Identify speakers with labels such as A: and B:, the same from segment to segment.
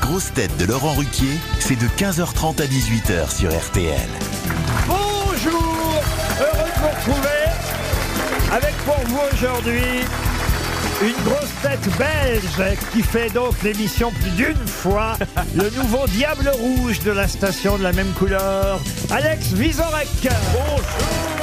A: grosses têtes de Laurent Ruquier, c'est de 15h30 à 18h sur RTL.
B: Bonjour, heureux de vous retrouver avec pour vous aujourd'hui une grosse tête belge qui fait donc l'émission plus d'une fois, le nouveau diable rouge de la station de la même couleur, Alex Vizorek. Bonjour.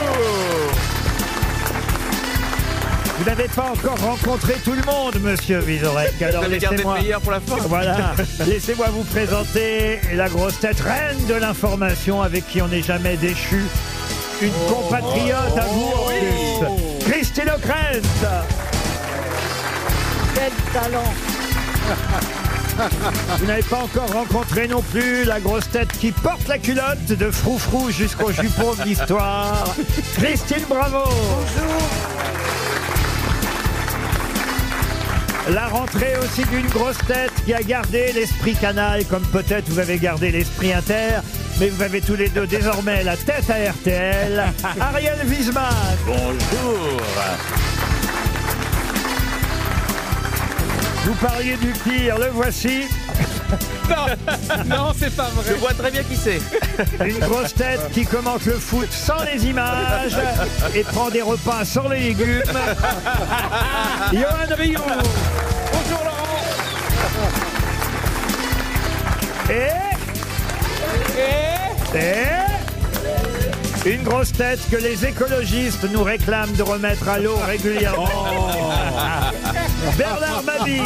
B: Vous n'avez pas encore rencontré tout le monde, monsieur Vizorek. Alors
C: allez garder le
B: laissez-moi-
C: meilleur pour la fin.
B: Voilà. Laissez-moi vous présenter la grosse tête reine de l'information avec qui on n'est jamais déchu. Une
C: Oh.
B: compatriote à vous en plus. Christine O'Krent.
D: Quel talent
B: Vous n'avez pas encore rencontré non plus la grosse tête qui porte la culotte de froufrou jusqu'au jupon de l'histoire. Christine Bravo. La rentrée aussi d'une grosse tête qui a gardé l'esprit canal, comme peut-être vous avez gardé l'esprit inter, mais vous avez tous les deux désormais la tête à RTL. Ariel Wiesmann.
C: Bonjour.
B: Vous parliez du pire, le voici.
C: Non, non, c'est pas vrai. Je vois très bien qui c'est.
B: Une grosse tête qui commente le foot sans les images et prend des repas sans les légumes. Johan Rioux.
C: Bonjour Laurent.
B: Et,
C: Et
B: et une grosse tête que les écologistes nous réclament de remettre à l'eau régulièrement.
C: Oh.
E: Oh.
B: Bernard Mabie.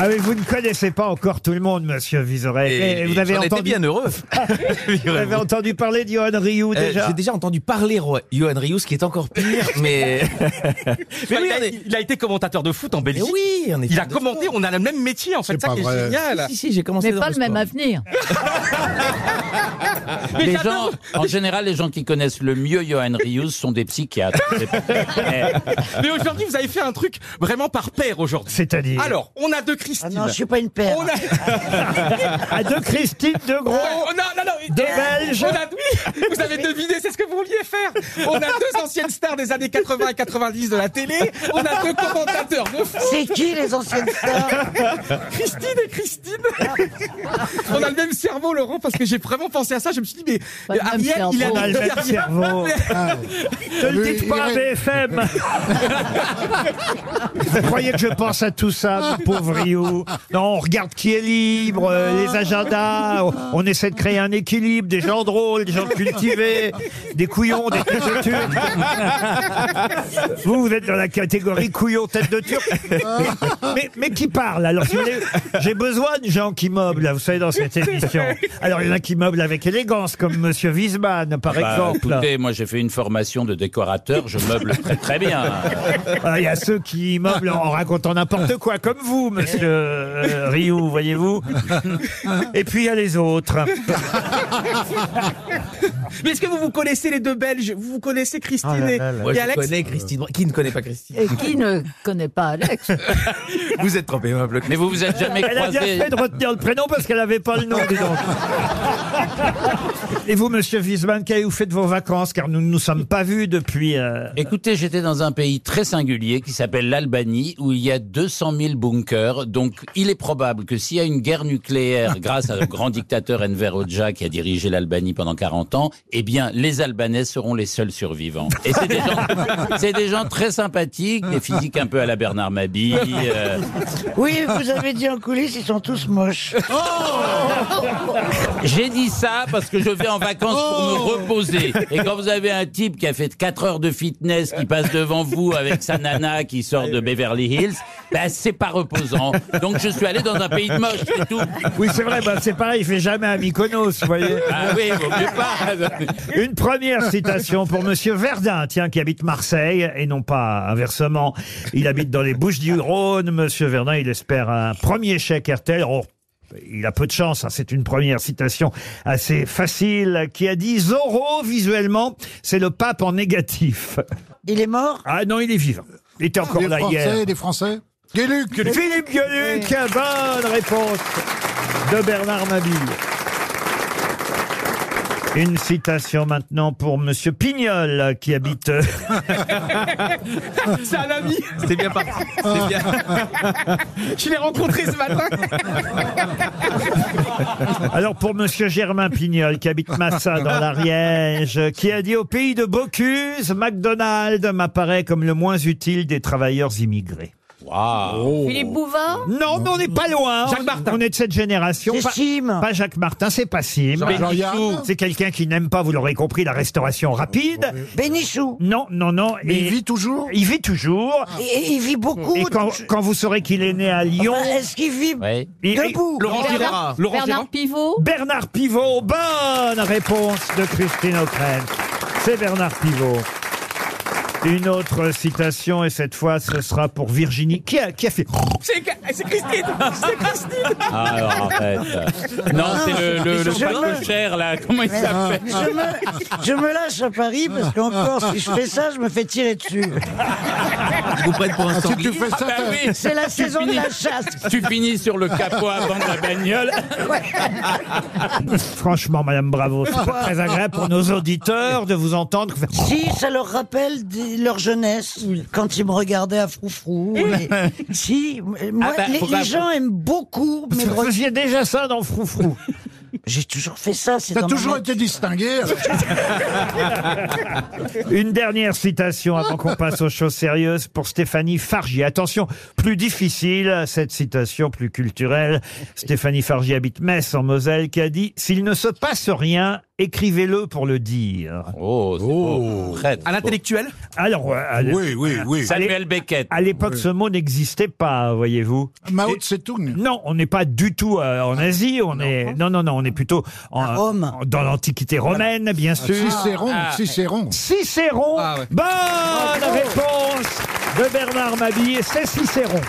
B: Ah oui, vous ne connaissez pas encore tout le monde, monsieur Vizorek. Et, vous avez
C: j'en étais
B: entendu,
C: bien heureux.
B: vous avez entendu parler de Johan Rioux
C: Euh,
B: déjà
C: J'ai déjà entendu parler Ro- Johan Rius, qui est encore pire, mais. mais
E: Enfin,
C: oui,
E: il,
C: on
E: a,
C: est-
E: il a été commentateur de foot en
C: mais
E: Belgique.
C: oui, on est
E: Il a
C: fiers de
E: commenté,
C: toi.
E: on a le même métier en fait,
F: C'est
E: ça
F: pas
E: qui est
F: vrai.
E: génial.
C: Euh, Si, si, j'ai commencé.
D: Mais
C: dans
D: pas le même
C: sport.
D: avenir.
E: Mais
G: Les gens,
E: j'adore.
G: en général, les gens qui connaissent le mieux Johan Rius sont des psychiatres.
E: Mais aujourd'hui, vous avez fait un truc vraiment par paire aujourd'hui.
B: C'est-à-dire
E: Alors, on a deux Christine.
D: pas une paire.
E: on a
B: à Ah, deux Christine de Gros.
E: Ouais, oh, non, non, non.
B: Deux
E: Euh,
B: Belges.
E: on a- oui, vous avez deviné, c'est ce que vous vouliez faire. On a deux anciennes stars des années 80 et 90 de la télé. On a deux commentateurs de foot,
D: C'est qui les anciennes stars
E: Christine et Christine. On a le même cerveau, Laurent, parce que j'ai vraiment pensé à ça. Je me suis dit, mais
D: Pas le même
E: Ariel, il a
D: cerveau.
B: On a le même cerveau. Ah. Ne le
F: Mais
B: dites
F: il
B: pas à
F: ré-
B: BFM. Vous croyez que je pense à tout ça, mon pauvre Rio Non, on regarde qui est libre, euh, les agendas. on- On essaie de créer un équilibre, des gens drôles, des gens cultivés, des couillons, des têtes de turc. Vous, vous êtes dans la catégorie couillon, tête de turc. Mais, mais qui parle Alors, si vous voulez, j'ai besoin de gens qui meublent, là, vous savez, dans cette émission. Alors, il y en a qui meublent avec élégance, comme Monsieur Wiesmann, par
G: Bah,
B: exemple.
G: écoutez, moi j'ai fait une formation de décorateur, je meuble très très bien.
B: Ah, Il y a ceux qui immeublent en racontant n'importe quoi, comme vous, monsieur euh, Rioux, voyez-vous. Et puis il y a les autres.
E: Mais est-ce que vous vous connaissez les deux Belges Vous vous connaissez Christine
H: Ah
E: et,
C: Moi,
E: et
C: je
E: Alex
C: connais Christine. Qui ne connaît pas Christine
D: Et qui ne connaît pas Alex
C: Vous êtes trompé, ma bloc.
G: Mais vous vous êtes jamais
B: Elle a bien
G: croisé.
B: fait de retenir le prénom parce qu'elle n'avait pas le nom, dis donc. Et vous, monsieur Wiesmann, qu'avez-vous fait de vos vacances Car nous ne nous sommes pas vus depuis. euh,
G: Écoutez, j'étais dans un pays très singulier qui s'appelle l'Albanie, où il y a 200 000 bunkers. Donc, il est probable que s'il y a une guerre nucléaire grâce au grand dictateur Enver Hoxha qui a dirigé l'Albanie pendant 40 ans, eh bien, les Albanais seront les seuls survivants. Et c'est des gens, c'est des gens très sympathiques, des physiques un peu à la Bernard Mabie. euh,
I: Oui, vous avez dit en coulisses, ils sont tous moches.
G: Oh J'ai dit ça parce que je vais en vacances pour
F: Oh.
G: me reposer. Et quand vous avez un type qui a fait 4 heures de fitness, qui passe devant vous avec sa nana qui sort de Beverly Hills, ben c'est pas reposant. Donc je suis allé dans un pays de moche, c'est tout.
B: Oui, c'est vrai, bah, c'est pareil, il fait jamais un Mykonos, vous voyez.
G: Ah oui, vaut mieux pas.
B: Une première citation pour Monsieur Verdun, tiens, qui habite Marseille, et non pas inversement. Il habite dans les Bouches du Rhône. Monsieur Verdun, il espère un premier chèque RTL. Oh, il a peu de chance, hein, c'est une première citation assez facile, qui a dit Zorro, visuellement, c'est le pape en négatif.
I: Il est mort
B: Ah non, il est vivant. Il était encore
F: Des
B: là hier.
F: Ah, Français, des Français. Guéluc
B: Philippe Gueluc, bonne réponse de Bernard Mabille. Une citation maintenant pour Monsieur Pignol qui habite. euh,
E: C'est un ami.
C: C'est bien parti. C'est bien.
E: Je l'ai rencontré ce matin.
B: Alors pour Monsieur Germain Pignol qui habite Massa dans l'Ariège, qui a dit au pays de Bocuse, McDonald's m'apparaît comme le moins utile des travailleurs immigrés.
H: Philippe Bouvard
B: Non, mais on n'est pas loin.
E: Jacques
B: On-
E: Martin.
B: On est de cette génération.
I: C'est
B: Pas,
I: Sim.
B: pas Jacques Martin, c'est pas Sim.
F: Jean-Yann
B: C'est quelqu'un qui n'aime pas, vous l'aurez compris, la restauration rapide.
I: Bénichou.
B: Non, non, non.
F: Mais
B: et-
F: il vit toujours
B: il vit toujours.
I: Et, et il vit beaucoup.
B: Et quand,
I: Je-
B: quand vous saurez qu'il est né à Lyon,
I: Enfin, Est-ce qu'il vit
G: Ouais.
B: il- il-
I: debout
E: Laurent Gérard. Laurent Gérard.
H: Bernard Pivot
B: Bernard Pivot, bonne réponse de Christine O'Krent. C'est Bernard Pivot. Une autre citation, et cette fois, ce sera pour Virginie. Qui a, qui a fait
E: C'est c'est Christine. C'est Christine.
G: Ah, alors, en fait. euh,
B: ah,
G: Non, c'est le, le, le
I: hein. Je
G: pas
I: me-
G: cher, là. Comment il s'appelle
I: je me, je me lâche à Paris parce qu'encore, si je fais ça, je me fais tirer dessus.
C: Je vous prête pour un
F: Si
C: sanglier.
F: tu fais
G: Ah,
F: ça,
G: bah
F: t'as-
G: oui.
I: C'est la saison de la chasse.
G: Tu finis sur le capot avant de la bagnole.
B: Franchement, Madame Bravo, c'est pas très agréable pour nos auditeurs de vous entendre. faire
I: Si, ça leur rappelle des- leur jeunesse, quand ils me regardaient à Froufrou. et- si, moi,
B: Ah
G: bah,
I: les,
G: faut
I: les
G: pas-
I: gens aiment beaucoup mes
B: Vous
I: broderies.
B: faisiez déjà ça dans Froufrou.
I: J'ai toujours fait ça, c'est
F: T'as
I: dans ma
F: toujours
I: nature.
F: été distingué.
B: Une dernière citation avant qu'on passe aux choses sérieuses pour Stéphanie Fargier. Attention, plus difficile, cette citation plus culturelle. Stéphanie Fargier habite Metz en Moselle qui a dit S'il ne se passe rien, écrivez-le pour le dire.
G: Oh, c'est beau. Très, très
E: Un
G: beau.
E: intellectuel.
B: Alors, euh, à l'é-
F: Oui, oui, oui.
G: Samuel Beckett.
B: à l'époque, ce mot n'existait pas, voyez-vous.
F: Mao Tse-Tung.
B: Non, on n'est pas du tout euh, en Asie. On est non, non, non, on est plutôt en,
I: Rome.
B: en- dans l'Antiquité
F: Ah,
B: romaine, bien sûr.
F: Cicéron,
G: Ah.
F: Cicéron.
B: Cicéron.
E: Ah ouais.
B: Bonne réponse de Bernard Mabille. C'est Cicéron.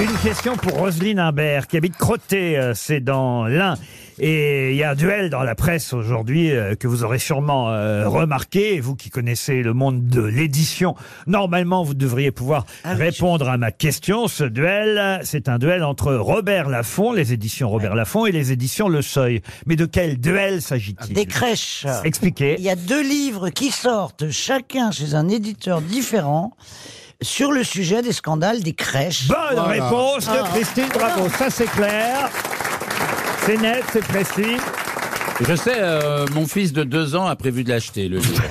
B: Une question pour Roselyne Imbert, qui habite Crotté, euh, c'est dans l'Ain. Et il y a un duel dans la presse aujourd'hui euh, que vous aurez sûrement euh, remarqué, Et vous qui connaissez le monde de l'édition. Normalement, vous devriez pouvoir répondre à ma question. Ce duel, euh, c'est un duel entre Robert Laffont, les éditions Robert Laffont, et les éditions Le Seuil. Mais de quel duel s'agit-il
I: Des crèches.
B: Expliquez.
I: Il y a deux livres qui sortent, chacun chez un éditeur différent, sur le sujet des scandales des crèches. Ah.
B: Bonne
F: Voilà.
B: réponse de Christine, bravo, ça c'est clair. C'est net, c'est précis.
G: Je sais, euh, mon fils de deux ans a prévu de l'acheter, le livre.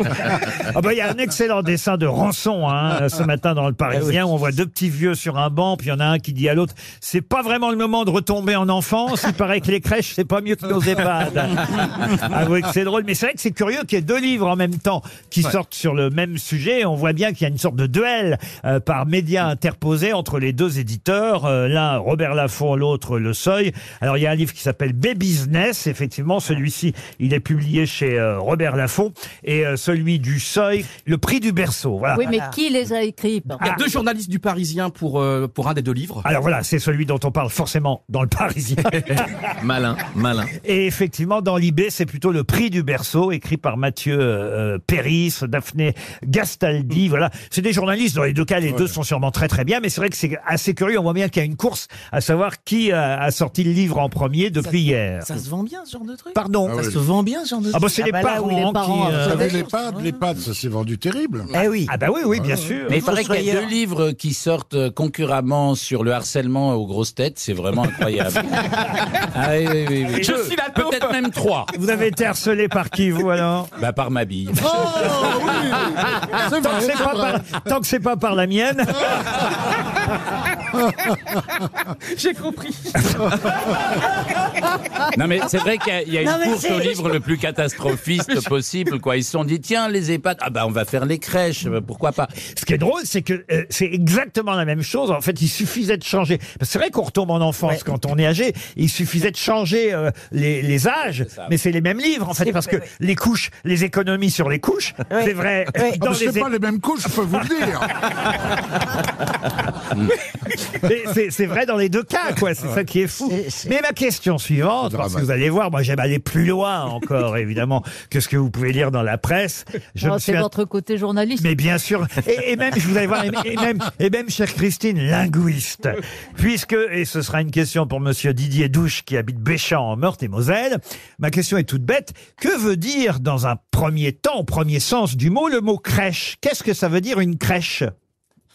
B: Ah bah, il y a un excellent dessin de Rançon hein, ce matin dans le Parisien où on voit deux petits vieux sur un banc, puis il y en a un qui dit à l'autre c'est pas vraiment le moment de retomber en enfance. Il paraît que les crèches c'est pas mieux que nos EHPAD. Avouez que c'est drôle, mais c'est vrai que c'est curieux qu'il y ait deux livres en même temps qui sortent sur le même sujet. On voit bien qu'il y a une sorte de duel euh, par médias interposés entre les deux éditeurs, euh, l'un Robert Laffont, l'autre Le Seuil. Alors il y a un livre qui s'appelle Business, effectivement celui-ci il est publié chez euh, Robert Laffont et euh, celui du Seuil, le prix du berceau. Voilà.
H: Oui, mais qui les a écrits
E: Ah. Il y a
H: pardon
E: deux journalistes du Parisien pour, euh, pour un des deux livres.
B: Ah. Alors voilà, c'est celui dont on parle forcément dans le Parisien.
C: Malin, malin.
B: Et effectivement, dans l'IB, c'est plutôt le prix du berceau, écrit par Mathieu euh, euh, Péris, Daphné
G: Mm.
B: Gastaldi. Voilà, c'est des journalistes. Dans les deux cas, les deux sont sûrement très très bien. Mais c'est vrai que c'est assez curieux. On voit bien qu'il y a une course à savoir qui euh, a, a sorti le livre en premier depuis hier.
C: se vend bien, ce genre de truc
B: Pardon. Ah,
F: Ah oui.
C: se vend bien, ce genre de
B: bah c'est
D: Ah
B: les,
D: bah là où
B: parents
D: les parents,
B: qui. euh,
F: T'as vu les pads, les pads, ça s'est vendu terrible.
I: Eh oui.
B: Ah bah oui, oui, bien sûr.
G: Mais il paraît qu'il y a
I: Fossoyeur.
G: deux livres qui sortent euh, concurremment sur le harcèlement aux grosses têtes. C'est vraiment incroyable. ah oui, oui, oui. oui.
E: Je suis la taupe.
G: Peut-être même trois.
B: Vous avez été harcelé par qui, vous, alors
G: Bah, par ma bille.
F: Oh oui
J: Ah,
B: Tant
F: C'est
B: que
F: vrai,
B: c'est
F: c'est
B: pas
F: vrai.
B: par- tant que c'est pas par la mienne.
E: J'ai compris.
G: Non, mais c'est vrai qu'il y a- il y a une
I: Non, mais
G: course
I: c'est-
G: au livre le plus catastrophiste possible, quoi. Ils se sont dit, tiens, les EHPAD, ah bah, on va faire les crèches, euh, pourquoi pas.
B: Ce qui est drôle, c'est que euh, c'est exactement la même chose. En fait, il suffisait de changer. Parce que C'est vrai qu'on retombe en enfance quand on est âgé. Il suffisait de changer euh, les, les âges, mais c'est les mêmes livres en fait, parce que les couches, les économies sur les couches, c'est vrai.
I: Ouais.
F: Ah,
B: Dans
F: mais
B: les
F: c'est
B: é-
F: pas les mêmes couches, je peux vous le dire.
B: Mais c'est- C'est vrai dans les deux cas, quoi. C'est ça qui est fou.
I: C'est- c'est-
B: Mais ma question suivante,
F: C'est
B: parce que
F: dramatique.
B: vous allez voir, moi j'aime aller plus loin encore, évidemment, que ce que vous pouvez lire dans la presse. Je
H: Oh,
B: me suis
H: c'est votre côté journaliste.
B: mais bien sûr, et, et même, je vous allez voir, et, et même, et même, chère Christine, linguiste, puisque, et ce sera une question pour monsieur Didier Douche qui habite Béchamp en Meurthe et Moselle, ma question est toute bête, que veut dire dans un premier temps, au premier sens du mot, le mot crèche Qu'est-ce que ça veut dire une crèche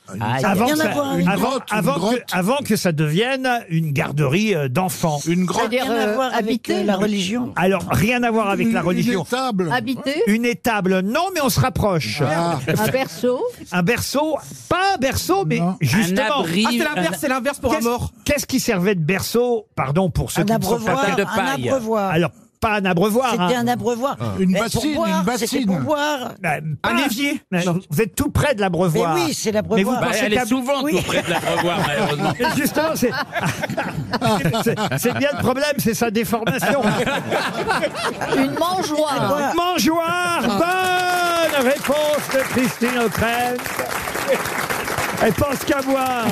G: Aïe.
B: avant,
I: rien
B: que
I: à
B: ça-
I: voir.
F: Une
B: avant,
F: grotte, une
B: avant que,
F: grotte.
B: avant que ça devienne une garderie euh, d'enfants.
F: Une grotte,
H: C'est-à-dire
I: Rien à
H: euh,
I: voir avec
H: habiter,
I: euh, la religion.
B: Alors, rien à voir avec la religion.
F: Une table.
H: habiter,
B: Une étable, non, mais on se rapproche.
F: Ah,
H: un berceau.
B: Un berceau, pas un berceau, mais
F: Non.
G: Un
B: justement.
G: abri,
E: Ah, c'est l'inverse, c'est l'inverse pour un
B: Qu'est-ce-
E: mort.
B: Qu'est-ce qui servait de berceau Pardon pour ceux
I: Un
B: qui ne sont pas.
I: abreuvoir.
G: de
I: Un
G: paille.
I: abreuvoir.
B: Alors, pas un abreuvoir.
I: C'était
B: hein.
I: un abreuvoir.
F: Une
I: Mais
F: bassine,
I: pour boire,
F: une
I: c'était
F: bassine.
I: pour boire.
B: Ben,
E: Un
B: pas-
E: évier.
B: Mais Vous êtes tout près de
I: Mais
B: l'abreuvoir.
I: oui,
B: Mais
I: c'est
B: vous
I: l'abreuvoir.
G: Bah,
B: pensez
G: elle est
B: qu'à-
G: souvent tout près de la revoir, malheureusement.
B: Mais Justement, c'est c'est- c'est bien le problème, c'est sa déformation.
H: Une mangeoire.
I: Ah.
B: Mangeoire, bonne réponse de Christine O'Krent. Elle pense qu'à boire.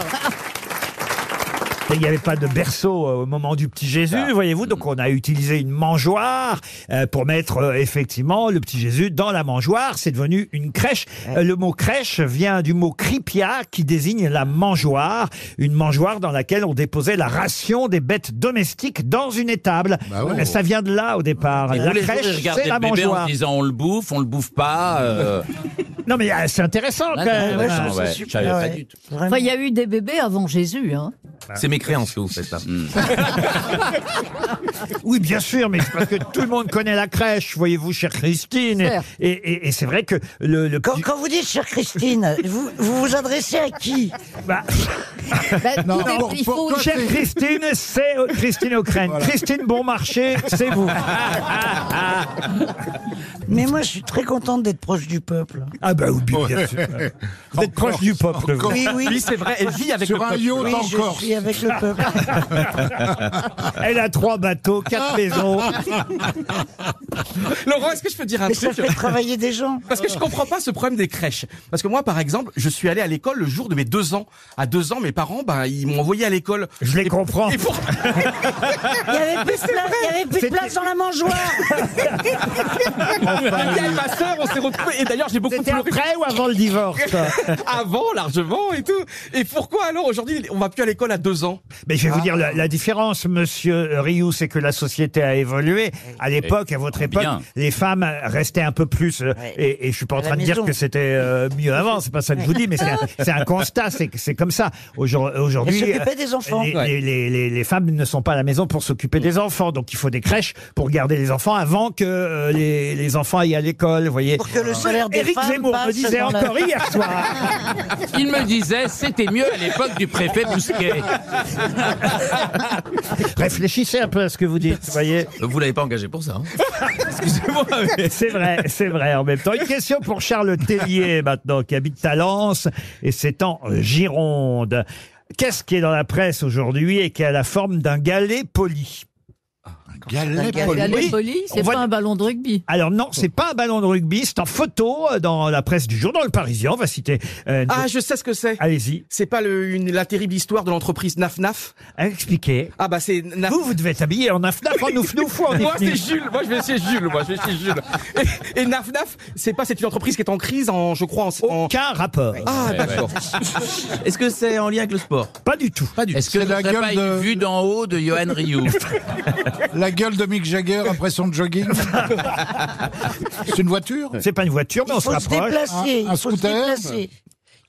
B: Et Il n'y avait pas de berceau euh, au moment du petit Jésus,
G: Ah.
B: voyez-vous. Donc on a utilisé une mangeoire euh, pour mettre euh, effectivement le petit Jésus dans la mangeoire. C'est devenu une crèche. Euh, le mot crèche vient du mot cripia qui désigne la mangeoire, une mangeoire dans laquelle on déposait la ration des bêtes domestiques dans une étable.
F: Bah ouais.
B: Euh, Ça vient de là au départ.
G: Et
B: la
G: tous les jours,
B: crèche,
G: il regardait
B: c'est la
G: le bébé en
B: mangeoire.
G: disant on le bouffe, on le bouffe pas. euh, Ah,
B: Non mais euh, c'est intéressant quand même.
G: ouais, je
B: Euh,
G: trouve ça
I: Ouais,
G: super, je savais pas du tout.
I: Vraiment.
H: Enfin, il y a eu des bébés avant Jésus. Hein.
C: C'est mes créances que vous faites là.
G: Mm.
B: Oui, bien sûr, mais c'est parce que tout le monde connaît la crèche, voyez-vous, chère Christine. Et,
H: Certes.
B: et- et c'est vrai que le... le
I: Quand, quand vous dites, chère Christine, vous, vous vous adressez à qui
B: bah,
H: Bah,
B: Ben,
F: Non,
H: tout est-
F: pour-
H: il
F: pour
H: faut-
F: toi,
B: chère
F: c'est-
B: Christine, c'est euh, Christine O'Krent. Christine Bonmarché, c'est vous.
C: Ah,
I: Mais moi, je suis très contente d'être proche du peuple.
B: Ah bah oui, bien sûr. Vous êtes proche du peuple. vous.
I: Oui, oui,
E: Oui, c'est vrai, elle vit avec
F: sur
E: le
F: un
E: peuple.
F: yacht
I: oui,
F: en
I: je
F: Corse.
I: suis avec le peuple.
B: Elle a trois bateaux, quatre maisons.
E: Ah. Laurent, est-ce que je peux dire un
I: Mais ça
E: truc
I: fait travailler des gens.
E: Parce que je comprends pas ce problème des crèches. Parce que moi, par exemple, je suis allé à l'école le jour de mes deux ans. À deux ans, mes parents, ben, ils m'ont envoyé à l'école.
B: Je les
E: Et-
B: comprends.
E: Et pour...
I: Il n'y avait plus de place, il y avait plus de
B: C'était-
I: place dans la mangeoire.
E: Mamie et ma sœur, on s'est retrouvés. Et d'ailleurs, j'ai beaucoup
B: C'était
E: pleuré
B: après ou avant le divorce
E: avant, largement et tout. Et pourquoi alors aujourd'hui, on va plus à l'école à deux ans
B: Mais
I: Ah.
B: je vais vous dire la, la différence, monsieur Rioux, c'est que la société a évolué. À l'époque, à votre époque,
G: Bien.
B: les femmes restaient un peu plus. euh,
I: Ouais.
B: Et, et je suis pas en
I: À la
B: train de dire
I: maison.
B: que c'était euh, mieux avant, c'est pas ça que je vous dis, mais c'est un, c'est un constat, c'est que c'est comme ça. Aujourd- Aujourd'hui.
I: Elles s'occupaient
B: euh,
I: des enfants.
B: Les,
E: Ouais.
B: les- les- les- les femmes ne sont pas à la maison pour s'occuper des enfants, donc il faut des crèches pour garder les enfants avant que euh, les, les enfants aillent à l'école, vous voyez. Ah.
I: Pour que le salaire Ah. des
B: Éric
I: femmes
B: Zemmour me
I: passe
B: disait
I: dans la-
B: encore hier soir.
G: Il me disait c'était mieux à l'époque du préfet Bousquet.
B: Réfléchissez un peu à ce que vous dites, vous voyez.
C: Vous l'avez pas engagé pour ça. hein.
E: Excusez-moi. mais-
B: C'est vrai, c'est vrai en même temps. Une question pour Charles Tellier maintenant, qui habite Talence et c'est en Gironde. Qu'est-ce qui est dans la presse aujourd'hui et qui a la forme d'un galet poli
F: Galet
H: Il y a
F: poli.
H: les polis,
B: on
H: c'est
B: va-
H: pas un ballon de rugby.
B: Alors non, c'est pas un ballon de rugby, c'est en photo euh, dans la presse du jour, dans le Parisien, on va citer. euh,
E: Ah,
B: nos-
E: je sais ce que c'est.
B: Allez-y,
E: C'est pas le, une, la terrible histoire de l'entreprise Naf Naf.
B: expliquez.
E: Ah bah c'est Naf.
B: Vous, vous devez être habillé en afnaf, en oufnouf ou en
E: Moi c'est
B: ifnif.
E: Jules, moi je vais chez Jules, moi je vais chez Jules. Et, et Naf Naf, c'est pas c'est une entreprise qui est en crise en je crois en, en-
B: Aucun rapport.
E: Ah
G: Ouais,
E: d'accord.
C: Est-ce que c'est en lien avec le sport
B: Pas du tout.
C: Pas du tout.
G: Est-ce que
F: C'est
G: ce
F: la
G: serait
F: gueule
G: pas
F: de-
G: une vue d'en haut de Johan Rioux
F: La gueule de Mick Jagger après son jogging. C'est une voiture
B: C'est pas une voiture, mais on
I: Il
B: se
I: faut se
B: rapproche.
I: déplacer.
F: Un- un
I: il faut se
F: scooter.
I: déplacer.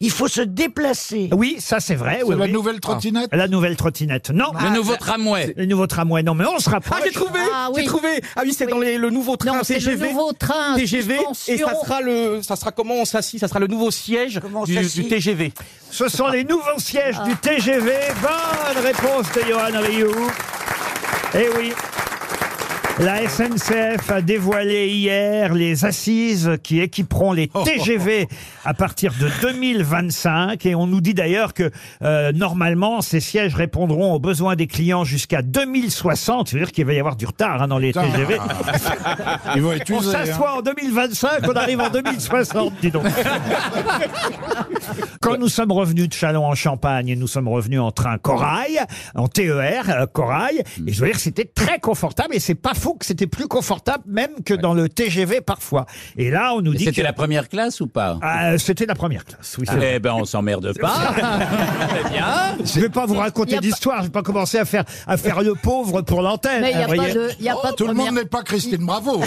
I: Il faut se déplacer.
B: Oui, ça c'est vrai.
F: C'est
B: oui,
F: la
B: oui.
F: nouvelle trottinette
B: La nouvelle trottinette. Non. Ah.
G: Le nouveau tramway.
B: Les nouveaux tramways, non mais on se
E: Ah
B: rapproche.
E: j'ai trouvé,
H: Ah, oui.
E: j'ai trouvé. Ah oui, c'est
H: Oui.
E: dans les- le nouveau train
H: Non, c'est le
E: TGV.
H: nouveau train.
E: TGV et
H: suspension.
E: ça sera le ça sera comment on s'assit, ça sera le nouveau siège
I: Comment on
E: du,
I: s'assit
E: du TGV.
B: Ce sont les nouveaux sièges
H: Ah.
B: du TGV. Bonne réponse de Johan Rioux. Eh oui. La SNCF a dévoilé hier les assises qui équiperont les
G: Oh.
B: TGV à partir de 2025. Et on nous dit d'ailleurs que euh, normalement, ces sièges répondront aux besoins des clients jusqu'à 2060. C'est-à-dire qu'il va y avoir du retard hein, dans les
F: Putain.
B: TGV.
J: Ah.
F: Ils vont être
B: On
F: usés, hein.
B: s'assoit en 2025, on arrive en 2060, dis donc. Quand nous sommes revenus de Chalon en Champagne, nous sommes revenus en train Corail, en TER euh, Corail, et je veux dire c'était très confortable et c'est pas faux que c'était plus confortable même que dans le TGV parfois. Et là on nous
G: Et
B: dit que
G: C'était la première classe ou pas
B: Ah, euh, c'était la première classe. Oui, c'est vrai.
G: Eh ben, on s'emmerde pas.
B: Je vais pas vous
H: y
B: raconter
H: a pas-
B: d'histoire, je vais pas commencer à faire à faire le pauvre pour l'antenne.
H: Mais il n'y a
B: hein,
H: pas
B: voyez.
G: Euh,
H: de, y a pas de
F: Oh, Tout le
H: première-
F: monde n'est pas Christine Bravo.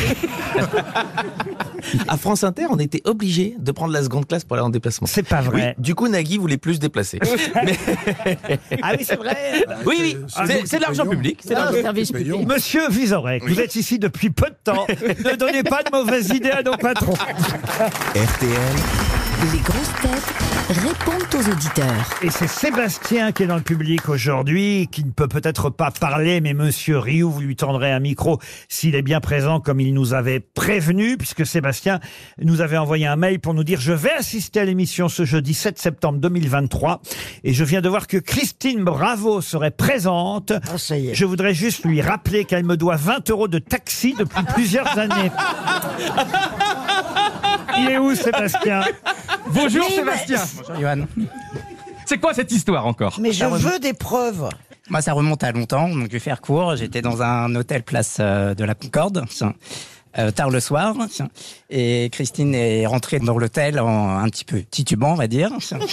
C: À France Inter, on était obligé de prendre la seconde classe pour aller en déplacement.
B: C'est pas vrai.
C: Oui, du coup, Nagui voulait plus se déplacer. Mais-
B: Ah oui, c'est vrai.
C: oui, oui,
F: c'est nous
C: c'est-
F: qui
C: c'est de l'argent
F: payons.
C: public. c'est de
H: Ah,
C: l'argent-
H: au service
F: Payons.
H: public.
B: Monsieur Vizorek, vous êtes ici depuis peu de temps. ne donnez pas de mauvaises idées à nos patrons.
A: RTL,
K: Les grosses têtes répondent aux auditeurs.
B: Et c'est Sébastien qui est dans le public aujourd'hui, qui ne peut peut-être pas parler, mais Monsieur Rioux, vous lui tendrez un micro s'il est bien présent, comme il nous avait prévenu, puisque Sébastien nous avait envoyé un mail pour nous dire je vais assister à l'émission ce jeudi 7 septembre 2023, et je viens de voir que Christine Bravo serait présente.
I: Ah, ça y est.
B: Je voudrais juste lui rappeler qu'elle me doit 20 euros de taxi depuis plusieurs années. Il est où Sébastien
E: Bonjour Sébastien.
L: Bonjour Johan.
E: C'est quoi cette histoire encore
I: Mais je
L: Ça remonte.
I: veux des preuves.
L: Moi, ça remonte à longtemps, donc je vais faire court. J'étais dans un hôtel place euh, de la Concorde, tiens, euh, tard le soir, tiens. et Christine est rentrée dans l'hôtel en un petit peu titubant, on va dire. Ça peut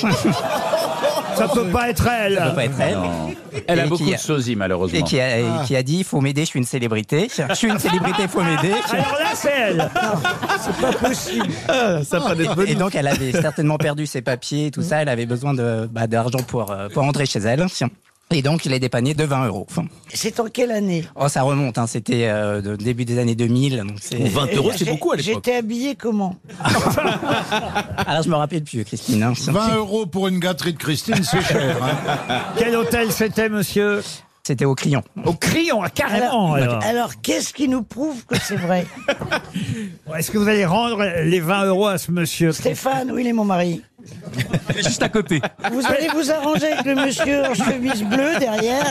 B: Ça peut pas être elle.
L: pas être elle.
G: Elle a
L: Et
G: beaucoup
L: qui
G: de sosies,
L: Et
G: malheureusement.
L: qui a, et
I: Ah.
L: qui a dit, faut m'aider, je suis une célébrité. Je suis une célébrité, faut m'aider.
B: Alors là, c'est elle.
G: Ah,
L: Et, et donc, elle avait certainement perdu ses papiers, et tout ça. Elle avait besoin de bah, d'argent pour, euh, pour rentrer chez elle. tiens. Et donc, il est dépanné de 20 euros.
I: C'est en quelle année
L: Oh, ça remonte, hein, c'était euh, de- début des années 2000. Donc c'est...
G: 20 euros, c'est
I: J'ai-
G: beaucoup à l'époque.
I: J'étais habillé comment
L: Alors, je me rappelle plus, Christine. hein.
F: 20 euros pour une gâterie de Christine, c'est cher. hein.
B: Quel hôtel c'était, monsieur
L: C'était au client.
B: Au Crillon, à carrément. Oh, alors.
I: Alors, qu'est-ce qui nous prouve que c'est vrai
B: Est-ce que vous allez rendre les 20 euros à ce monsieur
I: Stéphane, oui, il est mon mari.
E: Juste à côté.
I: Vous allez vous arranger avec le monsieur en chemise bleue derrière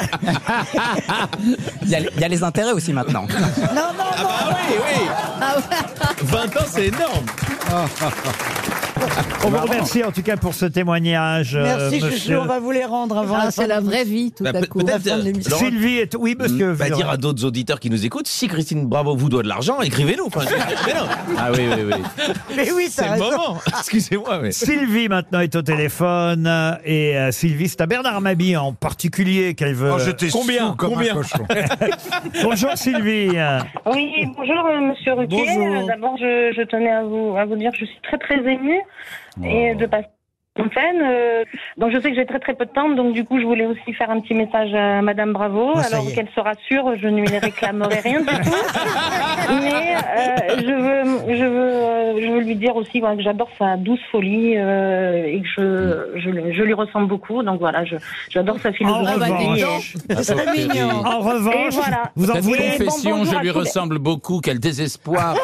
L: Il y, a, il y a les intérêts aussi maintenant.
I: Non, non, non
C: oui, oui.
J: Ah
C: 20 ans, c'est énorme.
B: On vous remercie en tout cas pour ce témoignage. euh,
I: Merci, je suis
B: monsieur.
I: sûr, on va vous les rendre avant
H: Ah,
I: la fin
H: c'est la
I: de-
H: vraie vie, tout
C: Bah,
H: à
C: pe-
H: coup.
C: peut-être,
H: La fin de
C: euh,
H: l'émission.
C: Laurent-
B: Sylvie est... Oui, monsieur.
C: va
B: Villeroy.
C: Bah, dire à d'autres auditeurs qui nous écoutent si Christine Bravo vous doit de l'argent, écrivez-nous. Enfin, je- mais non.
G: Ah oui, oui, oui.
I: Mais oui,
C: C'est
I: ça
C: le moment.
J: Ah.
C: Excusez-moi, mais.
B: Sylvie maintenant est au téléphone euh, et euh, Sylvie, c'est à Bernard Mabie en particulier qu'elle veut.
F: Oh, J'étais
E: Combien
F: sous comme
E: Combien
F: un cochon.
B: Bonjour Sylvie.
K: Oui, bonjour euh, Monsieur Ruquier. Euh, D'abord, je, je tenais à vous, à vous dire que je suis très très émue et de passer en scène. euh, donc je sais que j'ai très très peu de temps, donc du coup je voulais aussi faire un petit message à Madame Bravo.
B: Ah,
I: Oh, ça
K: alors
I: y est.
K: qu'elle se rassure, je ne lui réclamerai rien du tout. Mais euh, je veux je veux euh, je veux lui dire aussi voilà, que j'adore sa douce folie euh, et que
B: Mm.
K: je, je le- je lui ressemble beaucoup. Donc voilà, je j'adore sa
B: En
K: philosophie.
B: revanche,
G: C'est très mignon.
B: en revanche,
K: voilà.
B: vous en
G: Cette
B: voulez.
G: confession,
K: Bon, bonjour
G: je
K: à
G: lui
K: tous les-
G: ressemble beaucoup. Quel désespoir.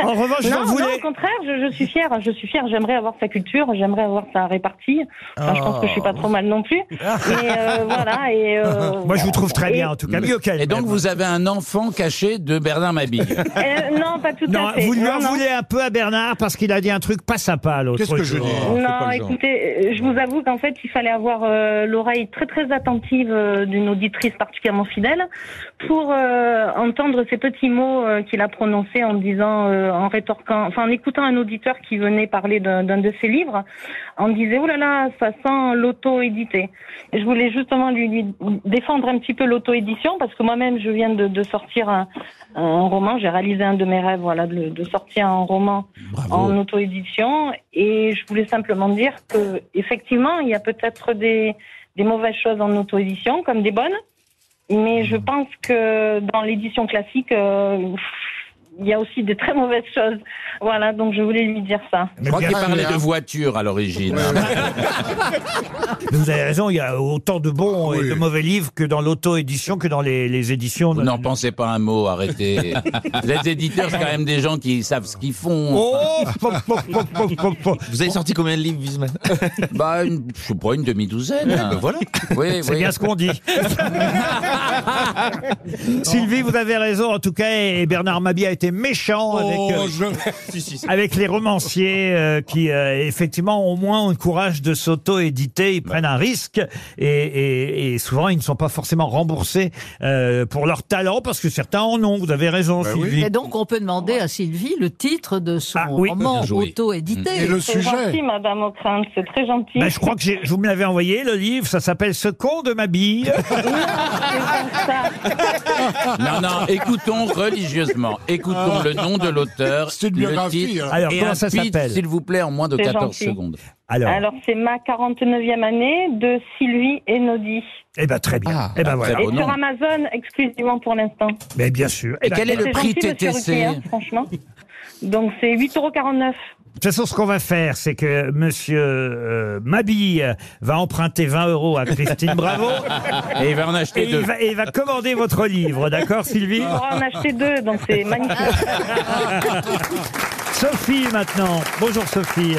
B: En revanche, vous
K: Non,
B: en
K: non,
B: voulez.
K: au contraire, je, je suis fière. Je suis fière. J'aimerais avoir sa culture, j'aimerais avoir sa répartie. Enfin, Je pense que je suis
B: Oh.
K: pas trop mal non plus. Mais euh, voilà. Et, euh,
B: Moi, je vous trouve très
K: Et-
B: bien, en tout cas mieux qu'elle.
G: Et donc,
B: même.
G: vous avez un enfant caché de Bernard Mabille.
K: euh, non, pas tout
B: Non,
K: à fait.
B: vous lui
K: Non,
B: en
K: non.
B: voulez un peu à Bernard parce qu'il a dit un truc pas sympa l'autre
F: Qu'est-ce que je
B: jour.
F: dis
K: Non,
E: pas le genre.
K: écoutez, euh, je vous avoue qu'en fait, il fallait avoir euh, l'oreille très très attentive euh, d'une auditrice particulièrement fidèle pour euh, entendre ces petits mots euh, qu'il a prononcés en disant, euh, en rétorquant, enfin en écoutant un auditeur qui venait parler d'un d'un de ses livres, on disait oh là là, ça sent l'auto-édité. Et Je voulais justement lui, lui défendre un petit peu l'auto-édition parce que moi-même, je viens de, de sortir un, un roman. J'ai réalisé un de mes rêves, voilà, de, de sortir un roman en auto-édition. Et je voulais simplement dire que, effectivement, il y a peut-être des, des mauvaises choses en auto-édition,
B: Mmh.
K: comme des bonnes. Mais je pense que dans l'édition classique, euh, il y a aussi des très mauvaises choses. Voilà, donc je voulais lui dire ça.
G: Je crois qu'il parlait de voiture à l'origine.
B: Mais Vous avez raison, il y a autant de bons
F: Ah
B: et de mauvais livres que dans l'auto-édition, que dans les, les éditions.
G: Vous n'en pensez pas un mot, arrêtez. Les éditeurs, c'est quand même des gens qui savent ce qu'ils font.
B: Oh, pop, pop, pop, pop, pop, pop.
G: Vous avez sorti combien de livres, Wiesmann Eh ben, Bah, une, je sais pas, une demi-douzaine.
B: Ouais, bah voilà. C'est bien ce qu'on dit. Sylvie, vous avez raison, en tout cas, et Bernard Mabie a été méchant avec, euh, avec les romanciers euh, qui, euh, effectivement, au moins ont le courage de s'auto-éditer, ils prennent un risque, et, et- et souvent, ils ne sont pas forcément remboursés euh, pour leur talent, parce que certains en ont, vous avez raison, Sylvie. Ah
H: Et donc, on peut demander à Sylvie le titre de son roman
B: Bien joué.
H: auto-édité.
B: Et le
K: c'est
B: sujet
K: gentil, Madame O'Crinte, c'est très gentil.
B: Bah, je crois que j'ai- je vous me l'avez envoyé, le livre, ça s'appelle « Ce con de ma bille
G: Non, non, écoutons religieusement. Écoutons le nom de l'auteur,
K: C'est une
G: le
K: biographie,
G: titre
K: alors. Alors,
G: et
K: comment
G: un
K: ça
G: pitch,
K: s'appelle
G: s'il vous plaît, en moins de
K: C'est
G: 14
K: gentil.
G: secondes.
K: Alors, c'est ma 49e année de Sylvie Enodi.
B: Eh ben très bien. eh ben voilà.
K: Et sur Amazon exclusivement pour l'instant.
B: Mais bien sûr. Eh
K: Et
B: ben,
K: quel est le
B: c'est
K: prix
B: gentil,
K: TTC
B: monsieur Ruquier.
K: hein, Franchement. Donc c'est 8,49€.
B: De toute façon, ce qu'on va faire, c'est que Monsieur euh, Mabille va emprunter 20 euros à Christine Bravo.
G: Et il va en acheter
B: Et il
G: deux.
B: va- et il va commander votre livre, d'accord, Sylvie
K: On pourra en acheter deux, donc c'est magnifique.
B: Sophie maintenant. Bonjour Sophie.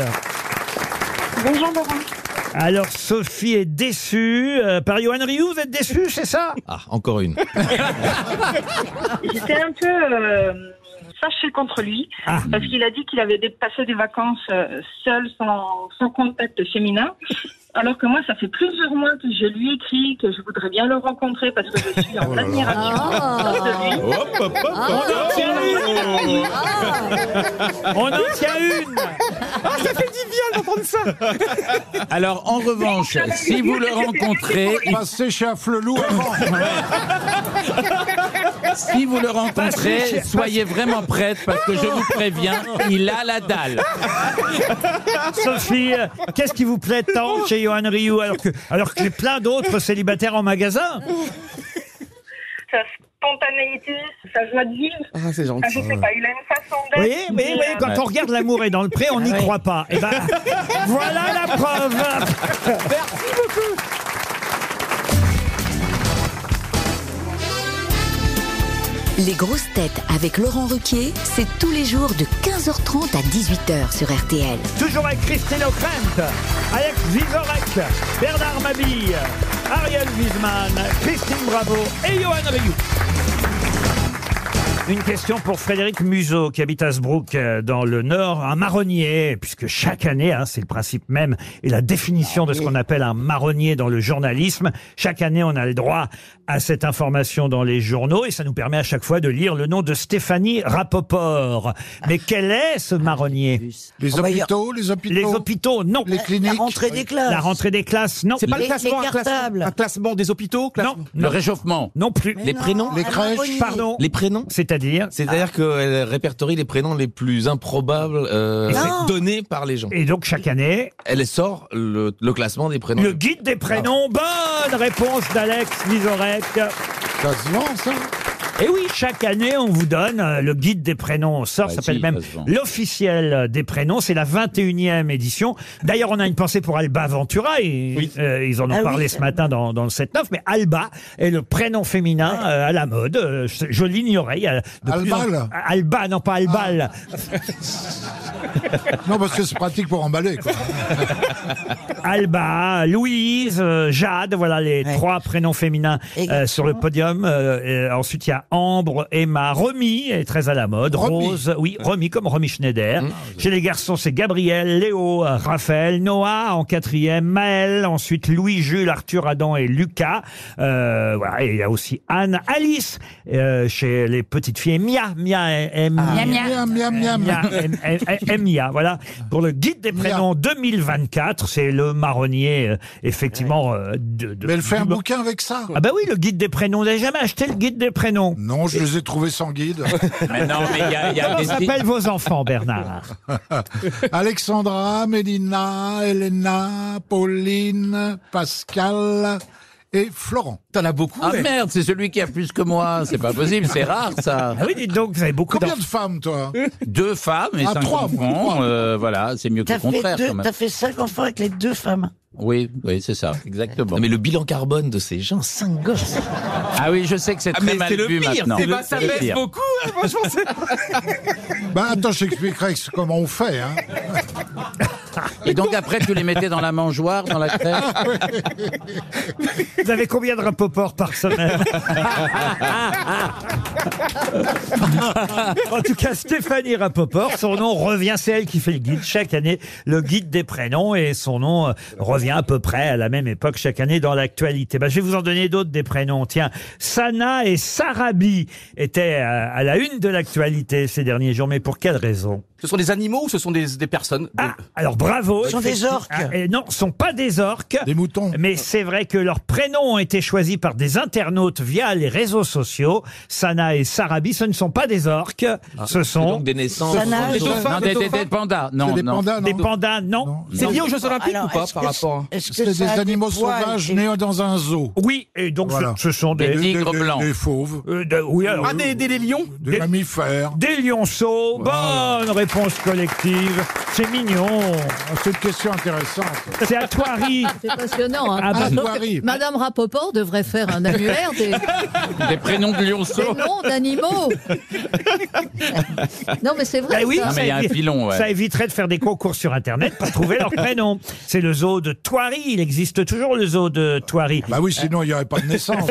K: Bonjour Laurent.
B: Alors Sophie est déçue euh, par Johan Rioux. Vous êtes déçue, c'est ça
M: Ah, encore une.
N: J'étais un peu euh, fâchée contre lui
B: Ah.
N: parce qu'il a dit qu'il avait dé- passé des vacances euh, seul, sans, sans contact féminin. Alors que moi, ça fait plusieurs mois que je lui écris, que je voudrais bien le rencontrer parce que je suis en
B: Oh
N: admiration
B: Ah.
N: de lui. Ah.
K: Ah.
B: On en tient une
E: Ah, ça fait du bien d'entendre ça
G: Alors, en revanche, si vous le rencontrez, il-
F: Passez Bah, chez Afflelou avant.
G: si vous le rencontrez, soyez vraiment prête parce que je vous préviens, il a la dalle.
B: Sophie, euh, qu'est-ce qui vous plaît tant chez Johan Rioux alors que alors que j'ai plein d'autres célibataires en magasin
N: Sa spontanéité, sa joie de vivre.
B: Ah, c'est gentil.
N: Ah, je sais pas, il a une façon
B: Vous
N: d'être.
B: voyez, vous voyez,
N: qui,
B: vous voyez,
N: euh,
B: quand on regarde l'amour est dans le pré, on n'y croit pas. Et ben, voilà la preuve.
E: Merci beaucoup
O: Les grosses têtes avec Laurent Ruquier, c'est tous les jours de 15h30 à 18h sur RTL.
B: Toujours avec Christine O'Krent, Alex Vizorek, Bernard Mabille, Ariel Wiesman, Christine Bravo et Johan Rioux. Une question pour Frédéric Museau, qui habite Asbrook, euh, dans le Nord, un marronnier, puisque chaque année, hein, c'est le principe même et la définition de ce qu'on appelle un marronnier dans le journalisme. Chaque année, on a le droit à cette information dans les journaux et ça nous permet à chaque fois de lire le nom de Stéphanie Rapoport. Mais quel est ce marronnier
I: Ah,
F: Les On va y- hôpitaux, les hôpitaux
B: Les hôpitaux, non. Les
F: cliniques La rentrée des classes.
B: La rentrée des classes, non.
F: C'est pas le Les- classement, les un classement-
B: un classement des hôpitaux Non.
C: Le réchauffement
B: Non plus.
C: les prénoms
B: Les crèches Pardon.
C: Les prénoms
B: C'est-à-dire
C: C'est-à-dire qu'elle répertorie les prénoms les plus improbables euh,
B: Et c'est-
C: donnés par les gens.
B: Et donc chaque année
C: Elle sort le, le classement des prénoms. Ah.
B: Le guide des prénoms. Bonne réponse d'Alex Vizorek. Ça se vend, ça et oui, chaque année, on vous donne euh, le guide des prénoms. On sort, ça s'appelle
C: Bah si,
B: même
C: ça se vend.
B: l'officiel des prénoms. C'est la 21e édition. D'ailleurs, on a une pensée pour Alba Ventura. Et, euh, ils en ont
C: Ah oui.
B: parlé ce matin dans, dans le 7-9. Mais Alba est le prénom féminin euh, à la mode. Euh, Je, je l'ignorais. il y a de plus en-
F: Albal
B: Alba, non pas Albal.
F: Ah. Non, parce que c'est pratique pour emballer. Quoi.
B: Alba, Louise, euh, Jade, voilà les trois prénoms féminins euh, sur le podium. Euh, et ensuite, il y a Ambre, Emma, Romy est très à la mode.
C: Romy.
B: Rose, oui, Romy comme Romy Schneider. Chez les garçons, c'est Gabriel, Léo, euh, Raphaël, Noah en quatrième, Maël, ensuite Louis, Jules, Arthur, Adam et Lucas. Euh, voilà, et il y a aussi Anne, Alice euh, chez les petites filles. Et Mia, Mia, et- et Mia,
F: Miam, miam, miam.
B: Mia, M- M- M- Mia, voilà. Pour le guide des prénoms 2024, c'est le marronnier, euh, effectivement. euh, De, de-
F: Mais elle fait un
B: du-
F: bouquin avec ça.
B: Ah bah oui, le guide des prénoms. Vous n'avez jamais acheté le guide des prénoms
F: Non, je les ai trouvés sans guide.
G: Mais non, mais il y a- il y a
B: Comment
G: des-
B: s'appellent vos enfants, Bernard
F: Alexandra, Mélina, Elena, Pauline, Pascal et Florent.
G: T'en as beaucoup. Ah
F: mais-
G: merde, c'est celui qui a plus que moi. C'est pas possible, c'est rare ça.
F: Ah
B: oui, dites donc, vous avez beaucoup
F: Combien de femmes, toi
G: Deux femmes et
F: Ah,
G: cinq
F: trois, moi,
G: enfants. euh, voilà, c'est mieux que
I: T'as
G: le
I: fait,
G: contraire
I: deux-
G: quand même.
I: t'as fait cinq enfants avec les deux femmes.
G: Oui, oui, c'est ça, exactement. mais le bilan carbone de ces gens,
I: Cinq gosses.
G: Ah oui, je sais que c'est
F: Ah,
G: très
F: mais
G: mal
F: c'est le
G: vu
F: pire,
G: maintenant.
F: c'est pas- ça
G: le
F: baisse
G: pire.
F: beaucoup. hein, Ben attends, j'expliquerai ce- comment on fait. Hein.
G: Et donc après, tu les mettais dans la mangeoire, dans la crèche.
F: Ah,
B: Vous avez combien de rapeaux porcs par semaine En tout cas, Stéphanie Rapoport, son nom revient, c'est elle qui fait le guide chaque année, le guide des prénoms, et son nom euh, revient à peu près à la même époque chaque année dans l'actualité. Bah, je vais vous en donner d'autres des prénoms. Tiens, Sana et Sarabi étaient euh, à la une de l'actualité ces derniers jours, mais pour quelle raison
M: Ce sont des animaux ou ce sont des, des personnes Ah,
B: alors bravo.
M: Ce sont des orques.
B: Ah, et non, ce sont pas des orques. Des moutons. Mais c'est vrai que leurs prénoms ont été choisis par des internautes via les réseaux sociaux. Sana et Sarabi, ce ne sont pas des orques. ce sont
C: Ah, donc des naissances.
B: Sana,
C: Des
B: je-
C: dauphins,
B: Non,
C: des
B: des-
C: dauphins.
B: des pandas. Non,
C: C'est des
B: non.
C: pandas, non
B: Des pandas, non.
C: C'est lié
F: aux Jeux Olympiques
C: ou pas, par rapport hein
F: Est-ce que c'est des animaux sauvages nés dans un zoo
B: Oui, et donc
F: Voilà.
B: ce, ce sont des,
F: Des fauves.
B: Euh, de- oui, alors-
F: Ah, des,
M: lions
F: Des, mammifères.
B: Des lionceaux. Bonne réponse collective. C'est mignon.
F: Ah, C'est une question intéressante.
B: C'est à toi, Harry.
H: C'est passionnant. hein.
B: Ah, bah,
H: Je trouve
B: toi,
H: que
B: Harry.
H: Madame Rapoport devrait faire un annuaire des,
G: Des prénoms de
H: des
G: lionceaux.
H: noms d'animaux. Non, mais c'est vrai.
B: Eh oui,
G: Ah,
H: ça.
B: ça évi- ça éviterait de faire des concours sur Internet pour trouver leur prénom. C'est le zoo de Thoiry. Il existe toujours le zoo de Thoiry.
F: Bah oui, sinon il n'y aurait pas de naissance.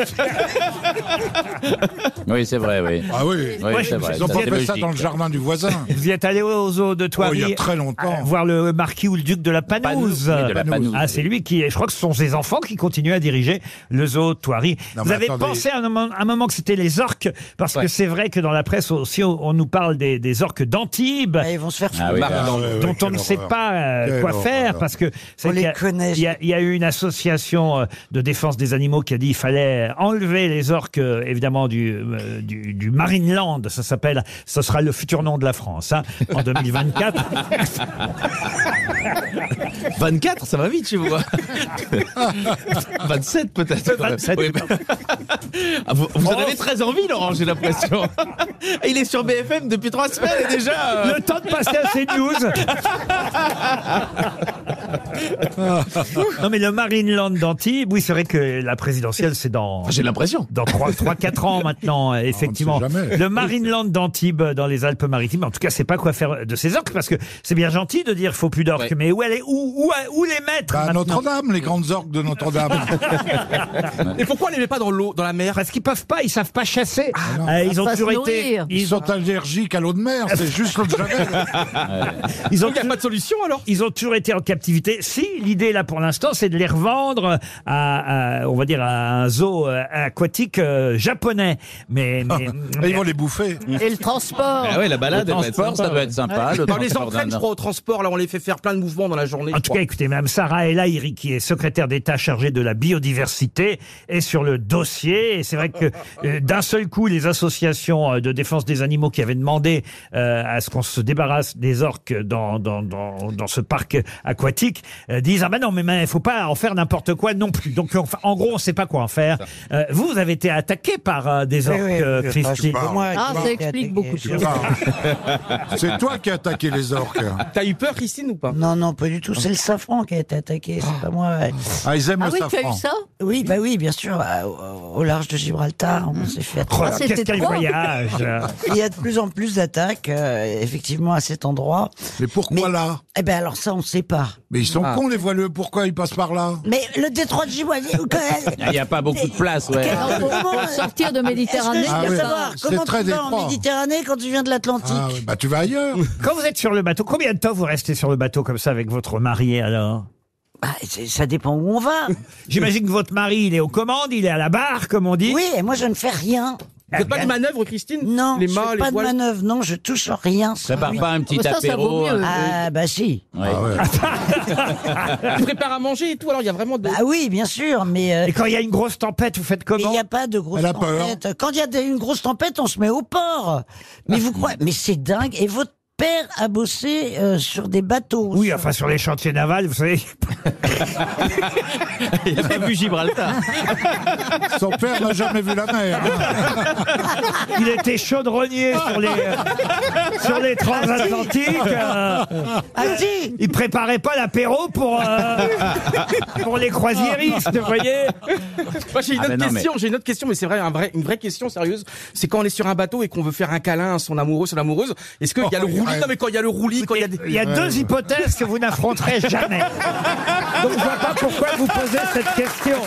G: Oui, c'est vrai, oui.
F: Ah oui,
G: oui c'est vrai.
F: ils ont pas
G: c'est
F: fait ça
G: logique.
F: dans le jardin du voisin.
B: Vous y êtes allé au zoo de Thoiry
F: Oh, il y a très longtemps.
B: euh, Voir le marquis ou le duc de la Panouse.
G: Panouse, oui, de la Panouse.
B: Ah, c'est lui qui. Je crois que ce sont ses enfants qui continuent à diriger le zoo de Thoiry.
F: Non,
B: Vous
F: mais
B: avez
F: attendez.
B: pensé à un moment, à un moment que c'était les orques, parce que c'est vrai que dans la presse aussi, on, on nous parle des, des orques d'Antibes.
I: ils vont se faire
F: foutre. Ah, ouais, ouais,
B: dont on
F: quelle
B: ne sait
F: horreur.
B: pas euh,
F: Quelle
B: quoi
F: horreur.
B: faire, parce que c'est qu'il y a- Il y, a- il y a eu une association euh, de défense des animaux qui a dit qu'il fallait Euh, enlever les orques, euh, évidemment, du, euh, du, du Marineland. Ça s'appelle, ce sera le futur nom de la France, hein, en 2024.
C: 24, ça va vite, tu vois. 27 peut-être. quand même.
B: 27.
C: Oui, bah- Ah, vous vous en avez très envie, Laurent, j'ai l'impression. Il est sur BFM depuis trois semaines et déjà. euh,
B: Le temps de passer à ces news. non mais le Marineland d'Antibes, oui c'est vrai que la présidentielle c'est dans...
C: J'ai l'impression.
B: Dans 3-4 ans
F: Ah,
B: maintenant, effectivement.
C: jamais.
B: Le Marineland d'Antibes dans les Alpes-Maritimes, en tout cas c'est pas quoi faire de ces orques parce que c'est bien gentil de dire faut plus d'orques, mais où, aller, où, où, où les mettre
F: Bah,
B: maintenant
F: Notre-Dame, les grandes orques de Notre-Dame.
M: Et pourquoi on les met pas dans l'eau, dans la mer
B: Parce qu'ils peuvent pas, ils savent pas chasser.
F: Ah,
B: Euh, ils ont
F: pas se
B: toujours été.
F: nourrir.
B: Ils,
F: Ils sont allergiques à l'eau de mer, c'est juste le javel.
B: Ils ont pas de solution alors. Ils ont toujours été en captivité. Si l'idée là pour l'instant, c'est de les revendre à, à- on va dire à un zoo euh, aquatique euh, japonais. Mais, mais-
F: ils vont les bouffer.
H: Et le transport.
C: Ah ouais, la balade,
G: Le
C: elle va être
G: transport,
C: sympa,
G: ça doit
C: ouais.
G: être sympa. Le
M: On les
G: transport
M: entraîne,
G: d'un
M: je crois, au transport. Là, on les fait faire plein de mouvements dans la journée.
B: En tout cas, écoutez, Mme Sarah Elahiri, qui est secrétaire d'État chargée de la biodiversité, est sur le dossier. Et c'est vrai que euh, d'un seul coup, les associations euh, de défense des animaux qui avaient demandé euh, à ce qu'on se débarrasse des orques dans, dans, dans, dans ce parc aquatique euh, disent Ah ben non, mais il faut pas en faire n'importe quoi non plus. Donc enfin, en gros, on ne sait pas quoi en faire. Euh, vous, vous avez été attaqué par euh, des orques, euh, Christine.
H: Ah, ça explique beaucoup de
F: Tu
H: choses.
F: parles. C'est toi qui as attaqué les orques.
M: T'as eu peur, Christine, ou pas
I: Non, non, pas du tout. C'est le safran qui a été attaqué, c'est pas moi. ouais.
F: Ah, ils aiment
I: Ah
F: le
I: oui, tu as
F: safran.
I: eu ça Oui, bah oui, bien sûr. à- au, au large de Gibraltar, on s'est fait.
B: Oh là, Ah, c'était qu'est-ce quel trop. voyage.
I: Il y a de plus en plus d'attaques, euh, effectivement, à cet endroit.
F: Mais pourquoi là
I: Eh ben alors ça, on ne sait pas.
F: Mais ils sont
I: Ah.
F: cons, les voileux, pourquoi ils passent par là
I: Mais le détroit de Gibraltar.
G: Il n'y a pas beaucoup de place, ouais.
H: Pour sortir de Méditerranée,
I: euh, Est-ce
H: il y
I: que
H: a
I: je peux
H: pas-
I: savoir
F: Ah c'est
I: comment
F: très
I: tu vas en
F: étroit.
I: Méditerranée quand tu viens de l'Atlantique
F: Ah, ouais, Bah tu vas ailleurs.
B: Quand vous êtes sur le bateau, combien de temps vous restez sur le bateau comme ça avec votre mari alors
I: Bah, c'est- Ça dépend où on va.
B: J'imagine que votre mari, il est aux commandes, il est à la barre, comme on dit.
I: Oui, et moi je ne fais rien.
M: Vous
I: Ah
M: faites pas de manœuvre, Christine
I: Non,
M: Les
I: je
M: mâts,
I: fais
M: les
I: pas de
M: voiles Oh,
I: manœuvre, non, je touche en rien.
G: Prépare
I: Ah oui.
G: pas un petit
I: Ah, bah ça, ça
G: apéro,
I: vaut mieux.
G: un truc.
I: Ah bah si.
G: Ouais.
M: Ils préparent à manger et tout, alors il y a vraiment de.
I: Ah oui, bien sûr, mais... euh,
B: Et quand il y a une grosse tempête, vous faites
I: mais il
B: comment
I: n'y a pas de grosse
B: Elle a peur.
I: tempête. Quand il y a des- une grosse tempête, on se met au port. Mais vous croyez Mais c'est dingue. Et votre père a bossé euh, sur des bateaux.
B: Oui, enfin sur les chantiers navals, vous savez.
C: Il n'a pas vu Gibraltar.
F: Son père n'a jamais vu la mer. hein.
B: Il était chaudronnier sur les, euh, sur
I: Ah,
B: les transatlantiques. euh. Il préparait pas l'apéro pour, euh, pour les croisiéristes, vous voyez.
E: Moi, j'ai une
B: Ah,
E: autre
B: ben non, mais-
E: question, j'ai une autre question, mais c'est vrai, un vrai, une vraie question sérieuse. C'est quand on est sur un bateau et qu'on veut faire un câlin à son amoureux, son amoureuse, est-ce qu'il y a le
B: Oh,
E: roulis
B: ouais.
E: Non, mais quand il y a le roulis, quand il y a des...
B: Il y a deux hypothèses que vous n'affronterez jamais. Donc je vois pas pourquoi vous posez cette question.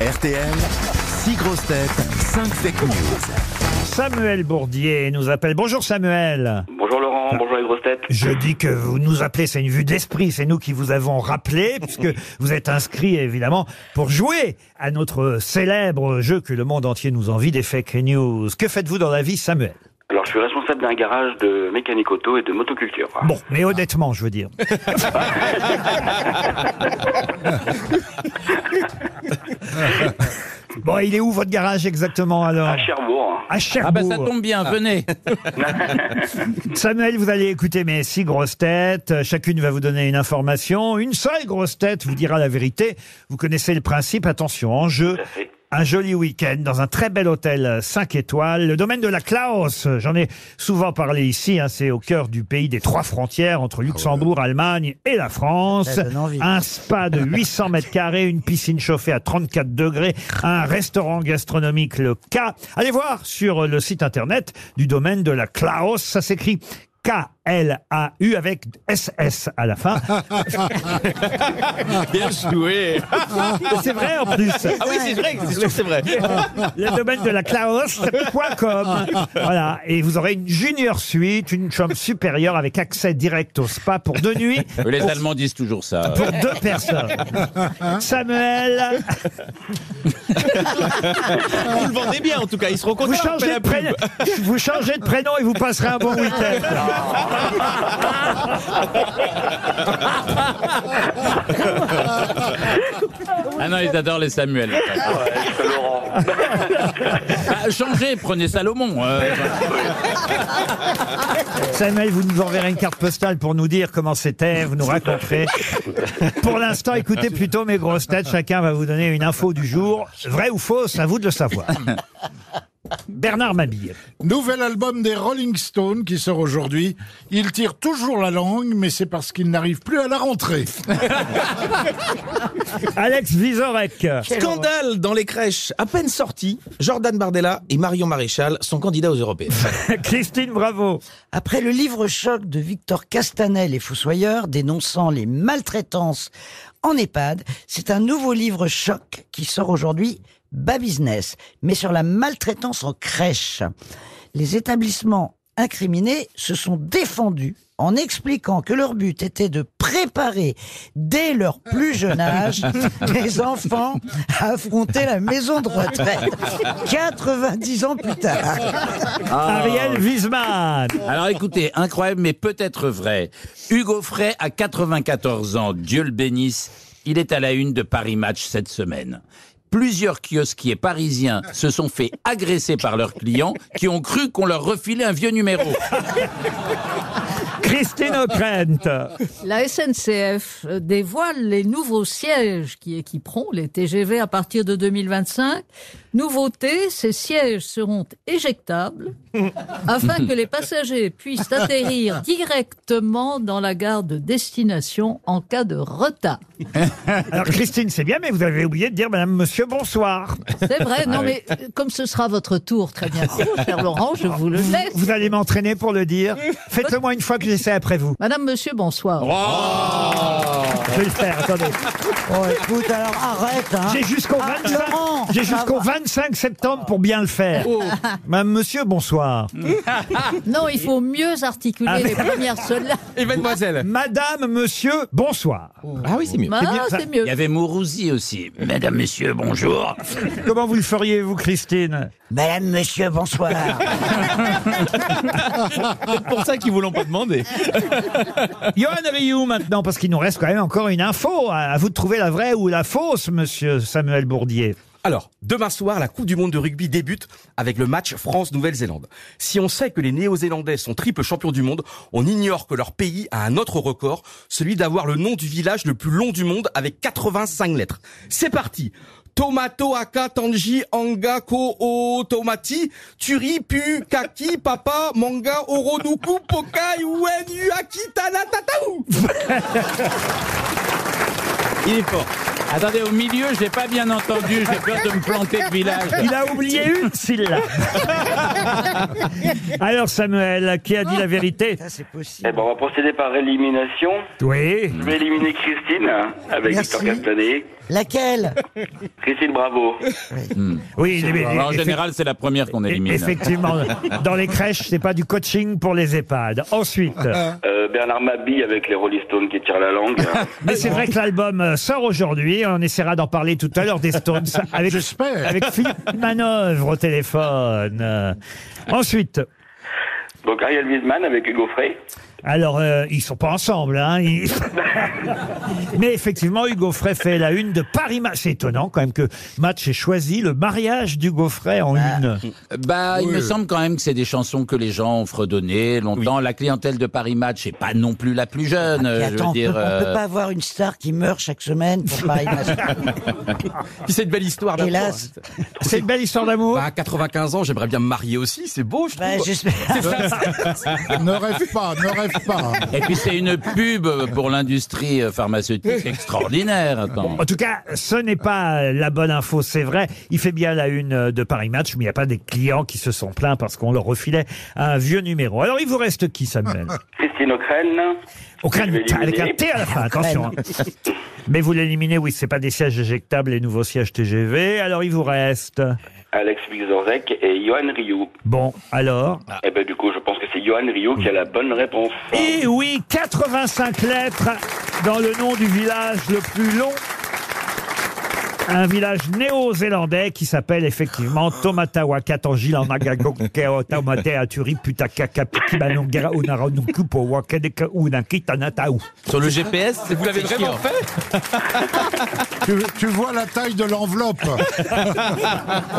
A: RTL, 6 grosses têtes, 5 fake news.
B: Samuel Bourdier nous appelle. Bonjour Samuel.
P: Bonjour Laurent, bonjour les grosses têtes.
B: Je dis que vous nous appelez, c'est une vue d'esprit, c'est nous qui vous avons rappelé, puisque vous êtes inscrit évidemment pour jouer à notre célèbre jeu que le monde entier nous envie des fake news. Que faites-vous dans la vie, Samuel
P: Alors je suis responsable d'un garage de mécanique auto et de motoculture.
B: Bon, mais honnêtement, je veux dire. bon, il est où votre garage exactement alors
P: À Cherbourg.
B: À Cherbourg.
G: Ah bah, ça tombe bien, venez.
B: Samuel, vous allez écouter mes six grosses têtes. Chacune va vous donner une information. Une seule grosse tête vous dira la vérité. Vous connaissez le principe. Attention, en jeu. Un joli week-end dans un très bel hôtel 5 étoiles. Le domaine de la Klaus, j'en ai souvent parlé ici, hein, c'est au cœur du pays des trois frontières entre Luxembourg, Allemagne et la France.
I: Ah Ça donne envie.
B: Un spa de 800 mètres carrés, une piscine chauffée à 34 degrés, un restaurant gastronomique, le K. Allez voir sur le site internet du domaine de la Klaus. Ça s'écrit K-L-A-U avec S-S à la fin.
C: Bien joué.
B: C'est vrai en plus.
C: Ah oui, c'est vrai, c'est sûr que c'est vrai.
B: Le domaine de la Klaus.com. Voilà. Et vous aurez une junior suite, une chambre supérieure avec accès direct au spa pour deux nuits.
G: Les
B: Pour-
G: Allemands disent toujours ça.
B: Pour deux personnes. Samuel.
C: Vous le vendez bien en tout cas, ils seront contents.
B: Vous changez, de prénom, vous changez de prénom et vous passerez un bon week-end.
G: Ah non, ils adorent les Samuel. Bah, changez, prenez Salomon. euh,
B: Samuel, vous nous enverrez une carte postale pour nous dire comment c'était, vous nous raconterez. Pour l'instant, écoutez plutôt mes grosses têtes. Chacun va vous donner une info du jour. Vraie ou fausse, à vous de le savoir. Bernard Mabille.
F: Nouvel album des Rolling Stones qui sort aujourd'hui. Ils tirent toujours la langue, mais c'est parce qu'ils n'arrivent plus à la rentrée.
B: Alex Vizorek.
M: Scandale dans les crèches. À peine sorti, Jordan Bardella et Marion Maréchal sont candidats aux européennes.
B: Christine Bravo.
I: Après le livre choc de Victor Castanel et Fossoyeur dénonçant les maltraitances en EHPAD, c'est un nouveau livre choc qui sort aujourd'hui, Bas Business, mais sur la maltraitance en crèche. Les établissements incriminés se sont défendus en expliquant que leur but était de préparer dès leur plus jeune âge les enfants à affronter la maison de retraite 90 ans plus tard.
B: Ah. Ariel Wiesmann.
G: Alors écoutez, incroyable mais peut-être vrai. Hugo Frey a 94 ans, Dieu le bénisse. Il est à la une de Paris Match cette semaine. Plusieurs kiosquiers parisiens se sont fait agresser par leurs clients qui ont cru qu'on leur refilait un vieux numéro.
B: Christine O'Krent.
H: La SNCF euh, dévoile les nouveaux sièges qui équiperont les TGV à partir de 2025. Nouveauté, ces sièges seront éjectables afin que les passagers puissent atterrir directement dans la gare de destination en cas de retard.
B: Alors Christine, c'est bien, mais vous avez oublié de dire Madame, Monsieur, bonsoir.
H: C'est vrai, non
B: Ah oui.
H: mais euh, comme ce sera votre tour très bientôt, cher Laurent, je vous le
B: Vous-
H: laisse.
B: Vous allez m'entraîner pour le dire. Faites-le moi une fois que j'essaie après vous.
H: Madame, monsieur, bonsoir.
B: Je vais le faire, attendez.
I: Oh, écoute, alors arrête, hein.
B: J'ai jusqu'au
I: Ah,
B: 25,
I: Laurent,
B: j'ai
I: ça
B: jusqu'au
I: va. Oh.
B: 25 septembre pour bien le faire. Madame, monsieur, bonsoir.
H: Non, il faut mieux articuler
B: Ah,
H: les
B: mais-
H: premières syllabes.
B: Et mademoiselle. Madame, monsieur, bonsoir.
G: Ah oui, c'est
B: mieux.
H: Ah,
B: C'est bien, ça-
H: c'est mieux.
G: Il y avait Mourouzi aussi. Mesdames, messieurs, bonjour.
B: Comment vous le feriez, vous, Christine
I: Madame, monsieur, bonsoir.
C: C'est pour ça qu'ils vous l'ont pas demandé.
B: Johan Rioux maintenant, parce qu'il nous reste quand même encore une info. À à vous de trouver la vraie ou la fausse, monsieur Samuel Bourdier.
E: Alors, demain soir, la Coupe du Monde de rugby débute avec le match France-Nouvelle-Zélande. Si on sait que les Néo-Zélandais sont triple champions du monde, on ignore que leur pays a un autre record, celui d'avoir le nom du village le plus long du monde avec 85 lettres. C'est parti Tomato, Aka, Tanji, Anga, Ko, O, Tomati, Turi, Pu, Kaki, Papa, Manga, Oronuku, Pokai, Uenu, Akita, Natataou
G: Il est fort. Attendez, au milieu, je l'ai pas bien entendu. J'ai peur de me planter de village.
B: Il a oublié une syllabe. Alors Samuel, qui a dit la vérité
Q: Eh ben, on va procéder par élimination.
B: Oui.
Q: Je vais éliminer Christine hein, avec
B: Merci.
Q: Victor Castanet.
I: Laquelle
Q: Christine, bravo.
B: Oui, mais-
G: Alors, Hmm. en
B: effe-
G: général, c'est la première qu'on élimine.
B: E-, Effectivement, dans les crèches, c'est pas du coaching pour les EHPAD. Ensuite,
Q: Euh, Bernard Mabille avec les Rolling Stones qui tirent la langue.
B: mais c'est vrai que l'album euh, sort aujourd'hui. On essaiera d'en parler tout à l'heure des Stones avec, avec Philippe Manœuvre au téléphone. Euh, Ensuite,
Q: Donc Ariel Wiesman avec Hugo Frey.
B: alors euh, ils sont pas ensemble, hein. ils- mais effectivement Hugo Frey fait la une de Paris Match. C'est étonnant quand même que Match ait choisi le mariage d'Hugo Frey en une.
G: Bah, il
B: Oui.
G: me semble quand même que c'est des chansons que les gens ont fredonnées longtemps. La clientèle de Paris Match n'est pas non plus la plus
B: Ah,
G: jeune.
I: Et
G: euh, je
I: attends,
G: veux dire,
I: on, peut, on peut
G: euh,
I: pas avoir une star qui meurt chaque semaine pour Paris
E: Puis c'est une belle histoire d'amour.
I: Hélas.
B: C'est une belle histoire d'amour.
E: Bah, à 95 ans, j'aimerais bien me marier aussi, c'est beau, je trouve.
I: Bah, j'espère.
E: C'est ça.
J: Ne rêve pas, ne rêve pas.
G: Et puis c'est une pub pour l'industrie pharmaceutique extraordinaire. Attends.
B: En tout cas, ce n'est pas la bonne info, c'est vrai. Il fait bien la une euh, de Paris Match, mais il n'y a pas des clients qui se sont plaints parce qu'on leur refilait un vieux numéro. Alors, il vous reste qui, Samuel
Q: Christine O'Crane.
B: Ocrane,
Q: Je vais
B: avec un
Q: éliminer.
B: T à la fin, attention. hein. Mais vous l'éliminez, oui, c'est pas des sièges éjectables, les nouveaux sièges TGV. Alors, il vous reste.
Q: Alex Vixorzek et Johan Rioux.
B: Bon, alors.
Q: Eh ben du coup, je pense que c'est Johan Rioux qui a la bonne réponse.
B: Et oui, 85 lettres dans le nom du village le plus long. Un village néo-zélandais qui s'appelle effectivement Tomatawaka Tangil en Magagokeo Tamate Aturi Putakaka Pikibanongera Unaranunkupo Wakadeka Unakitanataou.
C: Sur le GPS, c'est
J: Vous l'avez vraiment tu, tu vois la taille de l'enveloppe.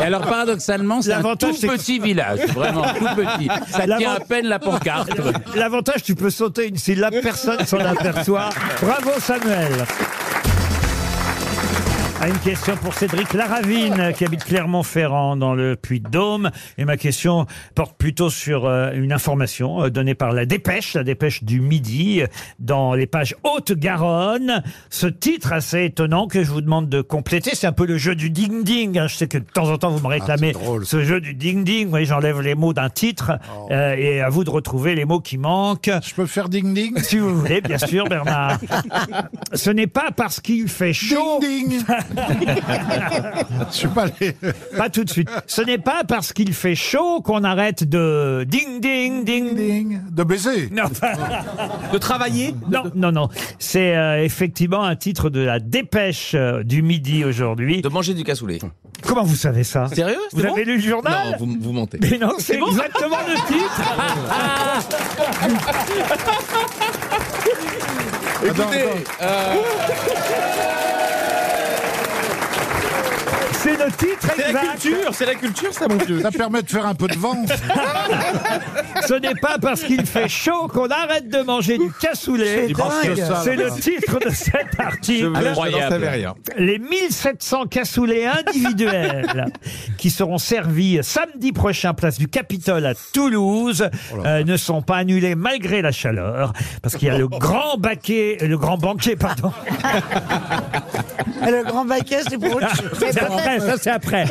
G: Et alors paradoxalement, c'est un tout
B: L'avantage, c'est que-
G: petit village, vraiment tout petit. Ça
B: L'avant-
G: tient à peine la pancarte.
B: L'avantage, tu peux sauter une syllabe, personne s'en aperçoit. Bravo Samuel Ah, une question pour Cédric Laravine, qui habite Clermont-Ferrand, dans le Puy-de-Dôme. Et ma question porte plutôt sur euh, une information euh, donnée par la Dépêche, la Dépêche du Midi, euh, dans les pages Haute-Garonne. Ce titre assez étonnant que je vous demande de compléter, c'est un peu le jeu du ding-ding. hein. Je sais que de temps en temps, vous me réclamez ce jeu du ding-ding. Vous voyez, j'enlève les mots d'un titre euh, et à vous de retrouver les mots qui manquent. Je peux faire ding-ding Si vous voulez, bien sûr, Bernard. Ce n'est pas parce qu'il fait chaud. pas tout de suite. Ce n'est pas parce qu'il fait chaud qu'on arrête de ding ding ding ding de baiser. Non.
E: De travailler.
B: Non non non. C'est euh, effectivement un titre de la dépêche euh, du midi aujourd'hui.
E: De manger du cassoulet.
B: Comment vous savez ça
E: Sérieux C'est
B: Vous
E: bon
B: avez lu le journal
E: Non, vous, vous mentez.
B: Mais non, c'est
E: bon
B: exactement le
E: titre Écoutez, euh,
B: C'est le titre
E: C'est la culture, c'est la culture, ça, mon Dieu.
J: Ça permet de faire un peu de vent.
B: Ce n'est pas parce qu'il fait chaud qu'on arrête de manger du cassoulet.
J: C'est Je pense dingue. que ça,
B: C'est le
J: voilà.
B: titre de cet
J: Je
B: article.
J: vous jure, je n'en savais rien.
B: Les 1700 cassoulets individuels qui seront servis samedi prochain, place du Capitole à Toulouse,
J: Oh
B: euh, ne sont pas annulés malgré la chaleur. Parce qu'il y a le grand baquet, le grand banquet, pardon.
I: Le grand baquet, c'est pour autre chose.
B: Ça, c'est après, ça, c'est après.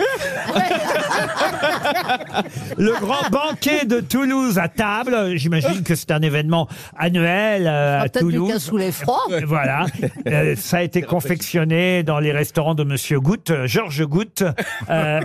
B: Le grand banquet de Toulouse à table. J'imagine que c'est un événement annuel euh, à
H: Peut-être du
B: Toulouse.
H: cassoulet froid.
B: Voilà. Euh, ça a été confectionné dans les restaurants de Monsieur Goutte, euh, Georges Goutte. Euh, euh,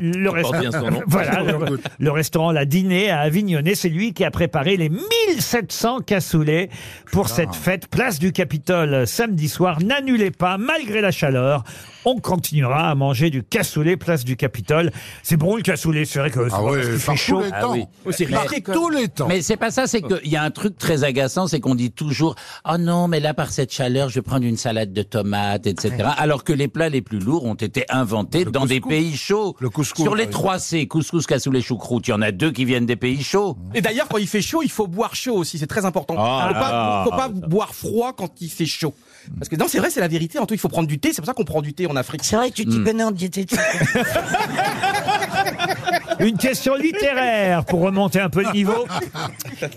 B: le,
C: porte bien son nom.
B: Voilà,
C: Georges
B: le,
C: Goutte.
B: le restaurant La Dîner à Avignonnet, c'est lui qui a préparé les 1700 cassoulets pour cette fête. Place du Capitole, samedi soir. N'annulez pas, malgré la chaleur. On continuera à manger manger du cassoulet place du Capitole. C'est bon le cassoulet, c'est vrai que
G: Ah
B: c'est bon parce qu'il fait chaud. Ah
C: Oh,
G: Mais c'est pas ça, c'est qu'il y a un truc très agaçant, c'est qu'on dit toujours Oh non, mais là, par cette chaleur, je vais prendre une salade de tomates, etc.
R: Ouais.
G: Alors que les plats les plus lourds ont été inventés dans des
R: couscous.
G: pays chauds. Sur les
R: par
G: trois C, couscous, cassoulet, choucroute, il y en a deux qui viennent des pays chauds.
M: Et d'ailleurs, quand il fait chaud, il faut boire chaud aussi, c'est très important.
G: Ah,
M: faut pas,
G: ah,
M: faut pas
G: ah,
M: boire froid quand il fait chaud. Parce que non, c'est vrai, c'est la vérité. En tout, il faut prendre du thé. C'est pour ça qu'on prend du thé en Afrique. Hmm.
I: C'est vrai, tu t'y connais en diététique.
B: Une question littéraire pour remonter un peu le niveau.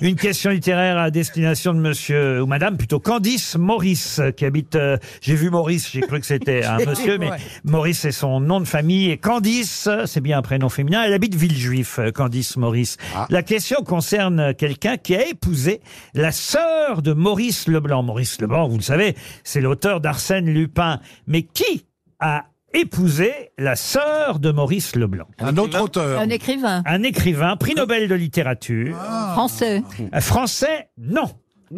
B: Une question littéraire à destination de monsieur ou madame, plutôt Candice Maurice, qui habite. euh, j'ai vu Maurice, j'ai cru que c'était un monsieur, mais
R: Ouais.
B: Maurice c'est son nom de famille. Et Candice, euh, c'est bien un prénom féminin, elle habite Villejuif, euh, Candice Maurice. La question concerne quelqu'un qui a épousé la sœur de Maurice Leblanc. Maurice Leblanc, vous le savez, c'est l'auteur d'Arsène Lupin. Mais qui a épousé la sœur de Maurice Leblanc Un autre auteur.
H: Un écrivain
B: Un écrivain, prix Nobel de littérature.
F: Ah.
H: français.
B: Euh, Français, non.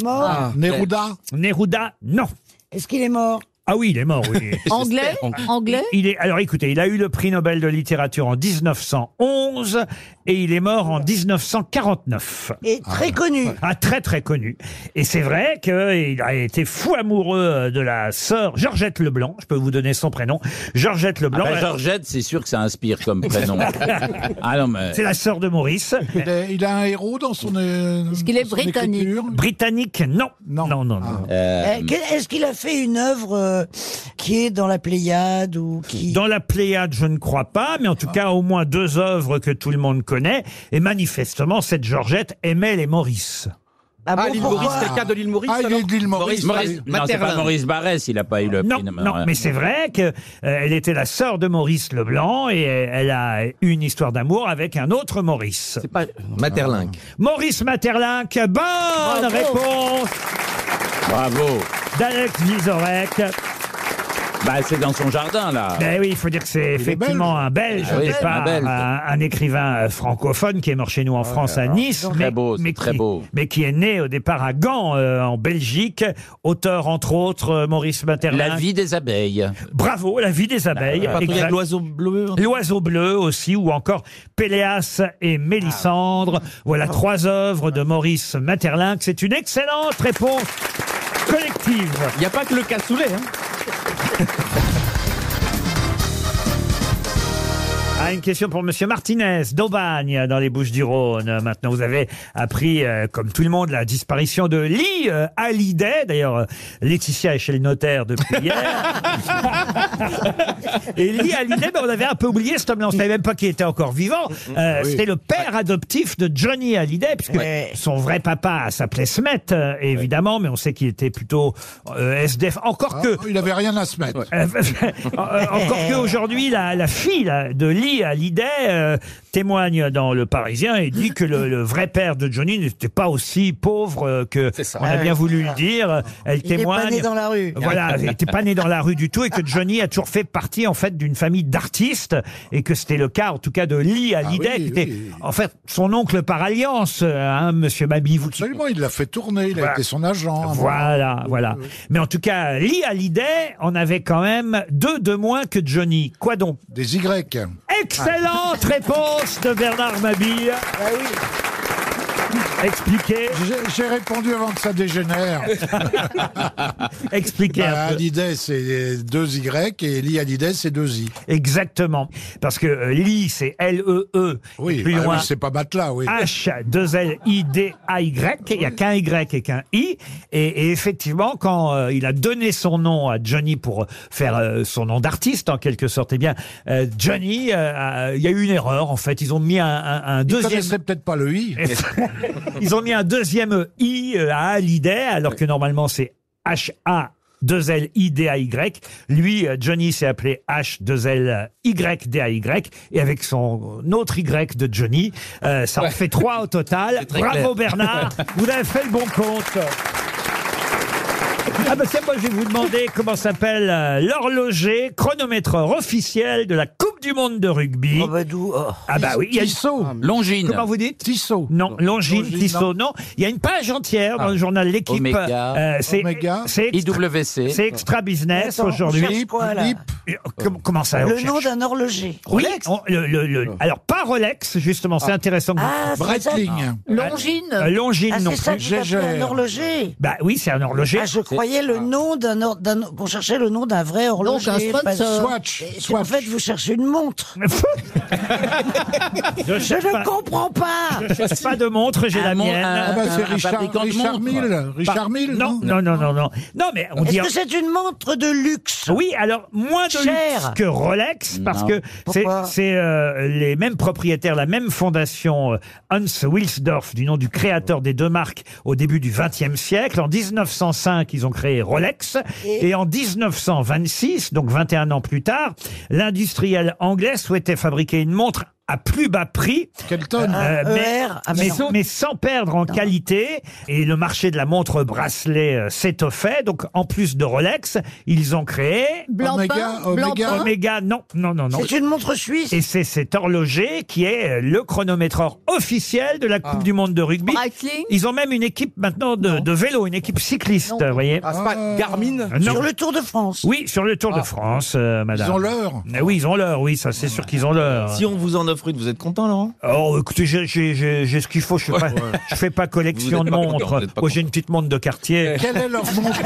H: Mort. Ah. Neruda
B: Neruda, non.
I: Est-ce qu'il est mort
B: Ah oui, il est mort, oui.
H: Anglais Anglais
B: Il est, alors écoutez, il a eu le prix Nobel de littérature en 1911 et il est mort en 1949.
I: Et très connu.
B: Ah, très très connu. Et c'est vrai qu'il a été fou amoureux de la sœur Georgette Leblanc. Je peux vous donner son prénom. Georgette
G: Ah
B: Leblanc.
G: bah,
B: elle-
G: Georgette, c'est sûr que ça inspire comme prénom. ah non, mais...
B: Euh, C'est la sœur de Maurice.
F: Il a, il a un héros dans son. Ah. Est-ce
H: qu'il est britannique
B: Britannique, non. Non, non, non.
F: Eh,
I: Euh, que- Est-ce qu'il a fait une œuvre euh, qui est dans la Pléiade ou qui
B: Dans la Pléiade, je ne crois pas, mais en tout cas, au moins deux œuvres que tout le monde connaît. Et manifestement, cette Georgette aimait les Maurice.
I: Ah,
M: bon, l'île Maurice, pourquoi quelqu'un de l'île Maurice, Ah, il est alors de l'île Maurice.
G: Maurice- non, c'est pas
M: Materlin.
G: Maurice bah, Barès, il a pas eu le
B: Non,
G: prix.
B: non, mais c'est vrai qu'elle était la sœur de Maurice Leblanc et euh, elle a eu une histoire d'amour avec un autre Maurice. C'est pas
C: Materlinck.
B: Maurice Materlinck, bonne réponse
G: Bravo.
B: d'Alex Vizorek.
G: Bah, c'est dans son jardin, là. Oh
B: Ben oui, il faut dire que c'est
G: Ah. Il est
B: effectivement
G: belge.
B: un Belge
G: Ah
B: au
G: oui,
B: départ,
G: un Belge. Ah,
B: un, un écrivain euh, francophone qui est mort chez nous en France à
G: alors,
B: Nice,
G: très
B: mais,
G: beau, c'est
B: mais
G: très
B: qui,
G: beau.
B: mais qui est né au départ à Gand, euh, en Belgique, auteur entre autres euh, Maurice Materlinck.
G: La vie des abeilles.
B: Bravo, la vie des abeilles.
G: Ah, pas trouvé
B: Exact.
G: l'oiseau bleu. hein.
B: L'oiseau bleu aussi, ou encore Péléas et
G: Ah.
B: Mélisandre. Voilà trois œuvres de Maurice Materlinck. C'est une excellente réponse collective.
C: Il n'y a pas que le cassoulet. Hein.
B: Ah, une question pour Monsieur Martinez d'Aubagne, dans les Bouches-du-Rhône. Maintenant, vous avez appris, euh, comme tout le monde, la disparition de Lee euh, Hallyday. D'ailleurs, euh, Laetitia est chez le notaire depuis hier. Et Lee Hallyday, ben, on avait un peu oublié cet homme-là. On ne savait même pas qu'il était encore vivant. Euh,
R: Ah oui.
B: C'était le père adoptif de Johnny Hallyday, puisque son vrai papa s'appelait Smet, euh, évidemment, mais on sait qu'il était plutôt euh, SDF. Encore que...
F: Ah, Il avait rien à se mettre.
B: Euh, euh, Encore qu'aujourd'hui, la, la fille là, de Lee Hallyday euh, témoigne dans Le Parisien et dit que le, le vrai père de Johnny n'était pas aussi pauvre euh, que on a
I: Ouais,
B: bien
I: ouais,
B: voulu
I: c'est
B: le
I: ça.
B: dire. Elle
I: Il est pas
B: témoigne.
I: né dans la rue.
B: Voilà, il n'était pas né dans la rue du tout et que Johnny a toujours fait partie en fait d'une famille d'artistes et que c'était le cas en tout cas de Lee Hallyday
F: Ah oui,
B: qui était en fait son oncle par alliance, euh, hein, Monsieur Mabi. Vous
F: Absolument, il l'a fait tourner, il a
B: Voilà.
F: été son agent. hein,
B: Voilà, voilà. Mais en tout cas, Lee Hallyday en avait quand même deux de moins que Johnny. Quoi donc
F: Des Y.
B: Excellente réponse de Bernard Mabille. Expliquez.
F: Ah J'ai- J'ai répondu avant que ça dégénère.
B: Expliquez.
F: Bah, Hallyday, c'est deux Y et Lee Hallyday, c'est deux I.
B: Exactement. Parce que euh, Lee, c'est L-E-E.
F: Oui,
B: Et plus
F: bah oui,
B: loin. Ah,
F: c'est pas matelas, oui.
B: H, 2 L, I, D, A, Y. Il n'y a qu'un Y et qu'un I. Et, et effectivement, quand euh, il a donné son nom à Johnny pour faire euh, son nom d'artiste, en quelque sorte, eh bien, euh, Johnny, euh, a- il y a eu une erreur, en fait. Ils ont mis un, un- un deuxième.
F: connaissaient peut-être pas le I.
B: Ils ont mis un deuxième I euh, à Hallyday, alors que normalement c'est H-A. 2L-I-D-A-Y. Lui, euh, Johnny s'est appelé H-2L-Y-D-A-Y. Et avec son autre Y de Johnny, euh, ça en fait trois au total.
R: très
B: Bravo
R: clair.
B: Bernard, vous avez fait le bon compte. Ah ben tiens, moi je vais vous demander comment s'appelle euh, l'horloger chronométreur officiel de la Coupe Coupe du Monde de rugby. Ah bah oui, il y a
F: Tissot.
B: Longines. Comment vous dites
F: Tissot.
B: Non, Longines,
F: Longines,
B: Tissot,
F: non.
B: non. Il y a une page entière
I: Ah.
B: dans le journal L'équipe. Euh,
G: Omega.
B: c'est
G: Omega.
B: c'est extra-
G: IWC.
B: C'est extra business
I: Attends, on
B: aujourd'hui.
I: cherche quoi, là
B: Euh, com- Comment ça on
I: Le
B: cherche
I: nom d'un horloger.
B: Oui, on- le- le- le- alors pas Rolex, justement, c'est
I: Ah.
B: intéressant. que vous-
I: Ah, c'est Breitling. ça. Longines.
B: Euh, Longines
I: Ah, c'est
B: non
I: ça
B: plus.
I: que vous appelez un Gégère. horloger.
B: Bah oui, c'est un horloger.
I: Ah, je croyais le nom d'un or- d'un on cherchait le nom d'un vrai horloger.
B: un sponsor.
I: pas-
B: Swatch,
I: Et- En fait, vous cherchez une montre.
B: Je
I: je
B: cherche
I: ne
B: pas.
I: comprends pas.
B: Je cherche pas de montre, j'ai
I: Ah,
B: la mienne. Ah
I: bah,
B: bah, Par- Non, non, non, non, non. Non, mais on
I: Est-ce
B: dit.
I: que c'est une montre de luxe
B: Oui, alors moins de luxe que Rolex, parce que c'est-
I: Pourquoi
B: c'est euh, les mêmes propriétaires, la même fondation euh, Hans Wilsdorf, du nom du créateur des deux marques au début du XXe siècle. En 1905, ils ont créé Rolex. Et, en 1926, donc 21 ans plus tard, l'industriel anglais souhaitait fabriquer une montre à plus bas prix, Euh,
I: Un
B: mais,
I: ER, ah,
B: mais-
I: mais non.
B: mais sans perdre en qualité. Et le marché de la montre bracelet euh, s'étoffait. Donc, en plus de Rolex, ils ont créé
I: Blancpain, Omega, Blancpain.
B: Omega, Omega, non, non, non, non.
I: C'est une montre suisse.
B: Et c'est cet horloger qui est euh, le chronométreur officiel de la
E: Ah.
B: Coupe du Monde de rugby. Ils ont même une équipe maintenant de, de vélo, une équipe cycliste, vous voyez. Euh,
E: Ah, c'est pas Garmin
I: Sur le Tour de France. Ah.
B: Oui, sur le Tour de France, euh, madame.
F: ont l'heure.
B: Eh Oui, ils ont l'heure, oui, ça, c'est sûr qu'ils ont l'heure.
C: Si on vous en offre une, vous êtes content, Laurent
B: Oh, écoutez, j'ai- j'ai j'ai- j'ai ce qu'il faut. Je ne
C: Ouais.
B: fais pas collection
C: Vous
B: de
C: êtes pas content, vous
B: montres.
C: êtes pas
B: Moi, j'ai une petite montre de quartier.
F: Quelle est leur montre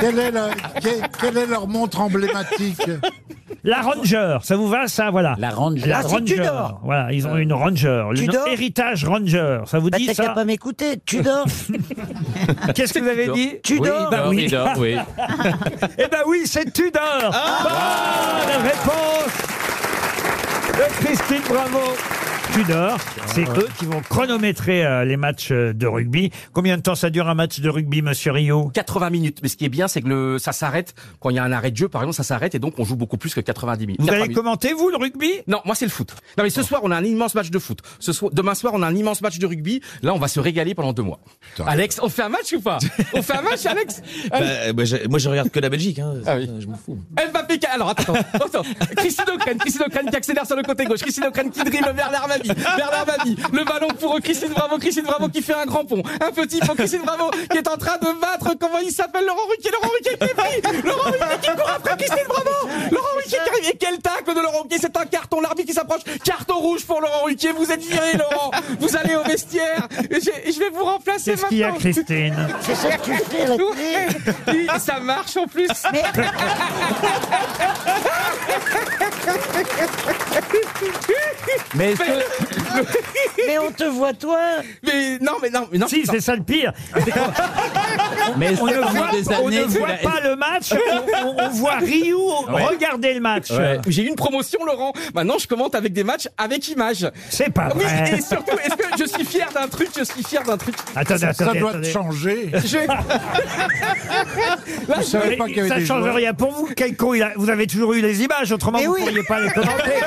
F: quelle, est la- que- quelle est leur montre emblématique
B: La Ranger, ça vous va, ça Voilà. La Ranger. La
I: Ah, c'est
B: Ranger.
I: Tudor.
B: Voilà, ils ont une Ranger. Le
I: Tudor
B: nom- héritage Ranger, ça vous
I: Bah,
B: dit
I: t'as qu'à
B: ça
I: pas m'écouter. Tudor.
B: Qu'est-ce que vous avez dit
I: Tudor.
B: Bah oui.
G: Tudor, oui.
B: Eh ben oui, c'est Tudor. Bonne réponse de Euh, Christine Bravo. Tudor, c'est eux qui vont chronométrer euh, les matchs euh, de rugby. Combien de temps ça dure un match de rugby, monsieur Rio
E: 80 minutes. Mais ce qui est bien, c'est que le, ça s'arrête quand il y a un arrêt de jeu, par exemple, ça s'arrête et donc on joue beaucoup plus que 90 minutes.
B: Vous allez
E: 90.
B: commenter, vous, le rugby
E: Non, moi c'est le foot. Non mais ce soir on a un immense match de foot. Ce soir, demain soir on a un immense match de rugby. Là on va se régaler pendant deux mois. Alex, on fait un match ou pas On fait un match, Alex Allez.
C: Bah, bah, je- Moi, je regarde que la Belgique. hein. Je m'en fous.
E: Mbappé qui... Alors attends, attends. Christine O'Crane, Christine O'Crane qui accélère sur le côté gauche. Christine O'Crane qui dribble Bernard Mabie. Bernard Mabie, le ballon pour Christine Bravo. Christine Bravo qui fait un grand pont. Un petit pont. Christine Bravo qui est en train de battre. Comment il s'appelle Laurent Ruquier Laurent Ruquier qui est pris Laurent Ruquier qui court après Christine Bravo Laurent Ruquier qui arrive. Et quel tacle de Laurent Ruquier C'est un carton. L'arbitre qui s'approche. Carton rouge pour Laurent Ruquier. Vous êtes viré, Laurent. Vous allez au vestiaire. Et j'ai- et je vais vous remplacer
B: Qu'est-ce qu'il y a,
E: maintenant.
B: Christine
I: C'est ça que tu fais à la télé.
E: Oui, Ça marche en plus.
B: Mais,
I: on te voit toi.
E: Mais non, mais non, mais non.
B: Si, c'est ça le pire.
G: Mais
B: on ne
G: c'est
B: voit,
G: pendant des
B: on ne
G: années que
B: voit
G: la-
B: pas le match, on, on- on voit Ryu
E: Ouais.
B: regarder le match.
E: Ouais. J'ai eu une promotion, Laurent. Maintenant, je commente avec des matchs avec images.
B: C'est pas
E: Oui,
B: vrai.
E: et surtout, est-ce que je suis fier d'un truc Je suis fier d'un truc.
B: Attendez,
F: Ça
B: attendez,
F: doit te
B: attendez.
F: changer.
E: Je... Là,
F: Vous savez pas qu'il y avait
B: ça
F: des
B: change
F: joueurs.
B: rien pour vous. Quel con, il a- vous avez toujours eu les images, autrement vous ne pourriez pas les commenter.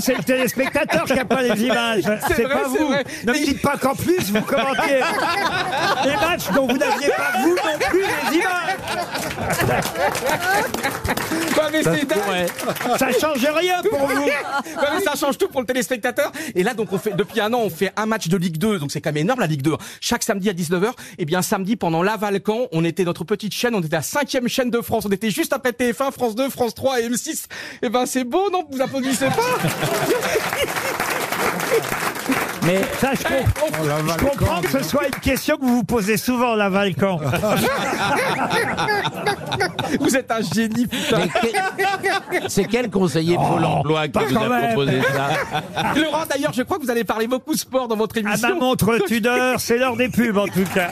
B: c'est le téléspectateur qui n'a pas les images.
E: C'est
B: C'est
E: vrai,
B: pas
E: c'est
B: vous.
E: vrai.
B: Ne me dites pas qu'en plus vous commentez les matchs dont vous n'aviez pas vous non plus les
E: Bah, mais c'est dingue.
B: images. Ça change rien pour vous.
E: Ouais, mais ça change tout pour le téléspectateur. Et là, donc, on fait, depuis un an, on fait un match de Ligue 2. Donc, c'est quand même énorme, la Ligue 2. Chaque samedi à 19h. Et bien, samedi, pendant l'Avalcan, on était notre petite chaîne. On était la cinquième chaîne de France. On était juste après TF1, France 2, France 3 et M6. Et ben, c'est beau, non? Vous applaudissez pas?
B: Mais ça, je, com-
E: Oh,
B: je comprends que ce soit une question que vous vous posez souvent, la Valcan.
E: Vous êtes un génie, putain.
G: Mais que- C'est quel conseiller Pôle emploi qui
B: Oh, pas
G: vous
B: quand
G: a
B: même.
G: proposé ça
E: Laurent, d'ailleurs, je crois que vous allez parler beaucoup sport dans votre
B: À ma
E: émission.
B: montre Ah bah, Tudor, c'est l'heure des pubs en tout cas.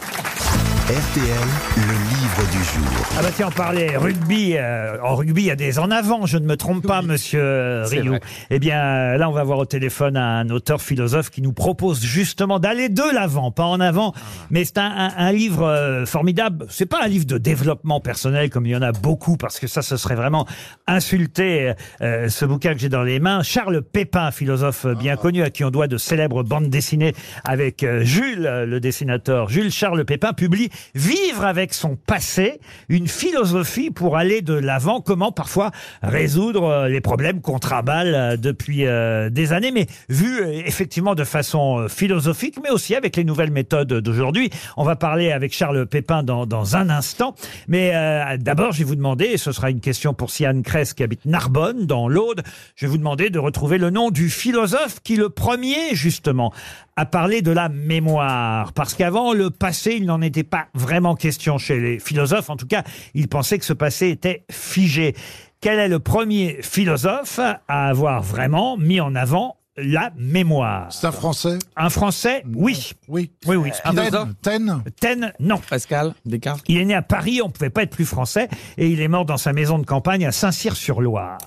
A: RTL, le livre du jour.
B: Ah bah tiens, on parlait rugby. euh, en rugby, il y a des en avant, je ne me trompe pas, monsieur euh,
E: C'est
B: Rioux.
E: vrai.
B: Eh bien, euh, là, on va voir au téléphone un auteur philosophe qui nous propose justement d'aller de l'avant, pas en avant,
E: Ah.
B: mais c'est un, un- un livre euh, formidable. C'est pas un livre de développement personnel comme il y en a beaucoup, parce que ça, ce serait vraiment insulter euh, ce bouquin que j'ai dans les mains. Charles Pépin, philosophe
E: Ah.
B: bien connu, à qui on doit de célèbres bandes dessinées avec euh, Jules, euh, le dessinateur. Jules Charles Pépin publie Vivre avec son passé passer, une philosophie pour aller de l'avant, comment parfois résoudre euh, les problèmes qu'on travaille euh, depuis euh, des années, mais vu euh, effectivement de façon euh, philosophique, mais aussi avec les nouvelles méthodes d'aujourd'hui. On va parler avec Charles Pépin dans, dans un instant, mais euh, d'abord je vais vous demander, et ce sera une question pour Siane Kress qui habite Narbonne dans l'Aude, je vais vous demander de retrouver le nom du philosophe qui le premier justement à parler de la mémoire. Parce qu'avant, le passé, il n'en était pas vraiment question chez les philosophes. En tout cas, ils pensaient que ce passé était figé. Quel est le premier philosophe à avoir vraiment mis en avant la mémoire C'est un Français Un Français, oui. Oui, oui. oui.
F: Spinoza
B: Taine Taine, non. Pascal Descartes Il est né à Paris, on ne pouvait pas être plus français, et il est mort dans sa maison de campagne à Saint-Cyr-sur-Loire.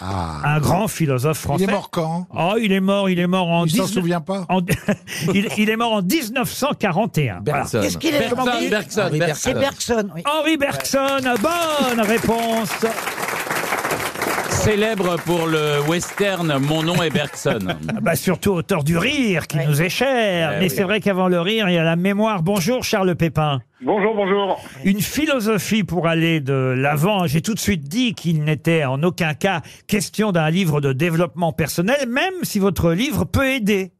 B: Un grand philosophe français.
F: Ah. Il est mort quand
B: Oh, il est mort, il est mort en...
F: Il s'en
B: 19
F: souvient pas
B: en- il, il est mort en 1941. Voilà.
F: Bergson. Qu'est-ce qu'il est- Bergson, comment on dit Bergson,
B: Henri
F: Bergson.
I: C'est Bergson, oui.
B: Henri Bergson, bonne réponse.
G: Célèbre pour le western Mon nom est Bergson.
B: Ah Bah surtout auteur du rire qui nous est cher.
G: Eh
F: Ah
B: Mais
G: oui.
B: c'est vrai qu'avant le rire, il y a la mémoire. Bonjour Charles Pépin.
R: Bonjour, bonjour.
B: Une philosophie pour aller de l'avant. J'ai tout de suite dit qu'il n'était en aucun cas question d'un livre de développement personnel, même si votre livre peut aider.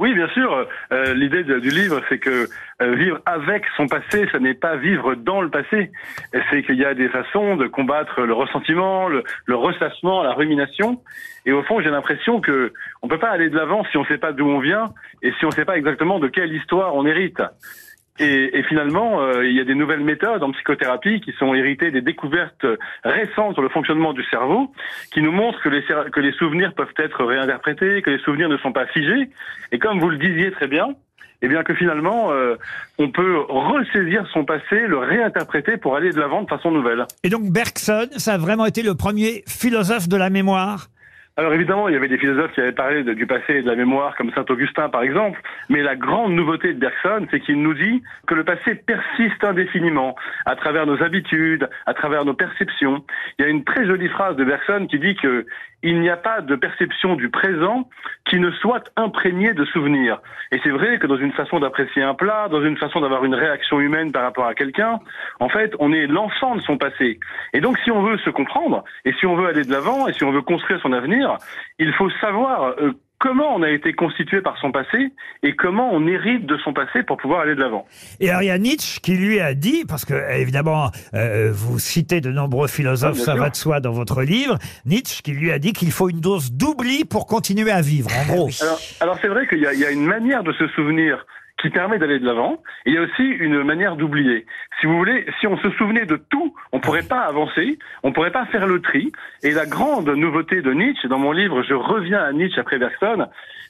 R: Oui, bien sûr. Euh, L'idée de- du livre, c'est que euh, vivre avec son passé, ce n'est pas vivre dans le passé. Et C'est qu'il y a des façons de combattre le ressentiment, le, le ressassement, la rumination. Et au fond, j'ai l'impression que on peut pas aller de l'avant si on ne sait pas d'où on vient et si on ne sait pas exactement de quelle histoire on hérite. Et, et finalement, euh, il y a des nouvelles méthodes en psychothérapie qui sont héritées des découvertes récentes sur le fonctionnement du cerveau, qui nous montrent que les, cer- que les souvenirs peuvent être réinterprétés, que les souvenirs ne sont pas figés. Et comme vous le disiez très bien, eh bien que finalement, euh, on peut ressaisir son passé, le réinterpréter pour aller de l'avant de façon nouvelle.
B: Et donc Bergson, ça a vraiment été le premier philosophe de la mémoire.
R: Alors évidemment, il y avait des philosophes qui avaient parlé de- du passé et de la mémoire, comme Saint Augustin par exemple, mais la grande nouveauté de Bergson, c'est qu'il nous dit que le passé persiste indéfiniment, à travers nos habitudes, à travers nos perceptions. Il y a une très jolie phrase de Bergson qui dit que il n'y a pas de perception du présent qui ne soit imprégnée de souvenirs. Et c'est vrai que dans une façon d'apprécier un plat, dans une façon d'avoir une réaction humaine par rapport à quelqu'un, en fait, on est l'enfant de son passé. Et donc, si on veut se comprendre, et si on veut aller de l'avant, et si on veut construire son avenir, il faut savoir euh, comment on a été constitué par son passé, et comment on hérite de son passé pour pouvoir aller de l'avant.
B: Et alors, il y a Nietzsche qui lui a dit, parce que évidemment, euh, vous citez de nombreux philosophes,
R: Ah, bien
B: ça
R: sûr.
B: va de soi dans votre livre, Nietzsche qui lui a dit qu'il faut une dose d'oubli pour continuer à vivre, en gros.
R: Alors, alors c'est vrai qu'il y, a- il y a une manière de se souvenir qui permet d'aller de l'avant, et il y a aussi une manière d'oublier. Si vous voulez, si on se souvenait de tout, on pourrait pas avancer, on pourrait pas faire le tri. Et la grande nouveauté de Nietzsche, dans mon livre, je reviens à Nietzsche après Bergson,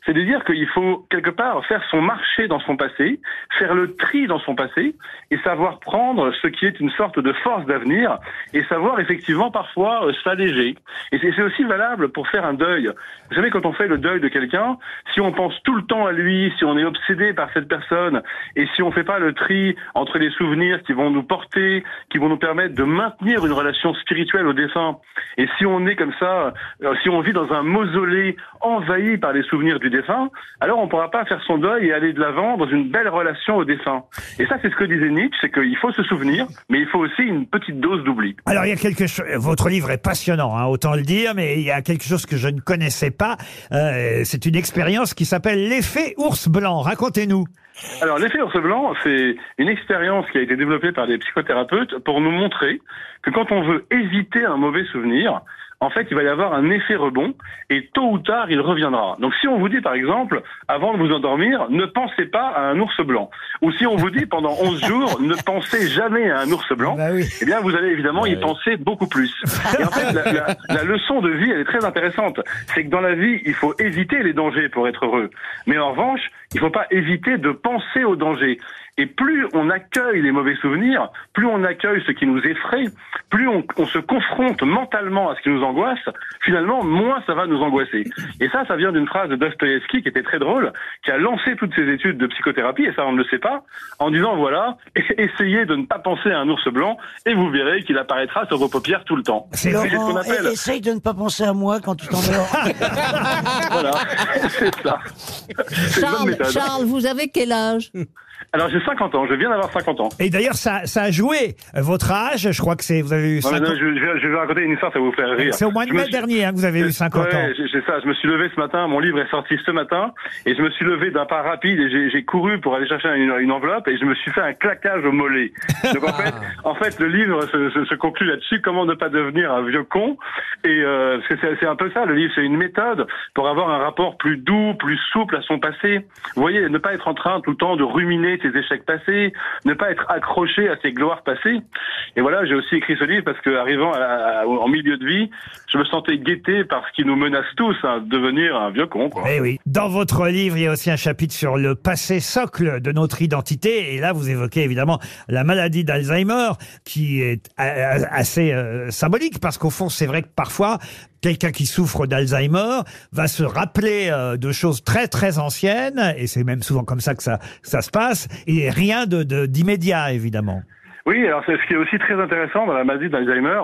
R: c'est de dire qu'il faut quelque part faire son marché dans son passé, faire le tri dans son passé, et savoir prendre ce qui est une sorte de force d'avenir, et savoir effectivement parfois euh, s'alléger. Et c'est c'est aussi valable pour faire un deuil. Vous savez, quand on fait le deuil de quelqu'un, si on pense tout le temps à lui, si on est obsédé par cette personne, et si on ne fait pas le tri entre les souvenirs qui vont nous porter, qui vont nous permettre de maintenir une relation spirituelle au défunt, et si on est comme ça, euh, si on vit dans un mausolée envahi par les souvenirs du défunt, alors on ne pourra pas faire son deuil et aller de l'avant dans une belle relation au défunt. Et ça, c'est ce que disait Nietzsche, c'est qu'il faut se souvenir, mais il faut aussi une petite dose d'oubli.
B: Alors, il y a quelque chose. Votre livre est passionnant, hein, autant le dire, mais il y a quelque chose que je ne connaissais pas. Euh, c'est une expérience qui s'appelle l'effet ours blanc. Racontez-nous.
R: Alors, l'effet ours blanc, c'est une expérience qui a été développée par des psychothérapeutes pour nous montrer que quand on veut éviter un mauvais souvenir, en fait, il va y avoir un effet rebond et tôt ou tard, il reviendra. Donc, si on vous dit, par exemple, avant de vous endormir, ne pensez pas à un ours blanc, ou si on vous dit pendant 11 jours, ne pensez jamais à un ours blanc, eh bien, vous allez évidemment y penser beaucoup plus. Et en fait, la, la- la leçon de vie, elle est très intéressante. C'est que dans la vie, il faut éviter les dangers pour être heureux. Mais en revanche, il ne faut pas éviter de penser aux dangers. Et plus on accueille les mauvais souvenirs, plus on accueille ce qui nous effraie, plus on, on se confronte mentalement à ce qui nous angoisse, finalement, moins ça va nous angoisser. Et ça, ça vient d'une phrase de Dostoïevski qui était très drôle, qui a lancé toutes ses études de psychothérapie, et ça on ne le sait pas, en disant voilà, essayez de ne pas penser à un ours blanc, et vous verrez qu'il apparaîtra sur vos paupières tout le temps. C'est ce qu'on
I: Laurent,
R: appelle.
I: e- essaye de ne pas penser à moi quand tu t'endors.
R: Voilà, c'est ça. C'est une bonne
H: Charles,
R: méthode.
H: Charles, vous avez quel âge
R: Alors j'ai 50 ans, je viens d'avoir 50 ans.
B: Et d'ailleurs, ça, ça a joué. Euh, Votre âge, je crois que c'est. Vous avez eu
R: Non, mais
B: 50
R: non, je, je vais- je vais raconter une histoire, ça va vous faire rire.
B: C'est au mois de
R: Je me
B: mai
R: suis-
B: dernier hein, que vous avez eu 50
R: ouais,
B: ans.
R: j'ai- j'ai ça. Je me suis levé ce matin, mon livre est sorti ce matin, et je me suis levé d'un pas rapide et j'ai- j'ai couru pour aller chercher une, une enveloppe et je me suis fait un claquage au mollet. Donc
B: Ah.
R: en fait, en fait, le livre se, se- se conclut là-dessus, comment ne pas devenir un vieux con. Et euh, parce que c'est c'est un peu ça, le livre, c'est une méthode pour avoir un rapport plus doux, plus souple à son passé. Vous voyez, ne pas être en train tout le temps de ruminer ses échecs passés, ne pas être accroché à ses gloires passées. Et voilà, j'ai aussi écrit ce livre parce que arrivant à- à- en milieu de vie, je me sentais guetté par ce qui nous menace tous, hein, de devenir un vieux con. Quoi.
B: Eh oui. Dans votre livre, il y a aussi un chapitre sur le passé socle de notre identité. Et là, vous évoquez évidemment la maladie d'Alzheimer, qui est a- a- assez euh, symbolique, parce qu'au fond, c'est vrai que parfois, quelqu'un qui souffre d'Alzheimer va se rappeler euh, de choses très très anciennes, et c'est même souvent comme ça que ça, que ça se passe, et rien de- de- d'immédiat, de, évidemment.
R: Oui, alors c'est- ce qui est aussi très intéressant dans la maladie d'Alzheimer,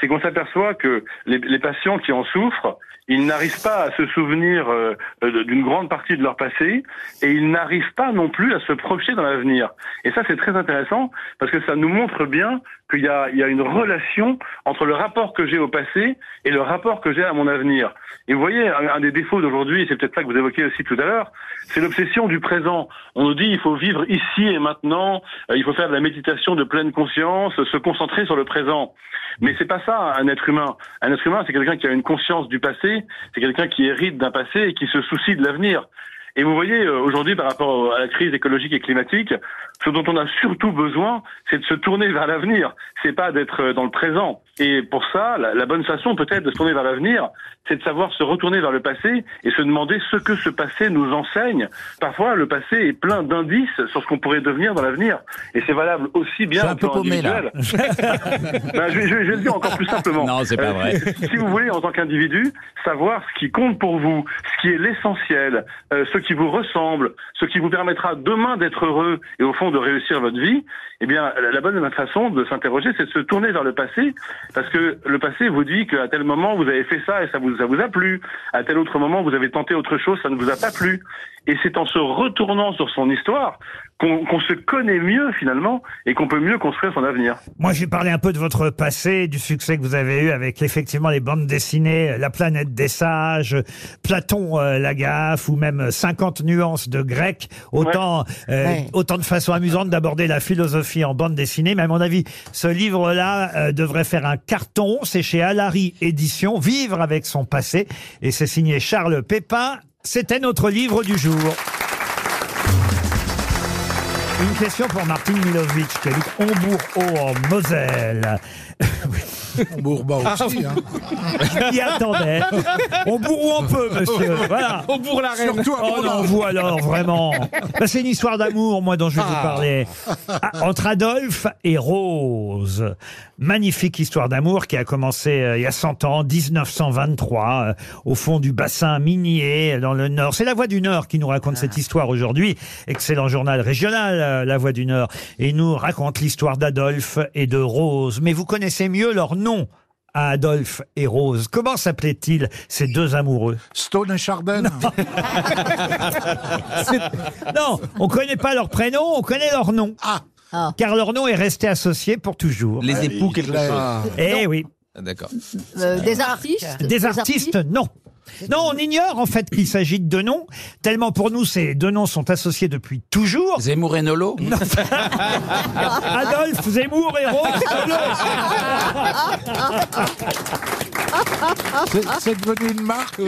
R: c'est qu'on s'aperçoit que les, les patients qui en souffrent, ils n'arrivent pas à se souvenir euh, euh, d'une grande partie de leur passé et ils n'arrivent pas non plus à se projeter dans l'avenir. Et ça, c'est très intéressant parce que ça nous montre bien qu'il y a, il y a une relation entre le rapport que j'ai au passé et le rapport que j'ai à mon avenir. Et vous voyez, un, un des défauts d'aujourd'hui, et c'est peut-être ça que vous évoquiez aussi tout à l'heure, c'est l'obsession du présent. On nous dit il faut vivre ici et maintenant, euh, il faut faire de la méditation de pleine conscience, se concentrer sur le présent. Mais c'est pas ça un être humain. Un être humain, c'est quelqu'un qui a une conscience du passé, c'est quelqu'un qui hérite d'un passé et qui se soucie de l'avenir. Et vous voyez, euh, aujourd'hui, par rapport au- à la crise écologique et climatique, ce dont on a surtout besoin, c'est de se tourner vers l'avenir. C'est pas d'être euh, dans le présent. Et pour ça, la, la bonne façon, peut-être, de se tourner vers l'avenir, c'est de savoir se retourner vers le passé et se demander ce que ce passé nous enseigne. Parfois, le passé est plein d'indices sur ce qu'on pourrait devenir dans l'avenir. Et c'est valable aussi bien
G: Je suis
R: au
G: un peu
R: plan
G: paumé, là.
R: individuel. Ben, je, vais- je vais- je vais le dire encore plus simplement.
G: Non, c'est pas vrai.
R: si- Si vous voulez, en tant qu'individu, savoir ce qui compte pour vous, ce qui est l'essentiel, euh, ce qui vous ressemble, ce qui vous permettra demain d'être heureux et au fond de réussir votre vie, eh bien, la- la bonne façon de s'interroger, c'est de se tourner vers le passé, parce que le passé vous dit qu'à tel moment, vous avez fait ça et ça vous, ça vous a plu. À tel autre moment, vous avez tenté autre chose, ça ne vous a pas plu. Et c'est en se retournant sur son histoire qu'on qu'on se connaît mieux finalement et qu'on peut mieux construire son avenir.
B: Moi, j'ai parlé un peu de votre passé, du succès que vous avez eu avec effectivement les bandes dessinées, euh, La planète des sages, Platon euh, Lagaffe, ou même 50 nuances de grec. Autant, euh,
Q: Ouais.
B: autant de façons amusantes d'aborder la philosophie en bande dessinée. Mais à mon avis, ce livre-là euh, devrait faire un carton. C'est chez Alary Édition, Vivre avec son passé. Et c'est signé Charles Pépin. C'était notre livre du jour. Une question pour Martine Milovic, qui habite Hombourg-Haut, en Moselle. Ah
F: Hombourg-Bas aussi, hein.
B: Il attendait. On bourre où on peut, monsieur. Voilà.
F: On bourre la reine. Surtout à
B: Oh
F: Bourdon.
B: non, vous alors, vraiment. Ben, C'est une histoire d'amour, moi, dont je vais vous
F: Ah.
B: parler. Ah, Entre Adolphe et Rose. Magnifique histoire d'amour qui a commencé euh, il y a 100 ans, 1923, euh, au fond du bassin minier, dans le Nord. C'est La Voix du Nord qui nous raconte cette histoire aujourd'hui. Excellent journal régional, euh, La Voix du Nord. Et il nous raconte l'histoire d'Adolphe et de Rose. Mais vous connaissez mieux leur nom à Adolphe et Rose. Comment s'appelaient-ils ces deux amoureux
F: Stone et Chardin.
B: non, on connaît pas leur prénom, on connaît leur nom.
F: Ah.
H: Ah.
B: Car leur nom est resté associé pour toujours.
C: Les époux, quelque chose.
B: Eh oui.
C: Ah, D'accord.
H: Euh, des artistes
B: Des artistes, non. Non, on ignore en fait qu'il s'agit de deux noms, tellement pour nous ces deux noms sont associés depuis toujours.
G: Zemmour et Nolo
B: Adolphe Zemmour et Rose
F: C'est- C'est devenu une marque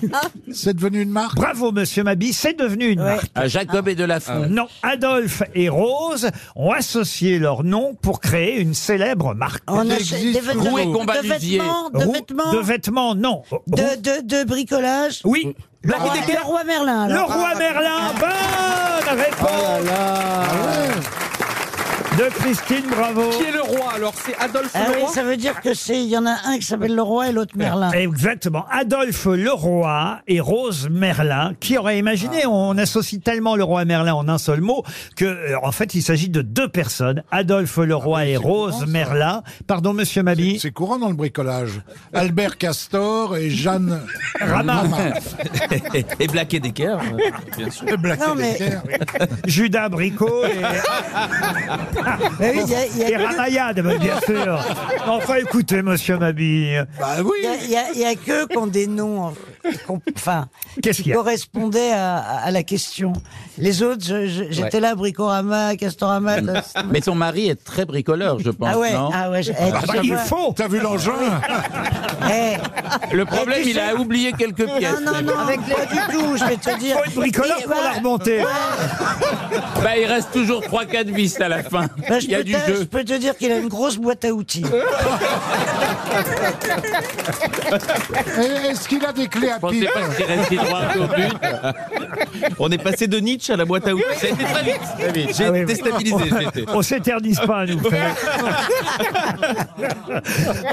F: C'est devenu une marque
B: Bravo, monsieur Mabi, c'est devenu une marque.
G: Ah, Jacob et Delafont.
B: Non, Adolphe et Rose ont associé leurs noms pour créer une célèbre marque.
I: On Ça achète Oh, des existe vêtements- toujours. de vêtements, de
B: Roux-
I: vêtements.
B: De vêtements, non.
I: De, de, de bricolage
B: Oui.
I: Le,
B: Blague
I: roi-
B: des
I: Ah le roi Merlin, alors. Ah.
B: Le
F: Ah
B: roi Merlin, bonne réponse de Christine Bravo.
E: Qui est le roi alors C'est Adolphe
I: Ah
E: le
I: oui,
E: roi
I: ça veut dire que c'est, il y en a un qui s'appelle Leroy et l'autre Merlin.
B: Exactement. Adolphe Leroy et Rose Merlin. Qui aurait imaginé
I: Ah.
B: On associe tellement Leroy et Merlin en un seul mot que, euh, en fait, il s'agit de deux personnes. Adolphe
I: Ah
B: Leroy et Rose Merlin. Pardon, monsieur Mabie.
F: C'est courant dans le bricolage. Albert Castor et Jeanne
B: Rama.
C: Et blaquer des cœurs, euh, bien sûr.
F: Et blaquer Non, des mais- cœurs,
B: Judas Bricot et,
I: Mais oui, il y a- il y a
B: Ah. et
I: que-
B: Ramayad, bah, bien sûr. Enfin, écoutez, monsieur Mabille.
G: Ah
I: Il y a- Il y a, il y a que qu'on des noms en- qu'on- enfin,
B: Qu'est-ce
I: qui
B: qu'il y a
I: correspondaient à, à la question. Les autres, je- je- j'étais
G: Ouais.
I: là, Bricorama, Castorama.
G: Mais ton mari est très bricoleur, je pense.
I: Ah ouais,
G: non
I: ah ouais, je- eh, Ah bah, tu il vois. faut.
F: T'as vu l'engin
I: Eh.
G: Le problème, il a oublié quelques pièces.
I: Non, non,
G: mais
I: non,
G: bon.
I: pas du tout, je vais te dire.
G: Faut être bricoleur
I: Et
G: pour la
I: voilà.
B: remonter.
G: Bah, il reste toujours 3-4 vis à la fin.
I: Bah, je,
G: il y a
I: peux
G: du
I: te, je
G: jeu.
I: peux te dire qu'il a une grosse boîte à outils.
F: Et Est-ce qu'il a des clés à
C: Je pensais
F: pipe
C: pas qu'il restait droit au but. On est passé de Nietzsche à la boîte à outils. Ça a été très vite. J'ai
B: Ah oui, oui.
C: déstabilisé. j'ai été.
B: On s'éternise pas, nous.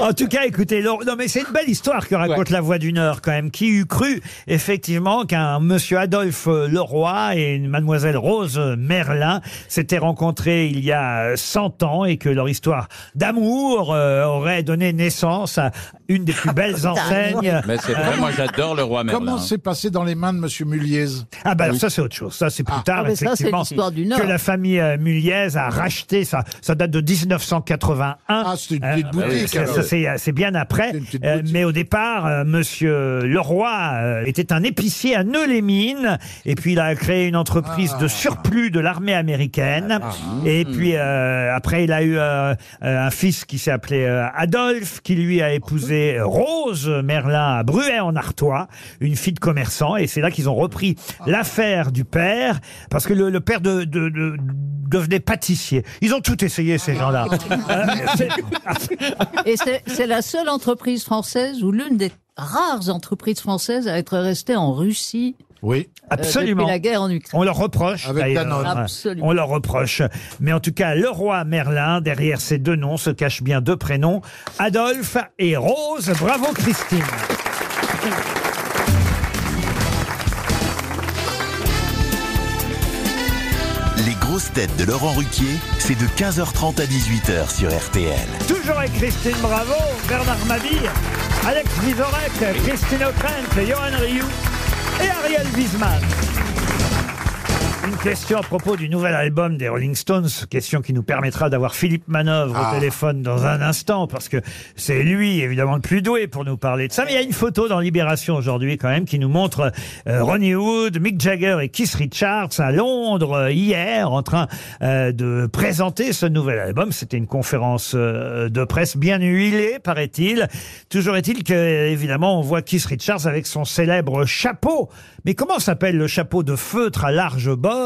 B: en tout cas, écoutez, Laurent- non mais c'est une belle histoire que raconte la Voix du Nord quand même. Qui eût cru effectivement qu'un monsieur Adolphe Leroy et une mademoiselle Rose Merlin s'étaient rencontrés il y a 100 ans et que leur histoire d'amour euh, aurait donné naissance à une des plus belles enseignes. euh,
G: Mais c'est vrai, moi j'adore le roi Merlin.
F: Comment c'est passé dans les mains de Monsieur Muliez
B: Ah bah alors ça c'est autre chose, ça c'est plus tard
F: Ah, mais ça, c'est
B: effectivement
F: l'histoire du Nord.
B: que la famille euh, Muliez a racheté ça, ça date de 1981. Ah
F: c'est une petite boutique,
B: ça,
F: alors.
B: ça, c'est c'est bien après, Euh, mais au départ euh, Monsieur Leroy euh, était un épicier à Neux-les-Mines et puis il a créé une entreprise de surplus de l'armée américaine et puis euh, après il a eu euh, euh, un fils qui s'est appelé euh, Adolphe qui lui a épousé euh, Rose Merlin à Bruay en Artois, une fille de commerçant et c'est là qu'ils ont repris l'affaire du père parce que le, le père de, de- de- devenait pâtissier. Ils ont tout essayé ces gens-là. Euh, c'est-
H: Et c'est c'est la seule entreprise française ou l'une des rares entreprises françaises à être restée en Russie.
F: Oui,
B: absolument.
H: Euh, depuis la guerre en Ukraine.
B: On leur reproche.
H: Avec
B: d'ailleurs.
H: Danone.
B: Ouais.
H: Absolument.
B: On leur reproche. Mais en tout cas, le roi Merlin, derrière ces deux noms, se cachent bien deux prénoms, Adolphe et Rose. Bravo Christine.
A: Les grosses têtes de Laurent Ruquier, c'est de 15h30 à 18h sur RTL.
B: Toujours avec Christine Bravo, Bernard Mabille, Alex Vizorek, Christine O'Krent, Johan Rioux et Ariel Wiesman. Une question à propos du nouvel album des Rolling Stones, question qui nous permettra d'avoir Philippe Manœuvre
F: Ah.
B: au téléphone dans un instant, parce que c'est lui, évidemment, le plus doué pour nous parler de ça. Mais il y a une photo dans Libération aujourd'hui, quand même, qui nous montre euh, Ronnie Wood, Mick Jagger et Keith Richards à Londres euh, hier, en train euh, de présenter ce nouvel album. C'était une conférence euh, de presse bien huilée, paraît-il. Toujours est-il que, évidemment, on voit Keith Richards avec son célèbre chapeau. Mais comment s'appelle le chapeau de feutre à large bord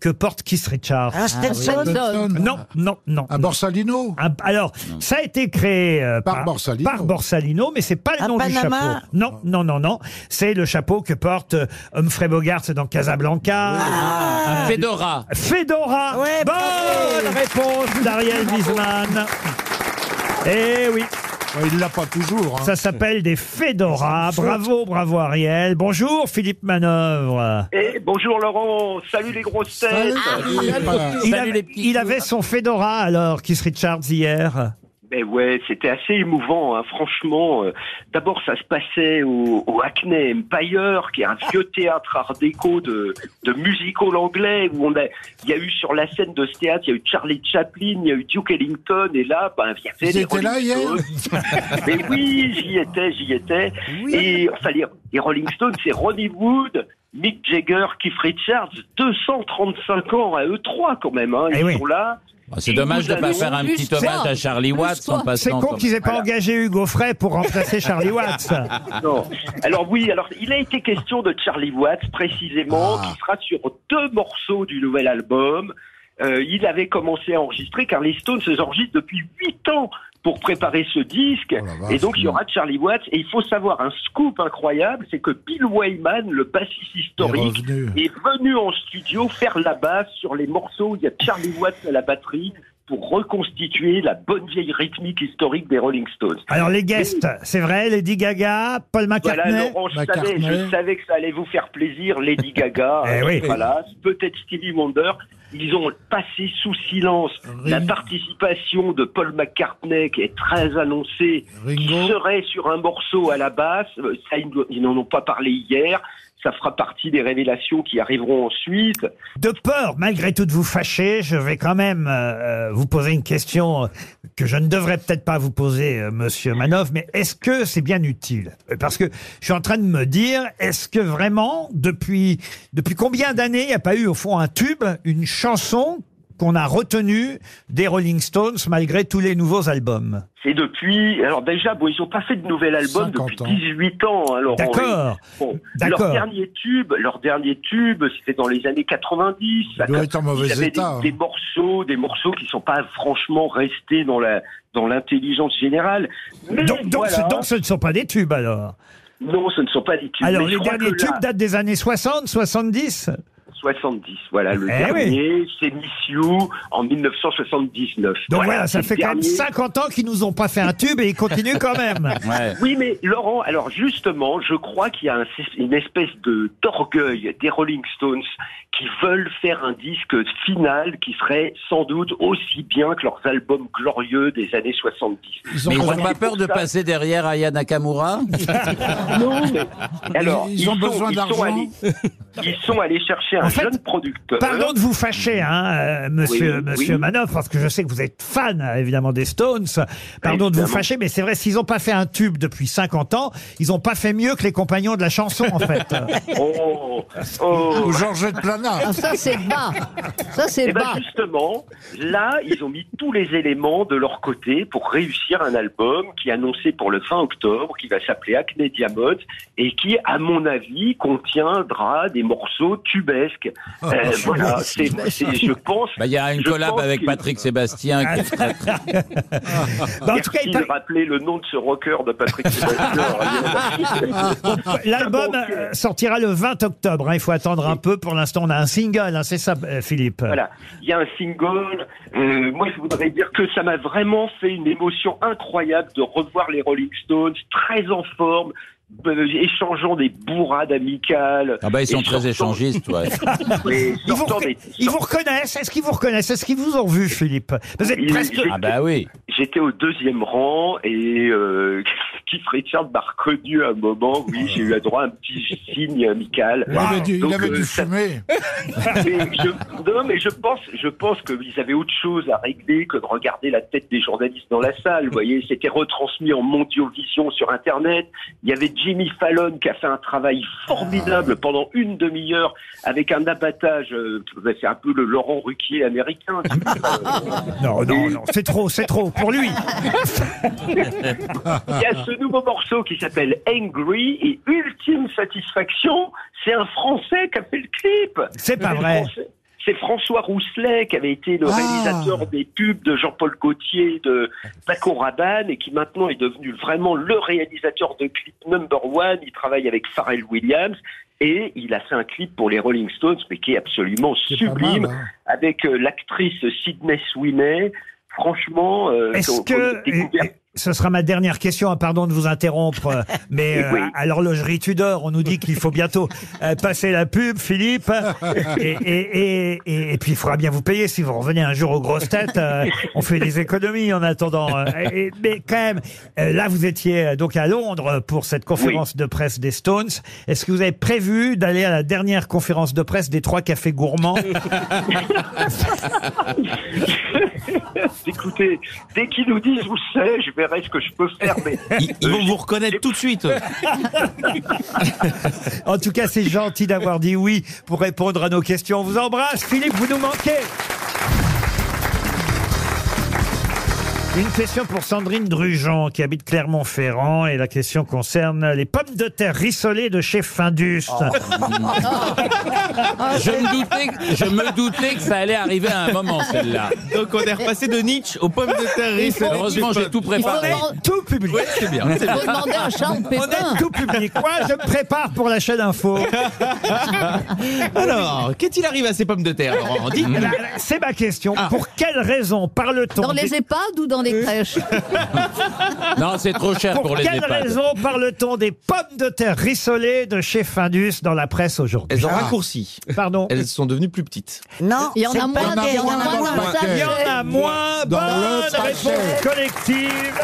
B: que porte Keith Richards
I: Un Ah, Stetson. Stetson.
B: Non, non, non. Ah, Un
F: Borsalino
B: Alors, ça a été créé euh, par, Borsalino. Ah. par Borsalino, mais c'est pas le
I: Un
B: nom
I: Panama
B: du chapeau. Non, non, non, non. C'est le chapeau que porte euh, Humphrey Bogart dans Casablanca.
I: Ah.
F: Ah.
G: Un Fedora.
B: Fedora. Bonne réponse d'Ariel Wiesman. Eh oui.
F: il l'a pas toujours. hein.
B: Ça s'appelle des fedoras. Bravo, bravo Ariel. Bonjour Philippe Manœuvre.
Q: Et Eh, bonjour Laurent, salut les grosses têtes.
B: Ah, Il, a- il avait son fedora alors, Keith Richards hier.
Q: Mais Ben ouais, c'était assez émouvant, hein, franchement. Euh, D'abord, ça se passait au, au Hackney Empire, qui est un vieux théâtre art déco de, de musical anglais, où on a, il y a eu sur la scène de ce théâtre, il y a eu Charlie Chaplin, il y a eu Duke Ellington, et là, ben, il y avait
F: Vous
Q: les
F: étiez là
Q: Rolling
F: hier
Q: Stones. Mais oui, j'y étais, j'y étais. Et enfin, les, les Rolling Stones, c'est Ronnie Wood, Mick Jagger, Keith Richards, 235 ans à eux trois quand même.
B: Eh
Q: Hein, ils sont là.
G: Bah, c'est
Q: Et
G: dommage
Q: nous
G: de pas
Q: allons-
G: faire un petit hommage à Charlie Watts en
B: C'est
G: passant.
B: con qu'ils aient pas engagé Hugo Frey pour remplacer Charlie Watts.
Q: Non. Alors oui, alors il a été question de Charlie Watts
B: Ah.
Q: précisément, qui sera sur deux morceaux du nouvel album. Euh, il avait commencé à enregistrer car les Stones enregistrent depuis huit ans pour préparer ce disque.
B: Oh
Q: et donc il y aura Charlie Watts. Et il faut savoir un scoop incroyable, c'est que Bill Wyman, le bassiste historique, est, venu en studio faire la basse sur les morceaux. où Il y a Charlie Watts à la batterie. pour reconstituer la bonne vieille rythmique historique des Rolling Stones.
B: Alors les guests, c'est vrai, Lady Gaga, Paul McCartney.
Q: Voilà, Laurent, je savais, je savais que ça allait vous faire plaisir, Lady Gaga, euh,
B: Eh oui.
Q: voilà, peut-être Stevie Wonder. Ils ont passé sous silence la participation de Paul McCartney, qui est très annoncée, qui serait sur un morceau à la basse. Euh, Ça, ils ils n'en ont pas parlé hier. Ça fera partie des révélations qui arriveront ensuite.
B: De peur, malgré tout, de vous fâcher, je vais quand même euh, vous poser une question euh, que je ne devrais peut-être pas vous poser, euh, monsieur Manoff, mais est-ce que c'est bien utile Euh, Parce que je suis en train de me dire, est-ce que vraiment, depuis, depuis combien d'années, il n'y a pas eu, au fond, un tube, une chanson qu'on a retenue des Rolling Stones, malgré tous les nouveaux albums
Q: C'est depuis. Alors déjà, bon, ils ont pas fait de nouvel album depuis 18 ans. hein, Alors
B: D'accord.
Q: leur
B: D'accord.
Q: dernier tube, leur dernier tube, c'était dans les années 90.
F: Il doit être en mauvais
Q: Ils avaient
F: état,
Q: des-
F: hein.
Q: Des, morceaux, des morceaux qui sont pas franchement restés dans la dans l'intelligence générale. Mais
B: Donc, donc,
Q: voilà.
B: ce- donc, ce ne sont pas des tubes, alors
Q: non, ce ne sont pas des tubes.
B: Alors,
Q: Mais je
B: les
Q: crois
B: derniers
Q: que là,
B: tubes datent des années 60, 70
Q: 70, voilà le
B: Eh
Q: dernier, c'est Miss You en 1979.
B: Donc voilà, ça
Q: c'est
B: fait
Q: le
B: quand même
Q: dernier.
B: 50 ans qu'ils nous ont pas fait un tube et ils continuent quand même.
Q: Oui, mais Laurent, alors justement, je crois qu'il y a un- une espèce de d'orgueil des Rolling Stones qui veulent faire un disque final qui serait sans doute aussi bien que leurs albums glorieux des années 70.
G: Mais ils
Q: Je crois
G: n'ont
Q: que
G: pas
Q: c'est
G: peur
Q: pour
G: de
Q: ça-
G: passer derrière Aya Nakamura
Q: Non, mais alors
G: Ils ont
Q: sont-
G: besoin
Q: ils sont
G: d'argent.
Q: allés- Ils sont allés chercher un
B: En fait,
Q: jeune producteur.
B: Pardon de vous fâcher, hein, euh, monsieur,
Q: Oui,
B: monsieur
Q: oui.
B: Manoff, parce que je sais que vous êtes fan, euh, évidemment, des Stones. Pardon de vous
Q: Évidemment.
B: fâcher, mais c'est vrai, s'ils n'ont pas fait un tube depuis 50 ans, ils n'ont pas fait mieux que les compagnons de la chanson, en fait.
Q: Oh, oh.
B: Ou Georgette Plana.
D: Ah, ça, c'est bas. Ça, c'est
Q: Eh ben,
D: bas.
Q: justement, là, ils ont mis tous les éléments de leur côté pour réussir un album qui est annoncé pour le fin octobre, qui va s'appeler Acne Diamond et qui, à mon avis, contiendra des morceaux tubesques. Euh,
G: tubesques.
Q: voilà, c'est, c'est- je pense.
G: Bah, Il y a une
Q: je
G: collab
Q: pense
G: avec
Q: qu'il-
G: Patrick Sébastien qui est très, très
Q: Merci de rappeler le nom de ce rocker de Patrick Sébastien.
B: L'album euh, sortira le 20 octobre. hein, il faut attendre un peu. Pour l'instant, on a un single, hein, c'est ça, euh, Philippe
Q: Voilà, il y a un single. Euh, moi, je voudrais dire que ça m'a vraiment fait une émotion incroyable de revoir les Rolling Stones très en forme, euh, échangeant des bourrades amicales.
G: Ah bah ils sont
Q: Et
G: très
Q: sortant-
G: échangistes, ouais.
Q: Mais
B: Ils vous,
Q: sortant
B: reco-
Q: des-
B: ils vous reconnaissent Est-ce qu'ils vous reconnaissent Est-ce qu'ils vous ont vu, Philippe Vous êtes
Q: Il-
B: presque...
Q: j'étais-
G: Ah bah oui.
Q: J'étais au deuxième rang et euh, Keith Richards m'a reconnu à un moment. Oui, j'ai eu le droit à un petit signe amical.
F: Il avait dû, il
Q: Donc,
F: avait
Q: euh,
F: dû
Q: ça-
F: fumer.
Q: mais je, non, mais je pense, je pense qu'ils avaient autre chose à régler que de regarder la tête des journalistes dans la salle. Vous voyez, c'était retransmis en Mondiovision sur Internet. Il y avait Jimmy Fallon qui a fait un travail formidable pendant une demi-heure avec un abattage. euh, C'est un peu le Laurent Ruquier américain. euh.
B: Non, non, non, c'est trop, c'est trop. Pour lui
Q: Il y a ce nouveau morceau qui s'appelle Angry et Ultime Satisfaction. C'est un Français qui a fait le clip.
B: C'est pas
Q: le
B: vrai.
Q: Français- C'est François Rousselet qui avait été le
B: Ah.
Q: réalisateur des pubs de Jean-Paul Gaultier, de Paco Rabanne et qui maintenant est devenu vraiment le réalisateur de clip number one. Il travaille avec Pharrell Williams et il a fait un clip pour les Rolling Stones mais qui est absolument sublime
F: mal, hein.
Q: avec euh, l'actrice Sydney Sweeney. Franchement, euh,
B: Est-ce
Q: qu'on- qu'on a
B: que
Q: découvert-
B: et- et ce sera ma dernière question hein, Pardon de vous interrompre, euh, mais euh,
Q: Oui.
B: à l'horlogerie Tudor, on nous dit qu'il faut bientôt euh, passer la pub, Philippe. Et, et- et- et- et puis il faudra bien vous payer si vous revenez un jour aux grosses têtes. euh, on fait des économies en attendant. euh, et- et- mais quand même, euh, là vous étiez euh, donc à Londres pour cette conférence de presse des Stones. Est-ce que vous avez prévu d'aller à la dernière conférence de presse des trois cafés gourmands
Q: Écoutez, dès qu'ils nous disent où c'est, je verrai ce que je peux faire. Mais euh,
C: Ils vont vous reconnaître tout de suite.
B: En tout cas, c'est gentil d'avoir dit oui pour répondre à nos questions. On vous embrasse, Philippe, vous nous manquez. Une question pour Sandrine Drujon qui habite Clermont-Ferrand et la question concerne les pommes de terre rissolées de chez Findus.
G: Oh. Je me, doutais, que- je me doutais que ça allait arriver à un moment, celle-là.
C: Donc on est repassé de Nietzsche aux pommes de terre risses.
G: Heureusement, j'ai tout préparé.
B: On est tout public.
C: Ouais, c'est bien, c'est bien.
B: On
C: Faut demander à Charles Pépin.
B: est tout public. Moi, je me prépare pour la chaîne info.
C: Alors, qu'est-il arrivé à ces pommes de terre, Laurent Ah. Dites-
B: Eh ben, C'est ma question. Pour quelle raison parle-t-on
H: Dans les
B: des-
H: EHPAD ou dans les crèches
G: Non, c'est trop cher pour les
B: quelle
G: EHPAD.
B: raison parle-t-on des pommes de terre rissolées de chez Findus dans la presse aujourd'hui Ah.
C: Elles ont raccourci.
B: Pardon.
C: Elles sont devenues plus petites.
I: Non,
H: il y en
B: c'est
H: a moins.
B: pas
H: Il y en
B: dans
H: a
B: le
H: moins. dans
B: paquet.
H: ça,
B: Il y en a moins.
H: Dans
B: Bonne
H: le paquet.
B: réponse collective.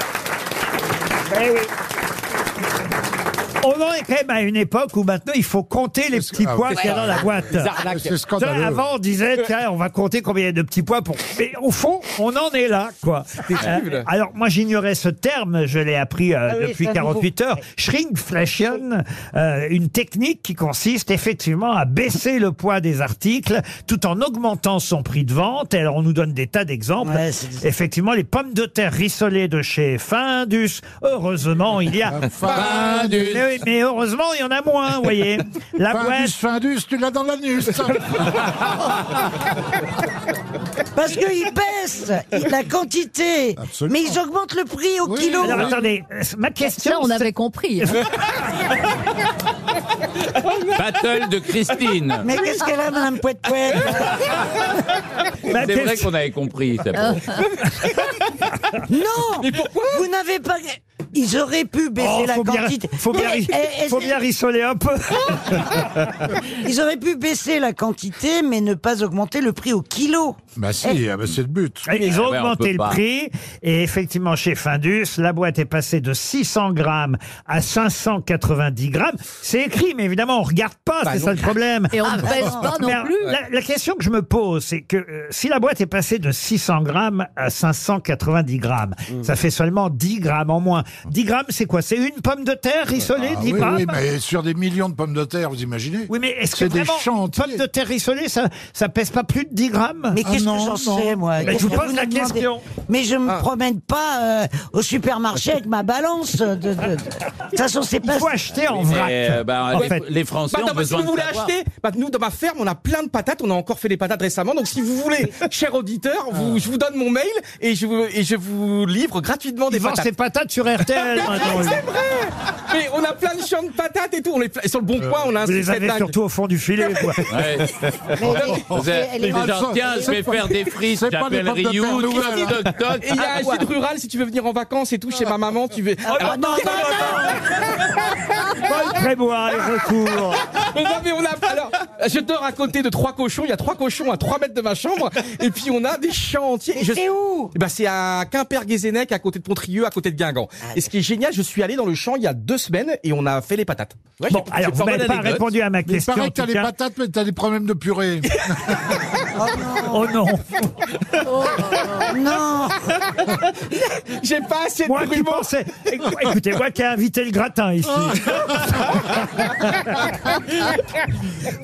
B: Eh oui. On en est quand même à une époque où maintenant il faut compter les petits
F: ah,
B: pois
F: c'est
B: qu'il y a
F: ça.
B: dans la boîte.
F: Les arnaques. C'est scandaleux.
B: Ça, Avant on disait tiens on va compter combien il y a de petits pois pour. Mais au fond on en est là quoi.
F: terrible.
B: Euh, alors moi j'ignorais ce terme, je l'ai appris euh,
F: Ah oui,
B: depuis
F: c'est un
B: 48 heures. Shrinkflation, euh, une technique qui consiste effectivement à baisser le poids des articles tout en augmentant son prix de vente. Et alors on nous donne des tas d'exemples.
I: Ouais, c'est-
B: effectivement, les pommes de terre rissolées de chez Findus. Heureusement, il y a
F: Findus.
B: Mais, oui, mais heureusement, il y en a moins, vous voyez. La
F: Findus,
B: boîte.
F: Findus, tu l'as dans l'anus.
I: Parce qu'ils baissent la quantité, mais ils augmentent le prix au kilo.
B: Alors attendez, ma question.
H: Ça, on avait compris.
G: Battle de Christine.
I: Mais qu'est-ce qu'elle a, Madame Pouette Pouette
B: Ma
G: C'est vrai
B: question-
G: qu'on avait compris.
I: Ah.
G: ça.
I: Euh. Non Mais pourquoi Vous n'avez pas. Ils auraient pu baisser
B: Oh,
I: la
B: faut bien-
I: quantité.
B: faut bien
I: Mais,
B: ri-
I: eh, eh,
B: faut bien rissoler un peu.
I: Ils auraient pu baisser la quantité, mais ne pas augmenter le prix au kilo.
F: Bah si,
I: Eh,
F: ah bah c'est le but.
B: Ils ont
F: Ah ouais, on peut
B: augmenté le
F: pas.
B: prix et effectivement chez Findus, la boîte est passée de 600 grammes à 590 grammes. C'est écrit, mais évidemment on regarde
F: Bah
B: pas, c'est ça le problème.
H: Et on ne pèse pas non
B: Mais, euh,
H: plus.
B: La, la question que je me pose, c'est que euh, si la boîte est passée de 600 grammes à 590 grammes,
F: Mm.
B: ça fait seulement 10 grammes en moins. 10 grammes, c'est quoi C'est une pomme de terre rissolée,
F: Ah
B: 10
F: oui,
B: grammes
F: oui, mais sur des millions de pommes de terre, vous imaginez
B: Oui, mais est-ce que
F: C'est des
B: vraiment
F: champs
B: une pomme de terre rissolée, ça, ça pèse pas plus de 10 grammes
I: Mais qu'est-ce que j'en sais, moi
B: Ah Mais je vous
I: Qu'est-ce que
B: pose la
I: me demandez
B: question. Ah.
I: Mais je me promène pas euh, au supermarché avec ma balance. De, de- de- de toute façon, c'est pas.
B: faut acheter en
G: Mais, euh, bah, les, les Français
E: Bah,
G: ont
E: attends, parce que
G: besoin
E: vous
G: de
E: voulez
G: savoir.
E: acheter, bah, nous dans ma ferme on a plein de patates, on a encore fait des patates récemment, donc si vous voulez, cher auditeur,
B: Ah.
E: vous, je vous donne mon mail et je, vous- et je vous livre gratuitement des
B: Ils vendent
E: patates.
B: ses patates sur RTL. maintenant,
E: C'est vrai Mais on a plein de champs de patates et tout, on les, et sur le bon coin on a un
B: Euh, Vous les
E: succès
B: avez
E: dingue.
B: surtout au fond du filet, quoi.
G: Ouais. Vous avez-
E: elle est
G: vous dites,
E: malsaine.
G: tiens, je vais faire des frites,
F: c'est pas des
G: j'appelle
F: pommes de terre
G: Ryu, toc,
F: nouvelles,
G: toc, toc.
E: Et il y
B: Ah,
E: a un gîte rural si tu veux venir en vacances et tout chez ma maman, tu veux. Alors,
I: non, non,
B: Paul Prébois est de retour.
E: Mais Ah. non, mais on a. Alors, je dors à côté de trois cochons. Il y a trois cochons à 3 mètres de ma chambre. Et puis, on a des champs entiers. Et je-
I: C'est où
E: Eh ben, c'est à Quimper-Guézennec, à côté de Pontrieux, à côté de Guingamp. Et ce qui est génial, je suis allé dans le champ il y a deux semaines et on a fait les patates. Ouais,
B: Bon,
E: j'ai- j'ai
B: alors, vous
E: formé
B: n'avez pas
E: l'anecdote.
B: répondu à ma
F: Il
B: question.
F: paraît
B: en
F: que t'as
B: tout
F: les
B: cas.
F: patates, mais t'as des problèmes de purée.
B: Oh non
I: Non
E: J'ai pas assez
B: Moi
E: de
B: qui
E: prumeaux.
B: pensais... Écou- Écoutez, moi qui ai invité le gratin ici.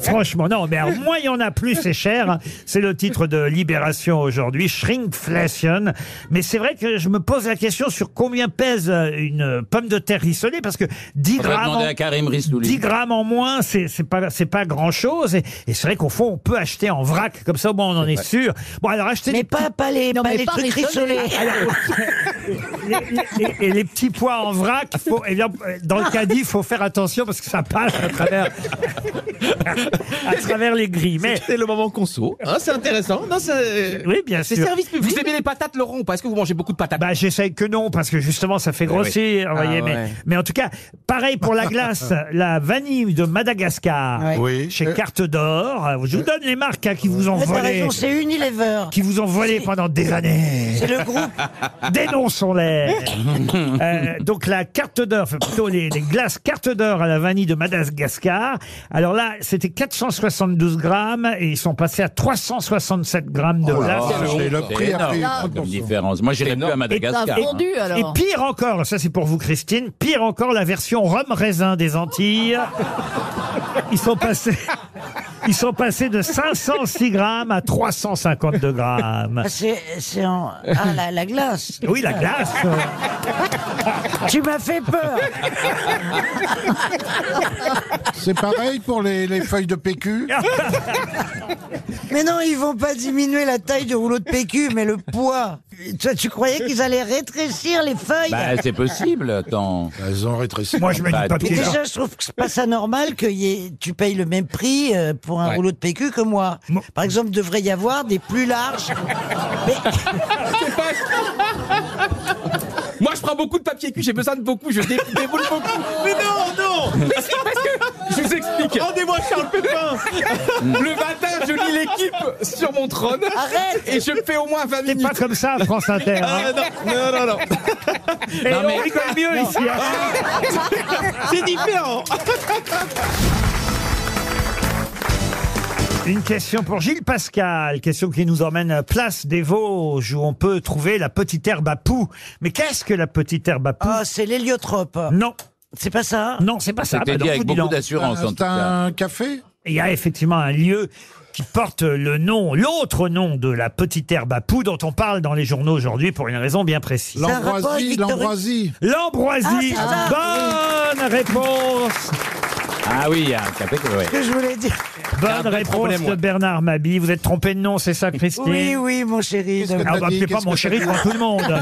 B: Franchement, non, mais alors, moins il y en a, plus c'est cher. hein. C'est le titre de Libération aujourd'hui, Shrinkflation. Mais c'est vrai que je me pose la question sur combien pèse euh, une pomme de terre rissolée, parce que 10
G: Faudrait
B: grammes...
G: demander
B: en-
G: à Karim Rissouli.
B: 10 grammes en moins, c'est c'est pas, c'est pas grand chose. Et, et c'est vrai qu'au fond, on peut acheter en vrac. Comme ça, au moins, on en est sûr. Bon, alors acheter
I: Mais
B: des
I: pas, pas les,
H: Non,
I: pas
H: mais
I: les
H: pas Ah,
I: trucs
H: rissolés.
I: rissolés.
B: petits- et, et les petits pois en vrac, faut, eh bien, dans le caddie, il faut faire attention parce que ça passe à travers, à travers les grilles. Mais
C: C'est le moment conso. Hein, c'est intéressant. Non, c'est-
B: oui, bien
E: C'est
B: sûr.
E: service public. Vous aimez les patates, Laurent, ou pas Est-ce que vous mangez beaucoup de patates
B: Bah, j'essaye que non, parce que justement, ça fait
E: oui.
B: grossir, vous
E: Ah
B: voyez,
E: ouais.
B: mais, mais en tout cas, pareil pour la glace, la vanille de Madagascar,
I: Ouais.
F: Oui.
B: chez Carte d'Or. Je vous donne les marques hein, qui vous ont
I: Euh. Mais T'as
B: volé,
I: raison, c'est Unilever.
B: qui vous ont volé pendant des années.
I: C'est le groupe.
B: Dénonçons-les. Euh, donc la carte d'or, enfin, plutôt les, les glaces carte d'or à la vanille de Madagascar. Alors là, c'était 472 grammes et ils sont passés à 367 grammes de
F: Oh là
B: glace.
F: là, c'est le
G: C'est
F: prix a pris
G: énorme
F: 30%.
G: comme différence. Moi, j'irais plus à
H: T'as
G: Madagascar. hein.
H: fondu
B: Et
H: alors.
B: pire encore, ça c'est pour vous Christine, pire encore la version rhum raisin des Antilles. Ils sont passés Ils sont passés de 506 grammes à 352 grammes.
I: C'est c'est en. Ah, la, la glace.
B: Ah, Oui, la glace.
I: tu m'as fait peur.
F: C'est pareil pour les, les feuilles de PQ
I: Mais non, ils vont pas diminuer la taille du rouleau de PQ, mais le poids. Toi, tu croyais qu'ils allaient rétrécir les feuilles
G: Bah, c'est possible, attends. Bah,
F: Elles ont rétréci.
B: Moi, je mets du
I: Mais
B: papier.
I: déjà, je trouve que c'est pas ça normal que y ait- tu payes le même prix euh, pour un rouleau de PQ que moi. Par exemple, devrait y avoir des plus larges.
E: Moi, je prends beaucoup de papier cul, j'ai besoin de beaucoup, je dé- déboule beaucoup.
C: Mais non, non
E: Mais c'est parce que, je vous explique.
C: Rendez-moi Charles Pépin
E: Le matin, je lis l'équipe sur mon trône.
I: Arrête
E: Et je fais au moins 20 minutes.
B: Pas comme ça, à France Inter. hein.
C: Non, non, non.
B: Et
C: Non,
B: on
C: mais-
B: rigole mieux
C: Non.
B: ici. hein.
C: C'est différent.
B: Une question pour Gilles Pascal, question qui nous emmène à Place des Vosges, où on peut trouver la petite herbe à poux. Mais qu'est-ce que la petite herbe à poux
I: Ah, c'est l'héliotrope.
B: Non.
I: C'est pas ça hein
B: Non, c'est pas ça. Bah,
G: C'était dit
B: non,
G: avec
B: vous dis
G: beaucoup
B: donc.
G: d'assurance, en tout cas.
F: Un café
B: Il y a effectivement un lieu qui porte le nom, l'autre nom de la petite herbe à poux dont on parle dans les journaux aujourd'hui pour une raison bien précise.
F: Ça a un L'ambroisie, rapport avec Victor Hugo l'ambroisie.
B: L'ambroisie,
I: Ah,
B: bonne réponse
G: Ah oui, il y a un café, ouais.
I: Que je voulais dire.
B: Bonne réponse de Bernard Mabi. Vous êtes trompé de nom, c'est ça, Christine
I: Oui, oui, mon chéri.
B: Ah, bah, appelez pas mon chéri prend tout le monde.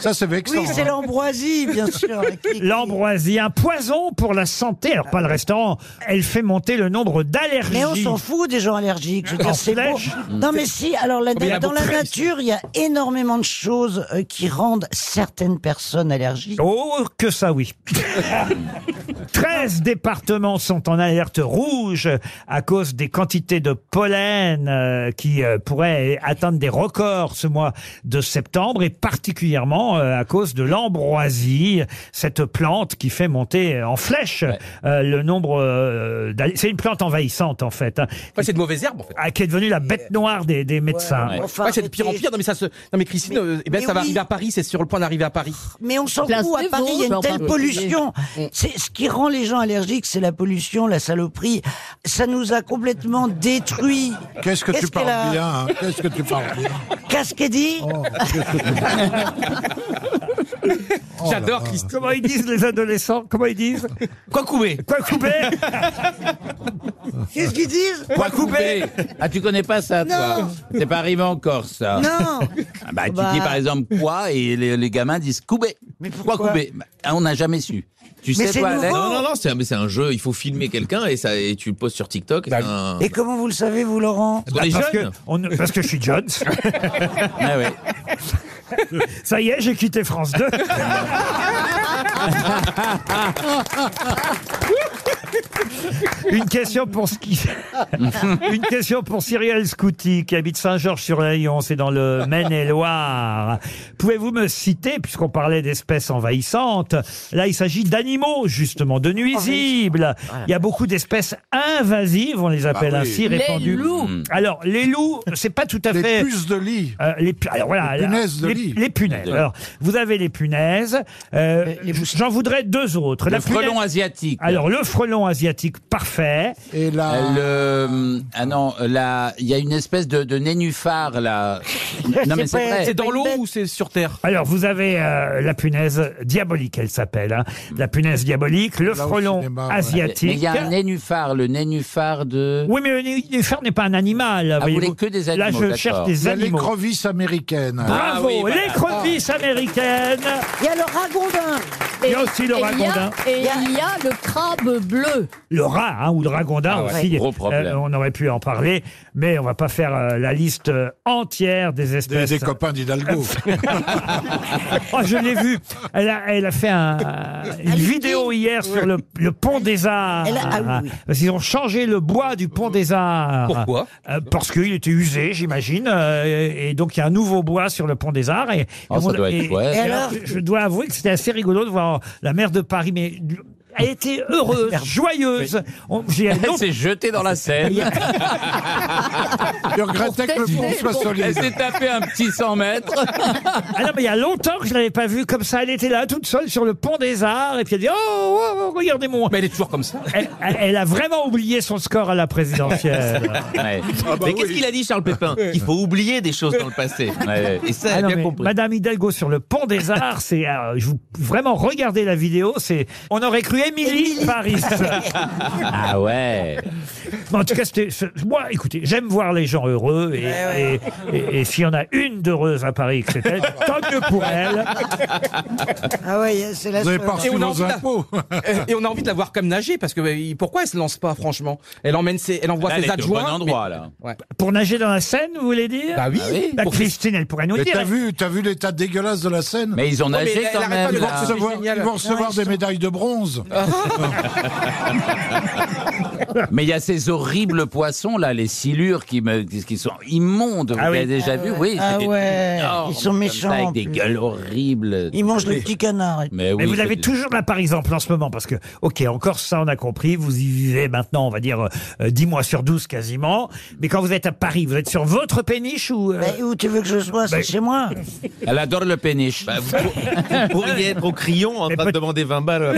F: Ça, c'est vexant.
I: Oui, c'est
F: hein.
I: l'ambroisie, bien sûr.
B: L'ambroisie, un poison pour la santé. Alors, pas le restaurant. Elle fait monter le nombre d'allergies.
I: Mais on s'en fout des gens allergiques. Je veux dire,
B: En
I: c'est beau.
B: flèche.
I: Non, mais si, alors la-
B: Oh, Mais il y a
I: dans la
B: beaucoup de-
I: nature, il y a énormément de choses euh, qui rendent certaines personnes allergiques.
B: Oh, que ça oui. 13 départements sont en alerte rouge à cause des quantités de pollen euh, qui euh, pourraient atteindre des records ce mois de septembre et particulièrement euh, à cause de l'ambroisie, cette plante qui fait monter en flèche euh, le nombre euh, d'all- C'est une plante envahissante en fait, hein,
E: Enfin, c'est de mauvaises herbes, en fait.
B: ah, qui est devenue la bête noire des, des médecins.
E: Ouais, c'est de pire en pire. Non, mais ça se. Non, mais Christine, euh, eh ben,
I: mais
E: ça va
I: oui.
E: arriver à Paris, c'est sur le point d'arriver à Paris.
I: Mais on s'en fout,
H: Place
I: à
H: des
I: Paris, il y a une
H: Vosges,
I: telle
H: en
I: pollution.
H: Mm.
I: C'est Ce qui rend les gens allergiques, c'est la pollution, la saloperie. Ça nous a complètement détruits.
F: Qu'est-ce que tu
I: qu'elle a-
F: parles bien hein. Qu'est-ce que tu parles bien Oh,
I: Qu'est-ce qu'elle dit
E: J'adore Christine.
B: Oh Comment ils disent les adolescents Comment ils disent
E: Quoi couper
B: Quoi couper
I: Qu'est-ce qu'ils disent
G: Quoi couper Ah, tu connais pas ça, toi C'est pas arrivé encore, ça.
I: Non
G: Ah Bah, tu
I: Bah.
G: dis par exemple quoi et les, les gamins disent coubé. Mais pourquoi coubé Bah, ah, On n'a jamais su. Tu
I: Mais
G: sais,
I: c'est
G: toi, Alex
I: nouveau.
C: Non, non, non, c'est un, mais c'est un jeu. Il faut filmer quelqu'un et, ça, et tu le poses sur TikTok.
S: Bah,
C: Et c'est un-
I: Et comment vous le savez, vous, Laurent
C: Parce qu'on est
B: Bah, parce, que
C: jeune.
B: on ne- parce que je suis Jones.
G: Ah ouais.
B: Ça y est, j'ai quitté France 2. Une question pour ce qui- Une question pour Cyrielle Scouti qui habite Saint-Georges-sur-Layon, c'est dans le Maine-et-Loire. Pouvez-vous me citer, puisqu'on parlait d'espèces envahissantes, là il s'agit d'animaux justement, de nuisibles. Il y a beaucoup d'espèces invasives, on les appelle
F: oui.
B: ainsi,
H: Les
B: répandues. Hmm.
H: loups.
B: Alors les loups, c'est pas tout à
F: Les
B: fait.
F: puces de lit.
B: Euh, les, pu- alors voilà,
F: Les
B: là,
F: punaises de
B: les-
F: lit.
B: les punaises. Alors, vous avez les punaises. euh, J'en voudrais deux autres.
G: Le
B: La punaise-
G: frelon asiatique.
B: Alors, le frelon asiatique, parfait.
F: Et
B: Ah.
F: là,
G: Euh, le- ah non, là, il y a une espèce de, de nénuphar là. Non mais c'est vrai.
E: C'est dans l'eau ou c'est sur terre
B: Alors, vous avez euh, la punaise diabolique, elle s'appelle. hein. La punaise diabolique, le
F: Là au
B: frelon
F: cinéma, ouais.
B: asiatique.
G: Mais il y a un nénuphar, le nénuphar de. Ah,
B: Oui, mais le nénuphar n'est pas un animal.
G: vous
B: voyez-vous.
G: voulez que des
B: Là,
G: animaux,
B: je
G: d'accord.
B: cherche
F: il
B: des
F: y a
B: animaux.
F: l'écrevisse américaine.
B: Bravo,
G: Ah oui, voilà.
B: l'écrevisse américaine.
I: Il y a le ragondin.
B: Il y a aussi le
H: et il y a-
B: ragondin.
H: Et il y a le crabe bleu.
B: Le rat hein, ou le ragondin
G: Ah ouais,
B: aussi.
G: gros problème.
B: euh, on aurait pu en parler, mais on va pas faire euh, la liste euh, entière des
F: Des,
B: espèces.
F: des copains d'Hidalgo.
B: Oh, je l'ai vu. Elle a, elle a fait un- euh, une vidéo hier sur le, le pont des Arts.
I: Elle a- ah oui.
B: Parce qu'ils ont changé le bois du pont des Arts.
E: Pourquoi
B: Euh, Parce qu'il était usé, j'imagine. euh, et, et donc, il y a un nouveau bois sur le pont des Arts. Et,
G: Oh, ça
B: et-
G: doit être
B: et-
G: chouette.
B: et alors, je dois avouer que c'était assez rigolo de voir la maire de Paris, mais a été heureuse, joyeuse. On- j'ai-
G: Elle
B: non,
G: s'est jetée dans la Seine.
F: Je regrettais que le pont soit solide.
G: Elle s'est tapée un petit 100 mètres.
B: Ah non, mais il y a longtemps que je l'avais pas vue comme ça. Elle était là, toute seule, sur le pont des Arts, et puis elle dit Oh, oh, oh, regardez moi Mais elle est toujours comme ça. Elle, elle a vraiment oublié son score à la présidentielle.
G: Ouais.
C: Mais qu'est-ce qu'il a dit, Charles Pépin Il faut oublier des choses dans le passé. Et ça,
B: Ah
C: elle a
B: non,
C: bien
B: mais
C: compris.
B: Madame Hidalgo sur le pont des Arts, c'est euh, je vous- vraiment regardez la vidéo, c'est on aurait cru Émilie Paris.
G: Ah ouais.
B: Mais en tout cas, c'était ce- moi. Écoutez, j'aime voir les gens heureux et, et- et- et s'il y en a une d'heureuse à Paris, que c'est elle, tant mieux pour elle.
I: Ah ouais, c'est la seule.
E: et on, a envie de la- Euh, et on a envie de la voir comme nager parce que euh, pourquoi elle se lance pas franchement Elle emmène ses, elle envoie
B: Là,
E: ses
B: elle est au
E: adjoints.
B: bon endroit,
E: mais-
G: là.
E: Ouais.
B: Pour nager dans la Seine, vous voulez dire
E: Bah
I: Ah
E: oui.
B: Bah,
E: Pour-
B: Christine, elle pourrait nous le
F: Mais
B: dire.
F: t'as vu, t'as vu l'état dégueulasse de la Oh, Seine
G: Mais ils ont
B: Ouais, mais nagé elle- quand elle arrête pas de même, là.
F: Ils vont
B: voir que c'est
F: recevoir,
B: génial.
F: ils vont
B: Non,
F: recevoir des médailles de bronze.
B: Oh,
G: Mais il y a ces horribles poissons là, les silures qui, me, qui qui sont immondes.
I: Ah
G: vous
I: oui.
G: l'avez déjà
I: Ah
G: vu
I: ouais.
G: Oui.
I: Ah
G: c'est des
I: ouais,
G: trucs énormes
I: ils sont
G: comme ça,
I: méchants, en
G: Avec des
I: plus.
G: gueules horribles.
I: Ils mangent le
G: Mais-
I: petit canard.
G: Mais oui.
B: Mais vous
G: c'est
B: avez
G: des-
B: toujours là, par exemple, en ce moment, parce que, ok, encore ça, on a compris, vous y vivez maintenant, on va dire, euh, 10 mois sur 12 quasiment, mais quand vous êtes à Paris, vous êtes sur votre péniche ou... euh Bah,
I: où tu veux que je sois
B: C'est
I: chez moi.
G: Elle adore le péniche.
C: Bah, Vous pourriez être au crayon en train de demander 20 balles.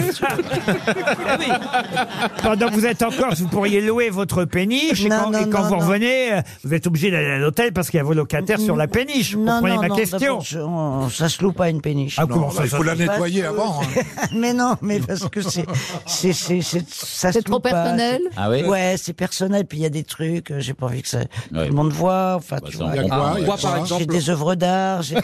B: Pendant que vous êtes en Corse, vous pourriez louer votre péniche, et
I: Non,
B: quand,
I: non,
B: et quand
I: non,
B: vous
I: non.
B: revenez, euh, vous êtes obligé d'aller à l'hôtel parce qu'il y a vos locataires sur la péniche. Vous
I: Non,
B: comprenez
I: non,
B: ma
I: non,
B: question
I: d'abord, je- on- ça se loue pas une péniche.
B: Ah,
I: non. bah,
B: comment ça,
F: Il faut la nettoyer
I: Parce que-
F: avant. hein.
I: mais non, mais parce que c'est, c'est, c'est, c'est- ça se
H: C'est trop
I: loue pas,
H: personnel
I: c'est-
G: Ah oui
I: Ouais, c'est personnel. Puis il y a des trucs, euh, j'ai pas envie que ça, tout le monde voit. Enfin, tu
G: ça, on
I: vois.
G: comprend, Ah, ouais. quoi, par
I: J'ai
G: exemple
I: des œuvres d'art. J'ai...
G: des,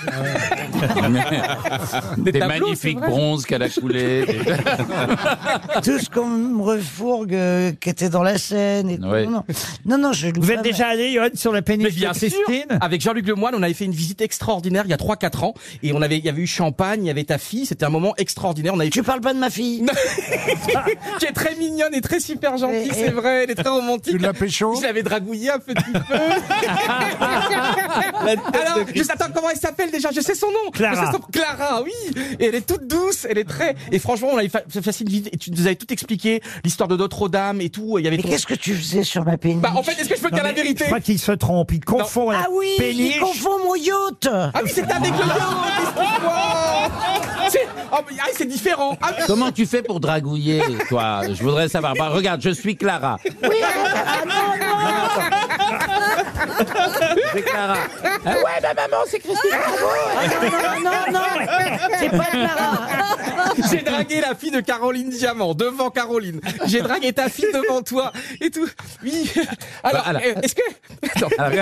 I: Des tableaux, c'est
G: magnifiques
I: vrai.
G: bronzes qu'elle a coulés.
I: tout ce qu'on me refourgue euh, qui était dans la scène. Et tout.
G: Ouais.
I: Non, non. non, non, je loue
B: Vous
I: pas,
B: êtes déjà allé, Johan, sur la péniche
E: Mais bien
B: de
E: sûr,
B: Christine
E: avec Jean-Luc Lemoyne, on avait fait une visite extraordinaire il y a 3-4 ans et on avait, il y avait eu champagne, il y avait ta fille, c'était un moment extraordinaire. On avait...
I: Tu parles pas de ma fille
E: Qui est très mignonne et très super gentille,
I: Et-
E: c'est vrai, elle est très romantique. Tu l'as
F: pécho
E: Je l'avais dragouillée un petit peu. Alors, je sais- attends, comment elle s'appelle déjà Je sais son nom.
B: Clara.
E: Je sais son- Clara, oui. Et elle est toute douce, elle est très. Et franchement, on avait fa- fait facile visite et tu nous avais tout expliqué, l'histoire de Notre-Dame et tout. Il y avait
I: Mais qu'est-ce que tu faisais sur ma péniche
E: Bah, en fait, est-ce que je peux
B: Non,
E: dire la
B: mais
E: vérité
B: Je crois qu'il se trompe, il confond la
I: Ah oui,
B: péniche.
I: il confond mon yacht
E: Ah oui, c'est avec le yacht C'est ah, mais- ah, c'est différent Ah, mais-
G: Comment tu fais pour dragouiller, toi Je voudrais savoir. Bah, regarde, je suis Clara.
I: Ah,
G: C'est Clara. Ah ouais, bah maman, c'est Christine
I: Ah, Non, non, non, c'est pas Clara.
E: J'ai dragué la fille de Caroline Diamant, devant Caroline. J'ai dragué ta fille devant toi et tout. Oui. Alors,
G: Bah, alors.
E: euh, est-ce que. Attends. Parce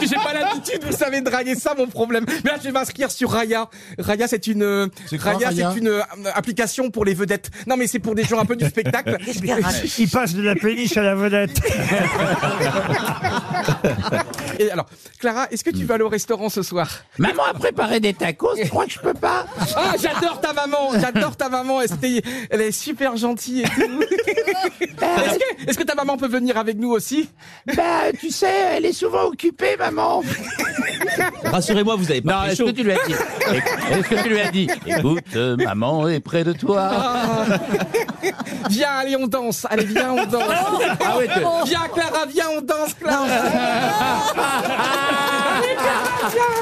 E: que J'ai pas l'habitude, vous savez, de draguer ça, mon problème. Mais là, je vais m'inscrire sur Raya. Raya, c'est une. euh,
F: quoi,
E: Raya,
F: Raya
E: c'est une euh, application pour les vedettes. Non, mais c'est pour des gens un peu du spectacle.
I: Qu'est-ce qu'il raconte
B: Il passe Euh, de la péniche à la vedette.
E: Et alors, Clara, est-ce que tu vas aller au restaurant ce soir
G: Maman a préparé des tacos, je crois que je peux pas.
E: Ah, j'adore ta maman, j'adore ta maman, elle, c'était- elle est super gentille et tout.
G: Euh,
E: Est-ce que, est-ce que ta maman peut venir avec nous aussi
G: Bah, tu sais, elle est souvent occupée, maman.
C: Rassurez-moi, vous avez
G: Non,
C: pas fait
G: est-ce que
C: chaud.
G: tu lui as dit Est-ce que tu lui as dit Écoute, euh, maman est près de toi.
E: Ah. Viens, allez, on danse, allez, viens, on danse.
G: Ah ouais, tu-
E: Viens, Clara, viens, on danse, Clara. Allez, Clara, viens.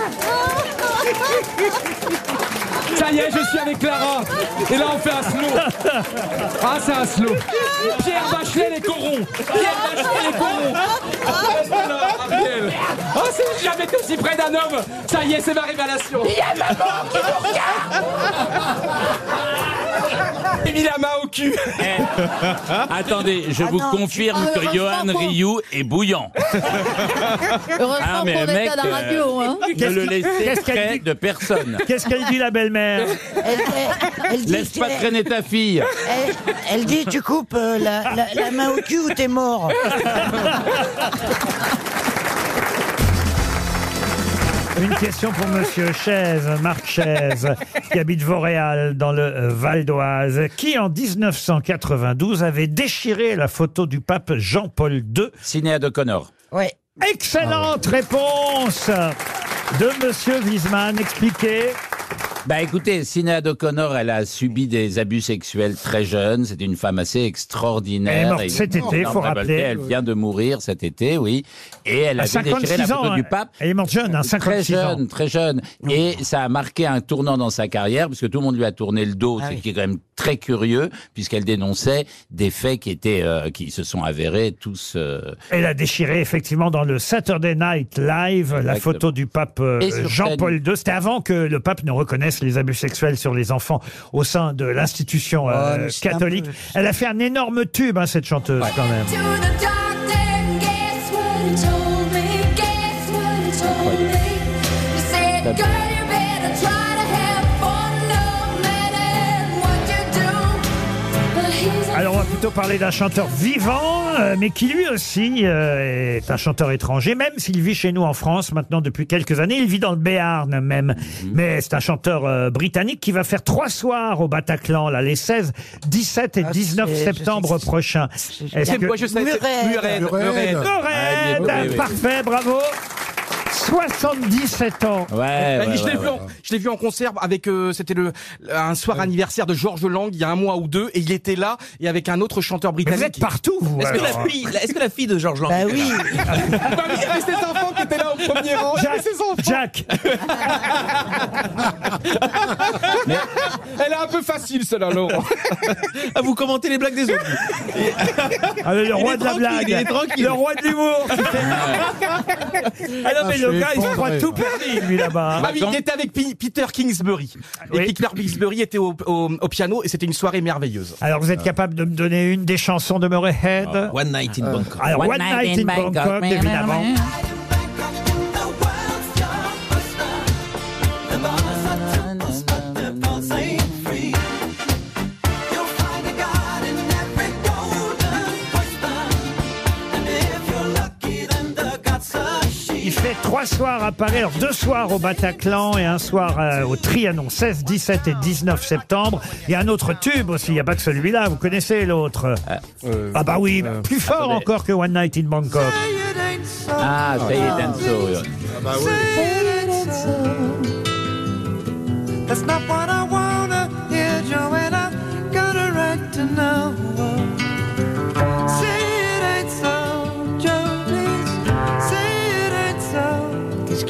E: Ça y est, je suis avec Clara. Et là, on fait un slow. Ah, c'est un slow. Pierre Bachelet, les corons. Pierre Bachelet, les corons. Oh, c'est jamais été aussi près d'un homme. Ça y est, c'est ma révélation. Il y a maman qui nous regarde. J'ai mis la main au cul.
G: Attendez, je
I: Ah
G: vous
I: non, tu-
G: confirme
H: Ah,
G: que
H: heureusement
G: Johan
H: qu'on-
G: Rioux est bouillant.
H: Heureusement
G: Ah,
H: qu'on
G: mais le
H: est
G: mec,
H: à la
G: euh,
H: radio. Hein.
G: Ne le laissez
B: qu'est-ce qu'elle
G: près
B: dit
G: de personne.
B: Qu'est-ce qu'elle dit, la belle-mère
I: Elle, elle- elle dit
G: Laisse pas
I: qu'elle-
G: traîner ta fille.
I: elle, elle dit tu coupes euh, la, la- la main au cul ou t'es mort.
B: Une question pour Monsieur Chaise, Marc Chaise, qui habite Vauréal dans le euh, Val d'Oise, qui en 1992 avait déchiré la photo du pape Jean-Paul II.
G: Cinéa de Connor.
I: Ouais.
B: Excellente réponse de Monsieur Wiesmann. Expliquez.
G: Bah écoutez, Sinéad O'Connor, elle a subi des abus sexuels très jeune. C'est une femme assez extraordinaire.
B: Elle est morte
G: Et-
B: cet été,
G: Non,
B: faut
G: révoltée,
B: rappeler.
G: Elle vient de mourir cet été, oui. Et elle
B: À
G: a déchiré la
B: 56
G: photo
B: ans,
G: du
B: hein.
G: pape.
B: Elle est morte jeune, hein,
G: Très
B: 56 ans.
G: jeune, très jeune. Et ça a marqué un tournant dans sa carrière, puisque tout le monde lui a tourné le dos,
B: Ah
G: ce
B: oui.
G: qui est quand même très curieux, puisqu'elle dénonçait des faits qui étaient, euh, qui se sont avérés tous. euh,
B: Elle a déchiré effectivement dans le Saturday Night Live la
G: Exactement.
B: photo du pape euh,
G: Et sur
B: Jean-Paul II. C'était avant que le pape ne reconnaisse les abus sexuels sur les enfants au sein de l'institution euh,
J: Oh, mais c'est un
B: catholique. Elle a fait un énorme tube, hein, cette chanteuse, quand même. Alors on va plutôt parler d'un chanteur vivant, euh, mais qui lui aussi euh, est un chanteur étranger, même s'il vit chez nous en France maintenant depuis quelques années. Il vit dans le Béarn même, mais c'est un chanteur euh, britannique qui va faire trois soirs au Bataclan, là, les 16, 17 et 19
S: Ah, c'est- je sais
B: septembre prochains. Est-ce
S: C'est
B: que-
S: moi, je sais, c'est Muren, Muren. Muren.
B: Muren,
S: Ouais, il est beau,
B: Ah, parfait, bravo 77 ans
G: Ouais, ouais,
E: Eh, je l'ai
G: ouais,
E: vu,
G: ouais.
E: en- je l'ai vu en concert avec euh, c'était le un soir anniversaire de Georges Lang il y a un mois ou deux et il était là et avec un autre chanteur britannique.
B: vous êtes partout vous.
E: Est-ce que
B: alors,
E: la
B: hein.
E: fille est-ce que la fille de Georges
B: Bah
E: Lang était là Bah
S: Il reste les enfants qui étaient là au premier rang.
B: Jacques,
S: ses enfants.
B: Jack.
S: Elle est un peu facile, celle-là, Laurent.
C: Ah, vous commentez les blagues des autres.
B: Allez, Ah, le
C: Il
B: roi
C: est
B: de la
C: tranquille,
B: blague.
C: il est tranquille.
B: Le roi de l'humour. tu sais. Ah non, mais le gars, il se croit tout perdu, lui, là-bas.
E: Ah oui, il était avec Pi- Peter Kingsbury. Et Peter Kingsbury était au, au- au piano et c'était une soirée merveilleuse.
B: Alors, vous êtes capable de me donner une des chansons de Murrayhead
E: One Night in Bangkok.
B: Euh, Alors, Ah, One,
E: One
B: Night,
E: Night
B: in
E: in
B: Bangkok,
E: Bangkok,
B: évidemment. Il fait trois soirs à Paris, alors deux soirs au Bataclan et un soir euh, au Trianon, 16, 17 et 19 septembre. Il y a un autre tube aussi, il n'y a pas que celui-là, vous connaissez l'autre.
G: euh,
B: ah bah oui, plus fort encore que One Night in Bangkok.
G: Ah, ça y est, Danso. oui.
J: That's not what I wanna hear, Joanna. Got a right to know. Say it ain't so, Joe, please. Say it ain't so.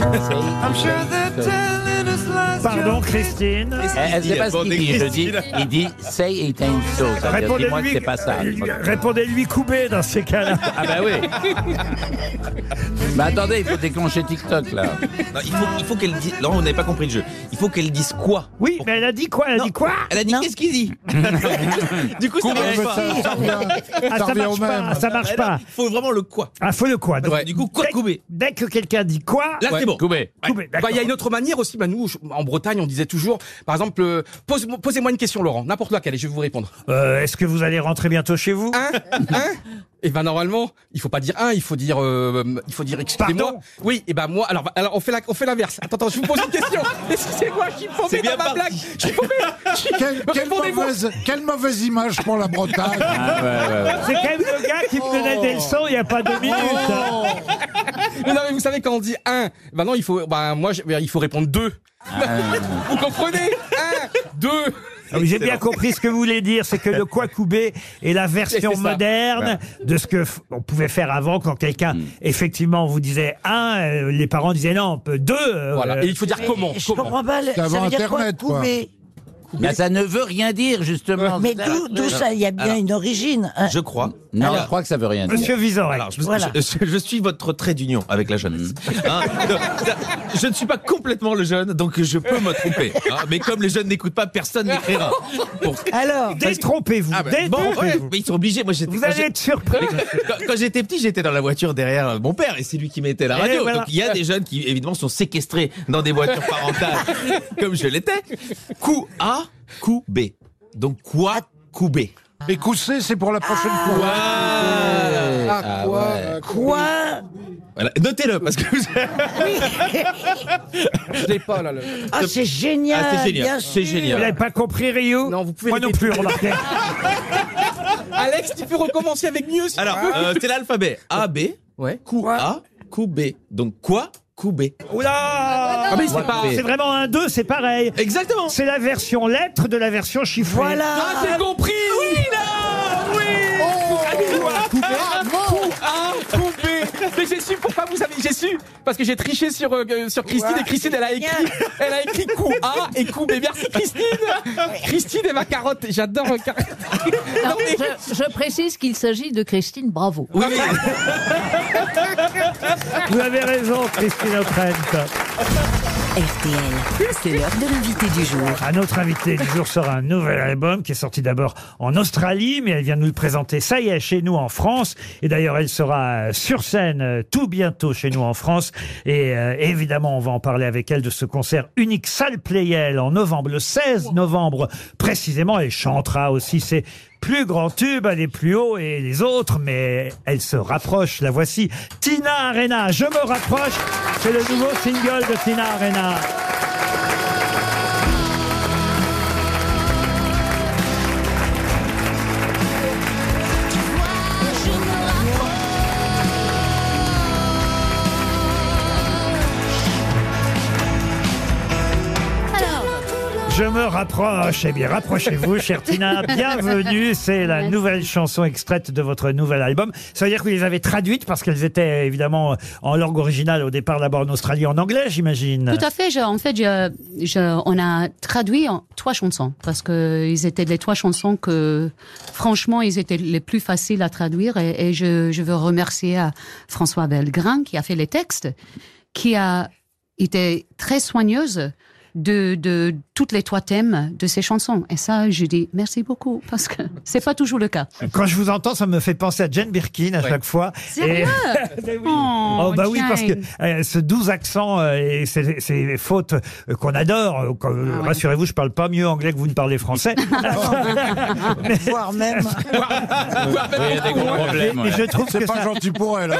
B: Ah,
J: I'm sure they're telling us lies.
B: Pardon,
J: Joe, please.
B: Christine.
G: Eh, Elle ne sait pas ce qu'il dit. Je dis, il dit, say it ain't so. Ça veut dire, Dis-moi que
B: Répondez-lui
G: c'est pas ça.
B: répondez-lui coupé dans ces cas-là.
G: Ah bah oui. Mais attendez, il faut déclencher TikTok là.
C: Non, il faut, il faut qu'elle dise. Non, on n'avait pas compris le jeu. Il faut qu'elle dise quoi
B: Oui, mais elle a dit quoi Elle a dit quoi
C: Elle a dit qu'est-ce qu'il dit Du coup, ça
B: Comment
C: marche
B: ça-
C: pas.
B: ça revient- Ah, ça marche pas, ça marche
C: Mais non,
B: pas.
C: Il faut vraiment le quoi.
B: Ah, faut le quoi donc,
C: Du coup, quoi
B: dès-
C: Koubé
B: Dès que quelqu'un dit quoi
E: Là, c'est bon.
G: Koubé.
E: Ouais. Bah, Il y a une autre manière aussi. Bah, nous, je- en Bretagne, on disait toujours, par exemple, euh, pose- posez-moi une question, Laurent, n'importe laquelle, et je vais vous répondre.
B: Euh, Est-ce que vous allez rentrer bientôt chez vous
E: Et ben normalement, il faut pas dire un, il faut dire, euh, il faut dire excusez-moi.
B: Pardon
E: Oui, et ben moi, alors, alors on fait la, on fait l'inverse. Attends, attends, je vous pose une question. Excusez-moi, je suis
F: C'est
E: paumé
F: bien
E: dans ma
F: parti.
E: blague. Je suis paumé.
F: Quelle, quelle mauvaise, quelle mauvaise image pour la Bretagne
B: C'est quand même le gars qui me donnait des leçons il n'y a pas deux minutes.
E: Oh. Mais non, mais vous savez quand on dit un, ben non, il faut, ben moi, je- il faut répondre deux.
C: Ah.
E: vous comprenez Un, deux.
B: Ah oui, J'ai bien compris ce que vous voulez dire, c'est que le quoi coubé est la version
E: C'est ça.
B: moderne de ce que f- on pouvait faire avant quand quelqu'un
E: Hmm.
B: effectivement vous disait un, euh, les parents disaient non, on peut deux. euh,
E: Voilà. Et il faut dire
B: Mais
E: comment.
B: je
E: comment.
B: comprends pas le-
I: Ça veut dire quoi, couper
G: Mais ça ne veut rien dire justement.
I: Mais d'où d'où ça Il y a bien une origine. hein.
C: Je crois.
G: Non, je crois que ça veut rien dire.
B: Monsieur Vizorek.
C: Alors, je,
I: Voilà.
C: je- je suis votre trait d'union avec la jeunesse.
G: Mm.
C: Hein, non, ça- je ne suis pas complètement le jeune, donc je peux me tromper. hein, mais comme les jeunes n'écoutent pas, personne n'écrira. Pour-
I: Alors,
B: Détrompez-vous.
C: Ah bah, bon, ouais,
B: détrompez-vous.
C: mais ils sont obligés. Moi, j'étais-
B: Vous
C: quand
B: allez
C: j'ai-
B: être surpris.
C: Quand, quand j'étais petit, j'étais dans la voiture derrière euh, mon père et c'est lui qui mettait la
B: Et
C: radio.
B: voilà.
C: Donc il y a des jeunes qui évidemment sont séquestrés dans des voitures parentales comme je l'étais. Coup A, coup B. Donc quoi, coup B.
F: Et cousser, c'est pour la prochaine fois.
C: Ah, ouais.
I: Quoi
C: Voilà. Notez-le parce que vous-
E: Je l'ai pas là. le-
I: Ah, c'est génial.
C: Ah, c'est génial,
I: bien sûr.
C: c'est
B: Vous
C: génial.
B: l'avez pas compris, Rio
E: Non, vous pouvez
B: Moi
E: les
B: non plus,
E: détruire.
B: remarquez.
E: Alex, tu peux recommencer avec mieux. s'il te
C: Alors,
E: plaît
C: euh, c'est l'alphabet A, B,
E: Ouais.
C: coup A, coup B. Donc quoi, Koubé.
B: Oula
C: Ah, mais c'est pas-
B: C'est vraiment un 2, c'est pareil.
C: Exactement.
B: C'est la version lettre de la version chiffrée.
J: Voilà.
E: Ah, j'ai compris Oui, là Oui Ah, coupé Mais j'ai su pourquoi vous avez... J'ai su Parce que j'ai triché sur, euh, sur Christine
M: Ouais.
E: et Christine, elle a écrit, elle a écrit coup A et coup B. Merci Christine Christine est ma carotte, j'adore euh, car-
H: Alors, je, je précise qu'il s'agit de Christine Bravo.
B: Vous avez raison, Christine O'Krent.
O: RTL, c'est l'heure de l'invité du jour.
B: Un autre Ah, invité du jour sort un nouvel album qui est sorti d'abord en Australie, mais elle vient de nous le présenter, ça y est, chez nous en France. Et d'ailleurs, elle sera euh, sur scène euh, tout bientôt chez nous en France. Et euh, évidemment, on va en parler avec elle de ce concert unique salle Playel en novembre, le 16 novembre précisément. Elle chantera aussi ses plus grands tubes, elle est plus haut et les autres, mais elle se rapproche. La voici, Tina Arena. Je me rapproche. C'est le nouveau single de Tina Arena. Je me rapproche. Eh bien, rapprochez-vous, chère Tina. Bienvenue. C'est la nouvelle chanson extraite de votre nouvel album. Ça veut dire que vous les avez traduites parce qu'elles étaient évidemment en langue originale au départ d'abord en Australie en anglais, j'imagine.
T: Tout à fait. je- en fait, je- je- on a traduit en trois chansons parce que ils étaient les trois chansons que, franchement, ils étaient les plus faciles à traduire. Et, et je, je veux remercier à François Belgrain qui a fait les textes, qui a été très soigneuse de, de toutes les trois thèmes de ces chansons. Et ça, je dis merci beaucoup parce que c'est pas toujours le cas.
B: Quand je vous entends, ça me fait penser à Jane Birkin à chaque fois.
T: Sérieux
B: Et-
T: Oh,
B: Oh, bah oui, parce que
T: Jane.
B: euh, ce doux accent euh, et ces, ces fautes euh, qu'on adore, euh, qu'on-
T: Ah
B: rassurez-vous, je parle pas mieux anglais que vous ne parlez français.
I: Voire même.
B: Mais- mais je trouve
F: C'est
B: que
F: pas
B: ça-
F: gentil pour elle. hein.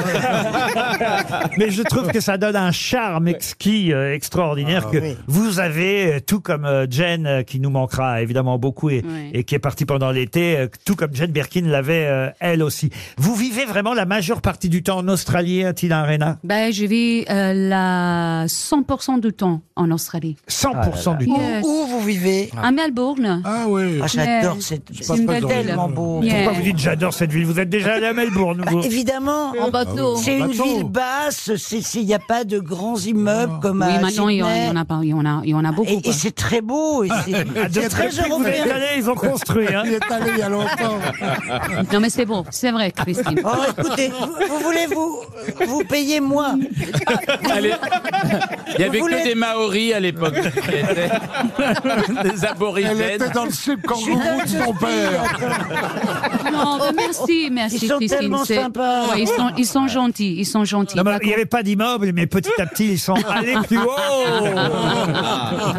B: Mais je trouve que ça donne un charme exquis, euh, extraordinaire
F: Ah,
B: que
F: oui.
B: vous avez, euh, tout comme euh, Jen, euh, qui nous manquera évidemment beaucoup et,
T: Oui.
B: et qui est partie pendant l'été, euh, tout comme Jen Birkin l'avait euh, elle aussi. Vous vivez vraiment la majeure partie du temps en Australie, hein, Tina Arena
T: Ben, je vis euh, la 100% du temps en Australie.
B: 100% du
T: Yes.
B: temps.
I: Où vous vivez
T: À Melbourne.
F: Ah oui.
I: Ah, j'adore cette- c'est
T: une belle ville.
I: tellement beau. Bah,
T: Yeah.
B: Pourquoi vous dites j'adore cette ville Vous êtes déjà allé à Melbourne vous
I: Évidemment,
T: En bateau.
I: C'est
T: En
I: une
T: bateau.
I: ville basse, il n'y a pas de grands immeubles comme
T: Oui,
I: à
T: maintenant, il y, en, il, y en
I: Sydney.
T: a pas, il, y en a, il y en a beaucoup.
I: euh, Et, et c'est très beau, Oh, et c'est c'est très européen.
B: Il
I: est allé il y a longtemps.
T: Non, mais c'est bon, c'est vrai, Christine.
I: Oh, écoutez, vous, vous voulez vous, vous payer moins
G: Il n'y avait
I: Vous voulez-
G: que des Maoris à l'époque. qui étaient des aborigènes.
F: Elle était dans le slip kangourou de son père.
T: Non, mais merci, merci,
I: Ils sont
T: Christine.
I: tellement
T: c'est-
I: sympas.
T: Ouais, ils, sont, ils sont gentils, ils sont gentils.
B: Non, mais il n'y avait pas d'immeuble, mais petit à petit, ils sont allés plus haut.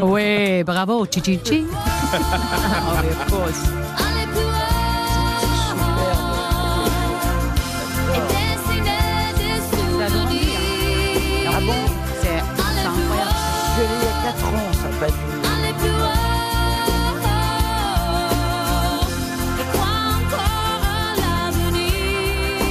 T: Oui, bravo, chi chi chi. Ah,
I: Ah bon
T: C'est incroyable.
I: Je l'ai il y a 4 ans, ça pas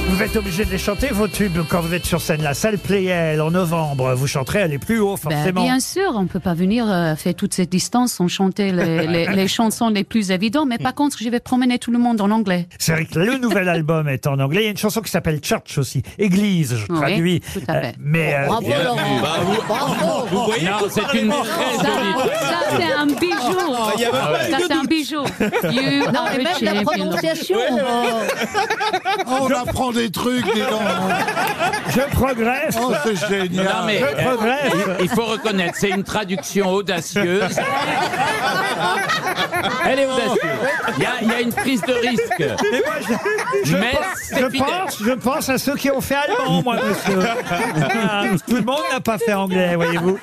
B: Vous êtes obligé de les chanter, vos tubes, quand vous êtes sur scène. La salle Playel, en novembre, vous chanterez, elle est plus haut,
T: Ben,
B: forcément.
T: bien sûr, on peut pas venir euh, faire toute cette distance sans chanter les, les- les chansons les plus évidentes, mais par contre, je vais promener tout le monde en anglais.
B: C'est vrai que le nouvel album est en anglais. Il y a une chanson qui s'appelle Church aussi. Église, je
T: Oui,
B: traduis.
T: tout à fait.
B: Euh, Mais, euh,
T: Bravo, Bien Laurent. vu. Bravo. Bravo. Vous voyez
G: Non,
T: pourquoi
G: Oh, c'est une
T: les-
G: très
T: Ça,
G: jolie.
T: ça, c'est un bijou.
G: Ah, il y avait pas
T: Ça,
G: de
T: c'est un
G: doute.
T: bijou. You
D: Non,
T: are
D: mais
T: a
D: même la
T: champion.
D: prononciation.
F: Oh, On apprend des trucs, des
B: Je progresse.
F: Oh, c'est génial.
G: Non, mais,
F: Je
G: euh,
F: progresse.
G: Il, il faut reconnaître, c'est une traduction audacieuse. Elle est audacieuse. Il y a, il y a une prise de risque.
B: Mais moi, je, je
G: Mais
B: pense,
G: c'est
B: je
G: fidèle.
B: pense, je pense à ceux qui ont fait allemand, moi, monsieur. Ah, Tout le monde n'a pas fait anglais, voyez-vous.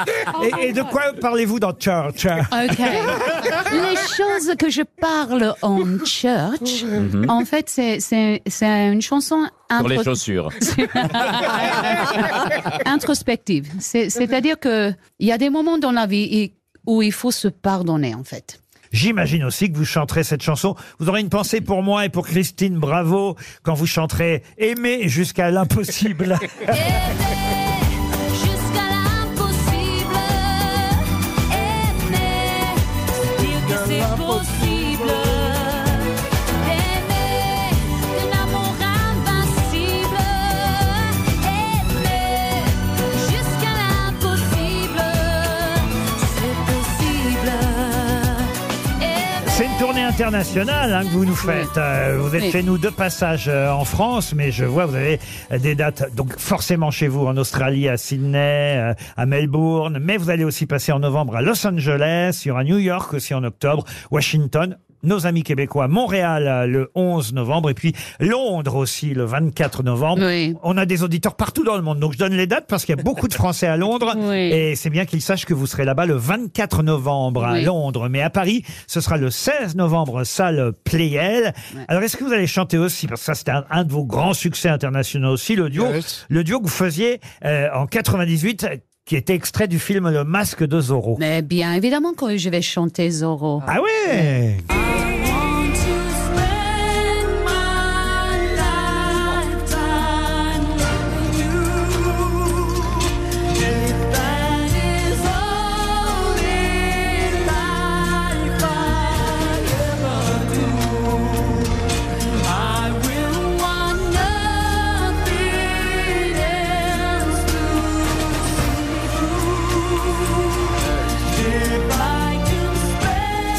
B: Et, et de quoi parlez-vous dans Church hein
T: Ok. Les choses que je parle en church,
G: Mhm.
T: en fait, c'est- c'est c'est une chanson
G: Sur les
T: intro-
G: chaussures.
T: introspective. C'est- C'est-à-dire que il y a des moments dans la vie i- où il faut se pardonner, en fait.
B: J'imagine aussi que vous chanterez cette chanson. Vous aurez une pensée pour moi et pour Christine Bravo quand vous chanterez Aimer jusqu'à l'impossible.
J: Jusqu'à
B: international hein, que vous nous faites. Euh, vous êtes
U: Oui.
B: chez nous de passage euh, en France, mais je vois, vous avez euh, des dates, donc forcément chez vous, en Australie, à Sydney, euh, à Melbourne, mais vous allez aussi passer en novembre à Los Angeles, il y aura New York aussi en octobre, Washington. Nos amis québécois, Montréal euh, le 11 novembre et puis Londres aussi le 24 novembre. On a des auditeurs partout dans le monde, donc je donne les dates parce qu'il y a beaucoup de Français à Londres et c'est bien qu'ils sachent que vous serez là-bas le 24 novembre à
U: Oui.
B: Londres. Londres. Mais à Paris, ce sera le 16 novembre, salle Playel. Alors, est-ce que vous allez chanter aussi Parce que ça, c'était un, un de vos grands succès internationaux aussi, le duo, le duo que vous faisiez euh, en 98, euh, qui était extrait du film Le Masque de Zorro.
T: Mais bien évidemment que je vais chanter Zorro.
B: Ah ouais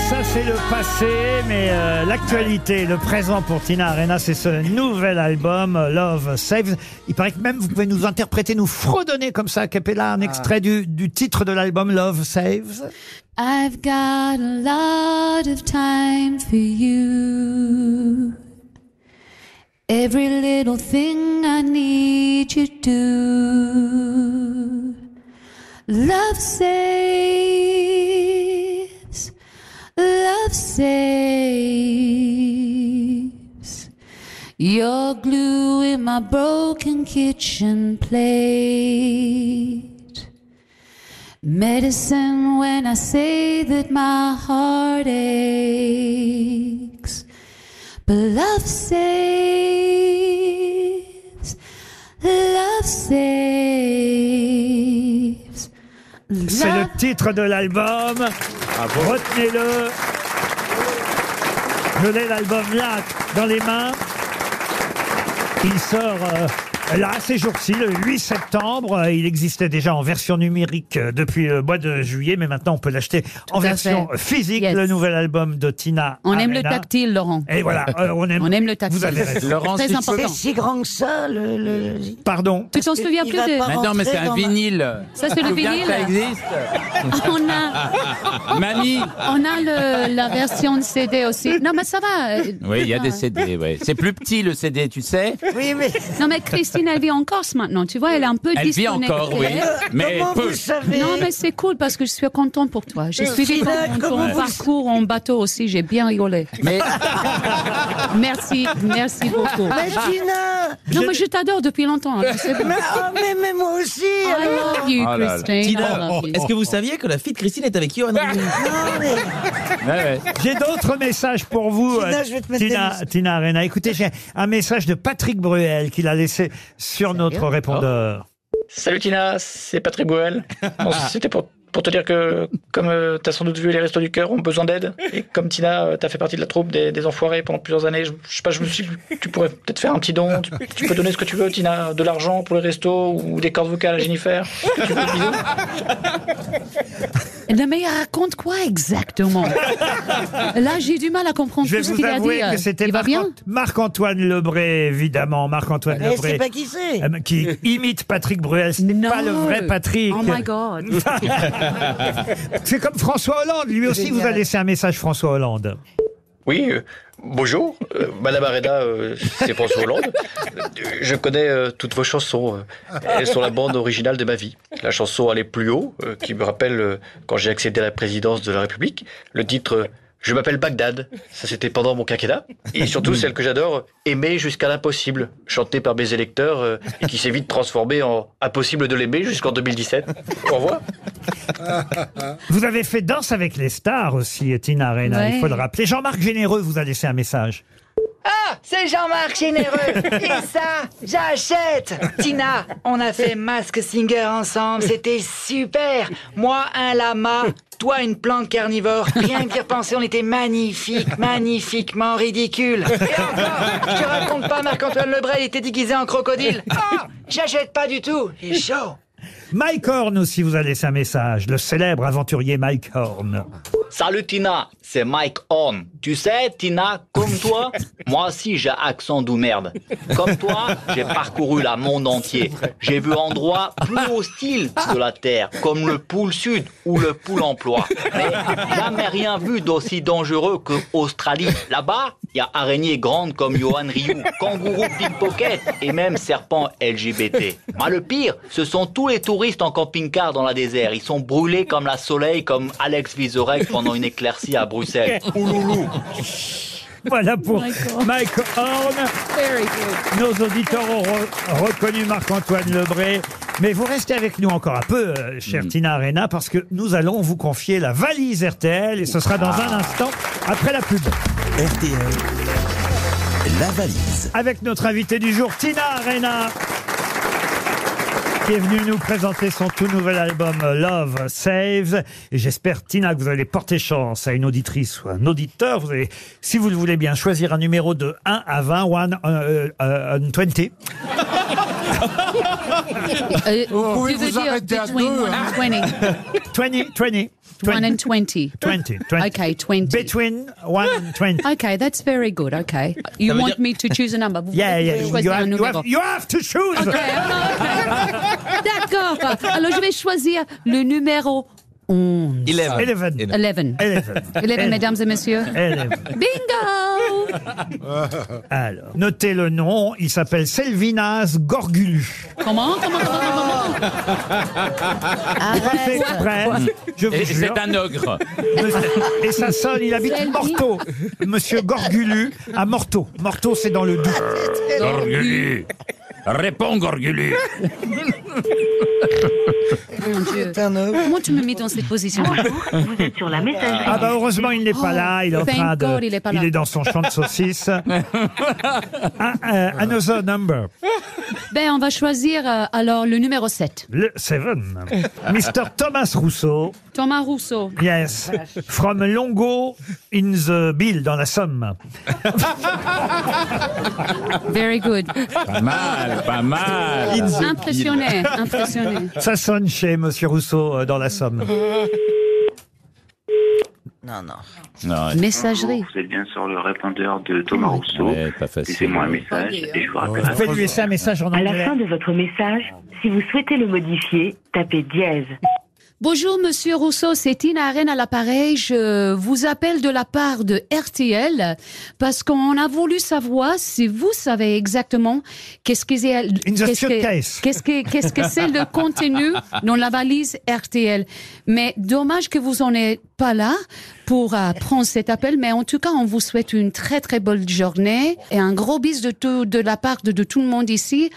B: Ça, c'est le passé, mais euh, l'actualité, le présent pour Tina Arena, c'est ce nouvel album, euh, Love Saves. Il paraît que même vous pouvez nous interpréter, nous fredonner comme ça, a cappella, un extrait du, du titre de l'album Love Saves.
U: I've got a lot of time for you. Every little thing I need you to do. Love saves, love saves. Your glue in my broken kitchen plate. Medicine when I say that my heart aches. But love saves, love saves.
B: C'est
U: Love
B: le titre de l'album. Retenez-le. Je l'ai l'album là, dans les mains. Il sort euh, là, ces jours-ci, le 8 septembre. Euh, Il existait déjà en version numérique euh, depuis le mois de juillet, mais maintenant on peut l'acheter en
T: à
B: version
T: fait.
B: physique,
T: Yes.
B: le nouvel album de Tina.
T: On aime le
B: Arena.
T: tactile, Laurent.
B: Et voilà, euh, on aime.
T: On aime le tactile.
B: Vous avez raison.
T: C'est très important.
I: si grand que ça, le. le-
B: Pardon.
T: Tu t'en souviens
I: Il
T: plus
I: va
T: de-
I: pas
G: Mais non, mais
I: rentrer
G: c'est un
I: dans ma-
G: vinyle.
T: Ça, c'est
G: Tu te
T: le
G: souviens
T: vinyle. Ah,
G: que Ça existe.
T: On a,
G: Mamie.
I: Ah.
T: on a le- la version CD aussi. Non, mais ça va. euh,
G: Oui, il y a des CD, ouais. C'est plus petit le CD, tu sais.
T: Oui, mais... Non, mais Christine, elle vit en Corse maintenant, tu vois, elle est un peu
G: Elle vit
T: disconnectée.
G: encore, oui, mais Comment peu. vous savez
T: Non, mais c'est cool parce que je suis contente pour toi. J'ai
I: Euh,
G: Christina,
T: suivi ton,
G: comment
T: ton
G: vous-
T: parcours en bateau aussi, j'ai bien rigolé.
G: Mais
T: Merci, merci beaucoup.
I: Mais Tina
T: Non, mais je t'adore depuis longtemps. hein, tu sais.
I: Mais, oh, mais, mais moi aussi
T: I
I: alors.
T: love you,
F: Ah
T: Christine. I
C: Tina,
T: love you.
C: est-ce que vous saviez que la fille de Christine est avec Johan
B: J'ai d'autres messages pour vous.
I: Tina,
B: euh,
I: je vais te mettre
B: Tina,
I: des mus-
B: Tina Arena. Écoutez, j'ai un message de Patrick Bruel qu'il a laissé sur notre répondeur.
T: Ah.
V: Salut Tina, c'est Patrick Boel. Bon, C'était pour, pour te dire que, comme tu t'as sans doute vu, les Restos du Cœur ont besoin d'aide. Et comme Tina, euh, t'as fait partie de la troupe des, des enfoirés pendant plusieurs années. Je, je sais pas, je me suis dit que tu pourrais peut-être faire un petit don. Tu, tu peux donner ce que tu veux, Tina. De l'argent pour les restos ou des cordes vocales à Jennifer. Tu veux, bisous.
T: Non, mais il raconte quoi exactement Là, j'ai du mal à comprendre
B: Je vais
T: tout ce
B: vous
T: qu'il a dit.
B: avouer
T: euh,
B: que c'était
T: il va bien
B: Marc- Marc-Antoine Lebré, évidemment. Marc-Antoine
T: Mais
B: Lebré.
T: c'est pas qui c'est.
B: Euh, Qui imite Patrick Bruel. C'est pas le vrai Patrick.
T: Oh my God.
B: C'est comme François Hollande. Lui aussi vous a
V: Génial.
B: laissé un message, François Hollande.
V: Oui, euh, bonjour. Euh, Madame Arena, euh, c'est François Hollande. Euh, Je connais euh, toutes vos chansons. euh. Elles sont la bande originale de ma vie. La chanson Aller plus haut, euh, qui me rappelle euh, quand j'ai accédé à la présidence de la République. Le titre euh, Je m'appelle Bagdad. Ça, c'était pendant mon quinquennat. Et surtout, celle que j'adore, Aimer jusqu'à l'impossible, chantée par mes électeurs euh, et qui s'est vite transformée en Impossible de l'aimer jusqu'en 2017. Au revoir.
B: Vous avez fait Danse avec les stars aussi, Tina Arena. Il
W: Ouais.
B: faut le rappeler. Jean-Marc Généreux vous a laissé un message.
W: Ah, c'est Jean-Marc Généreux. Et ça, j'achète. Tina, on a fait Mask Singer ensemble. C'était super. Moi, un lama. Toi, une plante carnivore. Rien que d'y repenser, on était magnifiques, magnifiquement ridicules. Et encore, je te Ah, raconte pas, Marc-Antoine Lebray il était déguisé en crocodile. Oh, j'achète pas du tout. Il est chaud.
B: Mike Horn aussi vous a laissé un message, le célèbre aventurier Mike Horn.
K: Salut Tina, c'est Mike Horn. Tu sais, Tina, comme toi, moi aussi j'ai accent de merde. Comme toi, j'ai parcouru la monde entier. J'ai vu endroits plus hostiles de la Terre, comme le pôle Sud ou le pôle Emploi. Mais jamais rien vu d'aussi dangereux que Australie. Là-bas, il y a araignées grandes comme Johan Ryu, kangourous pickpocket et même serpents LGBT. Moi, le pire, ce sont tous les touristes en camping-car dans la désert. Ils sont brûlés comme la soleil, comme Alex Vizorek pendant une éclaircie à Bruxelles. Ouloulou.
B: Voilà pour Mike Horn. Nos auditeurs ont re- reconnu Marc-Antoine Lebré. Mais vous restez avec nous encore un peu, euh, chère Tina Arena, parce que nous allons vous confier la valise RTL et ce sera dans un instant après la pub. RTL, la valise. Avec notre invité du jour, Tina Arena qui est venu nous présenter son tout nouvel album euh, Love Saves. Et j'espère, Tina, que vous allez porter chance à une auditrice ou un auditeur. Vous allez, si vous le voulez bien, choisir un numéro de 1 à 20, 1 euh, euh, euh, 20.
T: Euh,
J: Vous pouvez
T: tu
J: vous
T: veux dire
J: arrêter à
T: between
J: deux,
T: one
J: hein.
T: and twenty.
B: 20, 20.
T: 1 and 20.
B: 20, 20.
T: Okay, 20.
B: Between 1 and 20.
T: Okay, that's very good. Okay. You
B: Ça veut
T: want
B: dire-
T: me to choose a number? Vous
B: Yeah,
T: voulez
B: yeah,
T: que je
B: you
T: choisisse
B: have-
T: un
B: you
T: numéro.
B: have- you have to choose.
T: Ok, ok. D'accord. Alors, je vais choisir le numéro 11.
J: Eleven.
T: Eleven.
B: Eleven. Eleven.
T: Eleven, mesdames et messieurs.
B: Eleven.
T: Bingo!
B: Alors, notez le nom. Il s'appelle Selvinas Gorgulu.
T: Comment? Comment?
B: Pas fait exprès, je vous
G: Et
B: jure.
G: c'est un ogre.
B: Monsieur- Et ça sonne, il habite Morteau. Monsieur Gorgulu à Morteau. Morteau, c'est dans le Doubs.
G: Gorgulu. Réponds, Gorgulu.
T: Comment tu me mets dans cette position? Vous êtes sur la messagerie.
B: Ah bah heureusement il n'est pas
T: Oh,
B: là, il est en
T: thank
B: train de,
T: God, il est pas là.
B: dans son champ de saucisses. Ah, euh, another number,
T: Ben, on va choisir euh, alors le numéro 7.
B: le seven. Mr Thomas Rousseau,
T: Thomas Rousseau.
B: yes, from Longo in the Bill dans la Somme.
T: Very good.
G: Pas mal, pas mal.
T: Impressionné, impressionné.
B: Ça sonne chez Monsieur Rousseau euh, dans la Somme.
I: Non, non.
T: Messagerie.
P: Vous êtes bien sur le répondeur de Thomas Rousseau. Laissez-moi un message et je vous rappelle.
B: Faites lui laisser un message en
L: À la
B: anglais.
L: fin de votre message, si vous souhaitez le modifier, tapez dièse.
T: Bonjour, monsieur Rousseau, c'est Tina Arène à l'appareil. Je vous appelle de la part de RTL parce qu'on a voulu savoir si vous savez exactement qu'est-ce que c'est
B: the
T: qu'est-ce
B: suitcase.
T: que, qu'est-ce que, qu'est-ce que c'est le contenu dans la valise RTL. Mais dommage que vous n'en êtes pas là pour euh, prendre cet appel. Mais en tout cas, on vous souhaite une très, très bonne journée et un gros bis de, tout, de la part de, de tout le monde ici.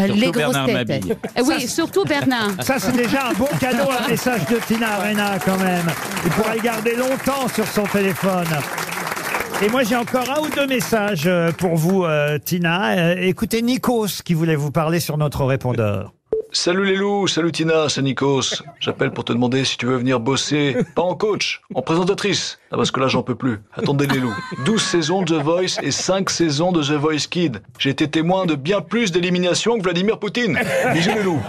T: Euh,
G: Surtout
T: les grosses
G: Bernard
T: têtes.
G: Mabille.
T: Eh oui, surtout Bernard.
B: Ça, c'est déjà un bon cadeau, un message de Tina Arena, quand même. Il pourra le garder longtemps sur son téléphone. Et moi, j'ai encore un ou deux messages euh, pour vous, euh, Tina. Euh, Écoutez Nikos qui voulait vous parler sur notre répondeur.
X: Salut les loups, salut Tina, c'est Nikos. J'appelle pour te demander si tu veux venir bosser, pas en coach, en présentatrice. Ah, parce que là, j'en peux plus. Attendez les loups. 12 saisons de The Voice et 5 saisons de The Voice Kid. J'ai été témoin de bien plus d'éliminations que Vladimir Poutine. Bisous les loups.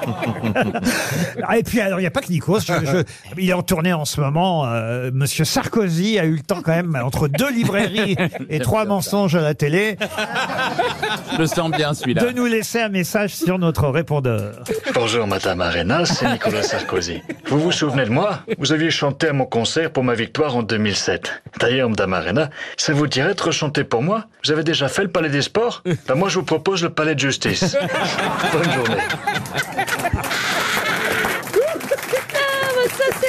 B: Ah, et puis, alors, il n'y a pas que Nikos. Je- je- il est en tournée en ce moment. Euh, Monsieur Sarkozy a eu le temps, quand même, entre deux librairies et
G: J'aime
B: trois
G: bien ça.
B: mensonges à la télé,
G: Je le sens bien, celui-là.
B: de nous laisser un message sur notre répondeur.
X: Bonjour Madame Arena, c'est Nicolas Sarkozy. Vous vous souvenez de moi Vous aviez chanté à mon concert pour ma victoire en 2007. D'ailleurs Madame Arena, ça vous dirait de rechanter pour moi Vous avez déjà fait le Palais des Sports Ben moi je vous propose le Palais de Justice. Bonne journée.
T: Ah, bah ça c'est.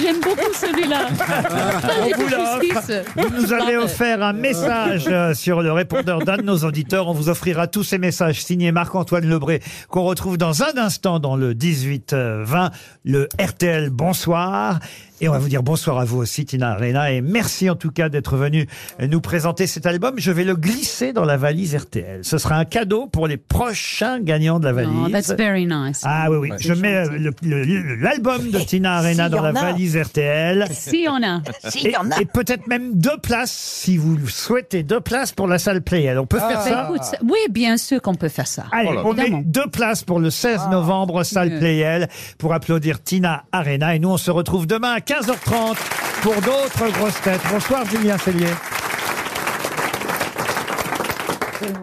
T: J'aime beaucoup celui-là.
B: On vous l'offre. Vous nous avez offert un message euh, sur le répondeur d'un de nos auditeurs. On vous offrira tous ces messages signés Marc-Antoine Lebré qu'on retrouve dans un instant dans le 18-20, le RTL Bonsoir. Et on va vous dire bonsoir à vous aussi, Tina Arena. Et merci en tout cas d'être venu nous présenter cet album. Je vais le glisser dans la valise RTL. Ce sera un cadeau pour les prochains gagnants de la valise.
T: Oh, that's very nice.
B: Ah oui, oui. Je mets euh, le- le- le- l'album de Tina Arena
T: S'il y
B: dans la
T: en a,
B: valise RTL.
T: Si on a.
B: et, et peut-être même deux places, si vous le souhaitez, deux places pour la salle Playel. On peut faire ça
T: Bah, écoute, oui, bien sûr qu'on peut faire ça. Oh
B: Allez, on est
T: Évidemment.
B: deux places pour le
T: Ah.
B: 16 novembre, salle Playel, pour applaudir Tina Arena. Et nous, on se retrouve demain à 15h30 pour d'autres grosses têtes. Bonsoir, Julien Cellier.